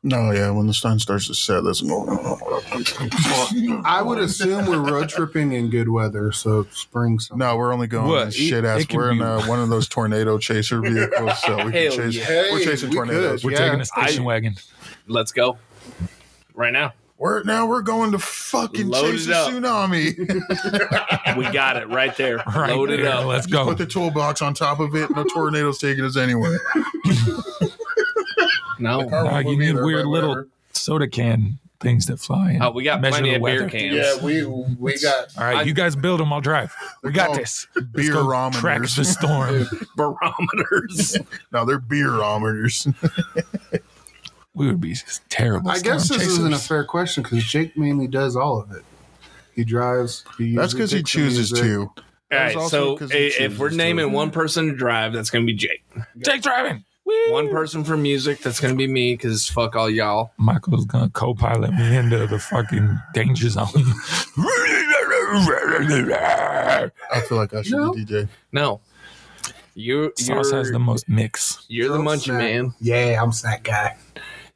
Speaker 3: No, yeah. When the sun starts to set, that's
Speaker 5: I would assume we're road tripping in good weather, so spring. Summer.
Speaker 3: No, we're only going
Speaker 1: What?
Speaker 3: in shit
Speaker 1: It-
Speaker 3: ass.
Speaker 1: it can
Speaker 3: We're in
Speaker 1: be-
Speaker 3: uh, one of those tornado chaser vehicles, so we can
Speaker 4: Hell
Speaker 3: chase.
Speaker 4: yeah.
Speaker 3: We're chasing
Speaker 5: Hey, we
Speaker 3: tornadoes.
Speaker 5: could.
Speaker 1: We're
Speaker 5: Yeah.
Speaker 1: taking a station wagon.
Speaker 4: Let's go. Right now.
Speaker 3: We're now we're going to fucking
Speaker 4: Load
Speaker 3: chase
Speaker 4: it
Speaker 3: a
Speaker 4: up.
Speaker 3: tsunami.
Speaker 4: We got it right there.
Speaker 1: Right
Speaker 4: Load it
Speaker 1: there,
Speaker 4: up.
Speaker 1: Let's go.
Speaker 3: Put the toolbox on top of it. No tornadoes taking us anywhere.
Speaker 4: No.
Speaker 1: Nah, you need weird little soda can things that fly. in.
Speaker 4: Oh, we got
Speaker 1: Measure
Speaker 4: plenty
Speaker 1: the
Speaker 4: of beer
Speaker 1: weather.
Speaker 4: cans.
Speaker 18: Yeah, we we got
Speaker 1: All right, you guys build them. I'll drive. We got
Speaker 5: Oh,
Speaker 3: called
Speaker 1: this. Let's go Track the
Speaker 3: Beerometers.
Speaker 1: storm.
Speaker 4: Barometers.
Speaker 3: no, they're beerometers.
Speaker 1: we would be s- terrible.
Speaker 5: I guess
Speaker 1: storm
Speaker 5: this isn't a
Speaker 1: chasers.
Speaker 5: fair question because Jake mainly does all of it. He drives. He
Speaker 3: That's
Speaker 5: usually
Speaker 3: because he
Speaker 5: picks the
Speaker 3: chooses
Speaker 5: music.
Speaker 3: to.
Speaker 4: All
Speaker 3: That was
Speaker 4: right.
Speaker 3: also
Speaker 4: So
Speaker 3: 'cause he
Speaker 4: i- if we're
Speaker 3: chooses to.
Speaker 4: naming one person to drive, that's going to be Jake.
Speaker 1: Take driving.
Speaker 4: One person for music, that's going to be me because fuck all y'all.
Speaker 1: Michael's gonna co-pilot me into the fucking danger zone.
Speaker 3: I feel like I should
Speaker 5: No.
Speaker 3: be DJ.
Speaker 4: No. You, you're
Speaker 1: Sauce has the most mix.
Speaker 4: you're the
Speaker 5: Don't
Speaker 4: munchie
Speaker 5: snack.
Speaker 4: man.
Speaker 5: Yeah, I'm that guy.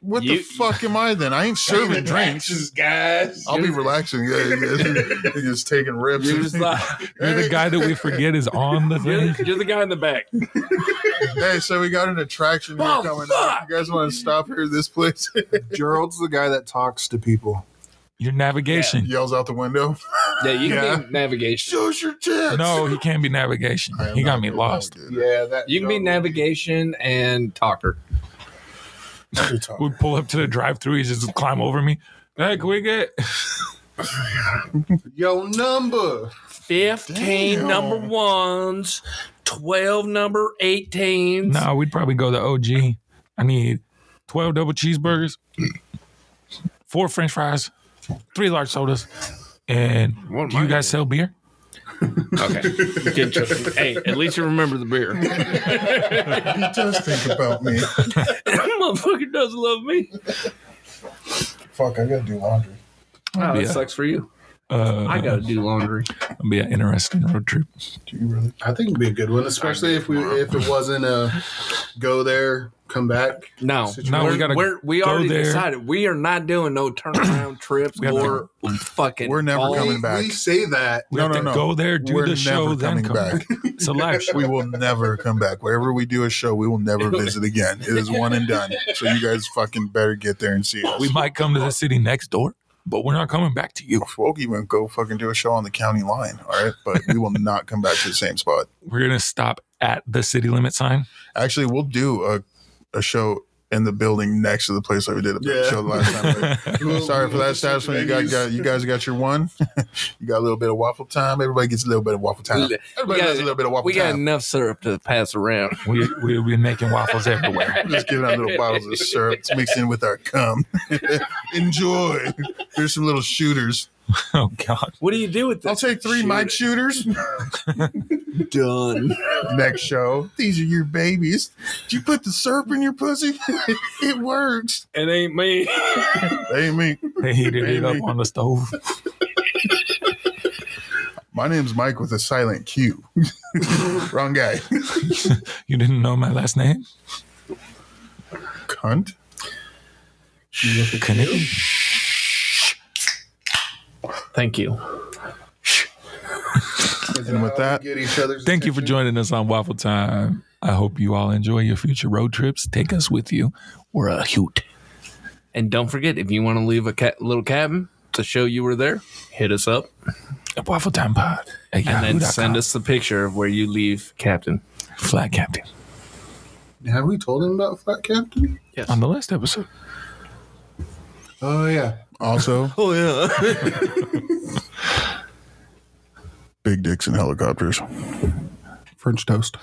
Speaker 3: What the
Speaker 4: You-
Speaker 3: fuck am I then? I ain't serving drinks.
Speaker 18: drinks, guys.
Speaker 3: I'll be relaxing. Yeah, yeah. He's just taking rips.
Speaker 4: You're just like,
Speaker 1: You're the
Speaker 3: Hey.
Speaker 1: guy that we forget is on the
Speaker 4: you're,
Speaker 1: thing.
Speaker 4: you're the guy in the back.
Speaker 3: Hey, so we got an attraction here
Speaker 1: Oh,
Speaker 3: coming up. You guys want to stop here at this place?
Speaker 5: Gerald's the guy that talks to people.
Speaker 1: Your navigation.
Speaker 3: Yells out the window.
Speaker 4: Yeah, you can
Speaker 3: Yeah.
Speaker 4: be navigation.
Speaker 3: Shows your tits.
Speaker 1: No, he can't be navigation.
Speaker 3: I am
Speaker 1: He got
Speaker 3: not
Speaker 1: me
Speaker 3: good.
Speaker 1: lost.
Speaker 3: No, dude.
Speaker 5: Yeah, that
Speaker 4: You can be navigation and talker.
Speaker 1: We pull up to the drive-through. He just climb over me. Hey, can we get?
Speaker 5: Yo, number.
Speaker 4: 15
Speaker 3: Damn.
Speaker 4: number ones, 12 number 18s.
Speaker 1: No, we'd probably go the OG. I need 12 double cheeseburgers, four french fries, three large sodas, and
Speaker 4: What am
Speaker 1: do you
Speaker 4: I
Speaker 1: guys sell beer?
Speaker 4: Okay. Good job. hey, at least you remember the beer.
Speaker 3: He does think about me.
Speaker 4: Motherfucker does love me.
Speaker 3: Fuck, I gotta do laundry.
Speaker 4: Oh,
Speaker 1: Yeah.
Speaker 4: that sucks for you.
Speaker 1: Uh,
Speaker 4: I got to do laundry.
Speaker 1: It'll be an interesting road trip.
Speaker 3: Do you really?
Speaker 5: I think it'd be a good one, especially if we if it wasn't a go there, come back.
Speaker 4: No,
Speaker 1: No, we gotta
Speaker 4: we're, we
Speaker 1: go
Speaker 4: already
Speaker 1: there.
Speaker 4: decided we are not doing no turnaround trips
Speaker 1: We have to-
Speaker 4: or fucking.
Speaker 3: We're never
Speaker 4: all-
Speaker 3: coming
Speaker 5: We-
Speaker 3: back.
Speaker 5: We say that.
Speaker 1: We
Speaker 3: No,
Speaker 1: have
Speaker 3: no,
Speaker 1: to
Speaker 3: no.
Speaker 1: go there, do
Speaker 3: We're
Speaker 1: the show,
Speaker 3: never
Speaker 1: then
Speaker 3: coming
Speaker 1: come back.
Speaker 3: back.
Speaker 1: It's a live show.
Speaker 3: We will never come back. Wherever we do a show, we will never visit again. It is one and done. So you guys fucking better get there and see us.
Speaker 1: We might come to the city next door, but we're not coming back to you.
Speaker 3: We'll even go fucking do a show on the county line, all right? But we will not come back to the same spot.
Speaker 1: We're gonna stop at the city limit sign.
Speaker 3: Actually, we'll do a a show in the building next to the place that we did a
Speaker 18: Yeah.
Speaker 3: show last time.
Speaker 18: We'll-
Speaker 3: Sorry for
Speaker 18: we'll
Speaker 3: that establishment. You
Speaker 18: venues.
Speaker 3: guys got you guys got your one. you got a little bit of waffle time. Everybody gets a little bit of waffle time.
Speaker 4: We-
Speaker 3: Everybody
Speaker 4: we
Speaker 3: gets
Speaker 4: got-
Speaker 3: a little bit of waffle
Speaker 4: we got
Speaker 3: time.
Speaker 4: enough syrup to pass around.
Speaker 1: We we'll be making waffles everywhere.
Speaker 3: Just giving out little bottles of syrup It's mixed in with our cum. Enjoy. Here's some little shooters.
Speaker 1: Oh God,
Speaker 4: What do you do with
Speaker 3: I'll
Speaker 4: that?
Speaker 3: take three
Speaker 4: Shoot
Speaker 3: Mike
Speaker 4: it.
Speaker 3: shooters.
Speaker 4: Done.
Speaker 3: Next show. These are your babies. Did you put the syrup in your pussy? it works.
Speaker 4: It ain't me.
Speaker 3: Hey, me.
Speaker 1: they heated it up on the stove.
Speaker 3: My name's Mike with a silent Q. Wrong guy.
Speaker 1: You didn't know my last name?
Speaker 3: Cunt.
Speaker 1: Connect.
Speaker 4: Thank you.
Speaker 3: And with that,
Speaker 1: Thank you for joining us on Waffle Time. I hope you all enjoy your future road trips. Take us with you. We're a hoot.
Speaker 4: And don't forget, if you want to leave a ca- little cabin to show you were there, hit us up.
Speaker 1: At Waffle Time Pod. And
Speaker 4: then send us the picture of where you leave Captain.
Speaker 1: Flat Captain.
Speaker 5: Have we told him about Flat Captain?
Speaker 4: Yes.
Speaker 1: On the last episode.
Speaker 5: Oh yeah.
Speaker 3: Also,
Speaker 4: Oh, yeah.
Speaker 3: big dicks and helicopters. French toast.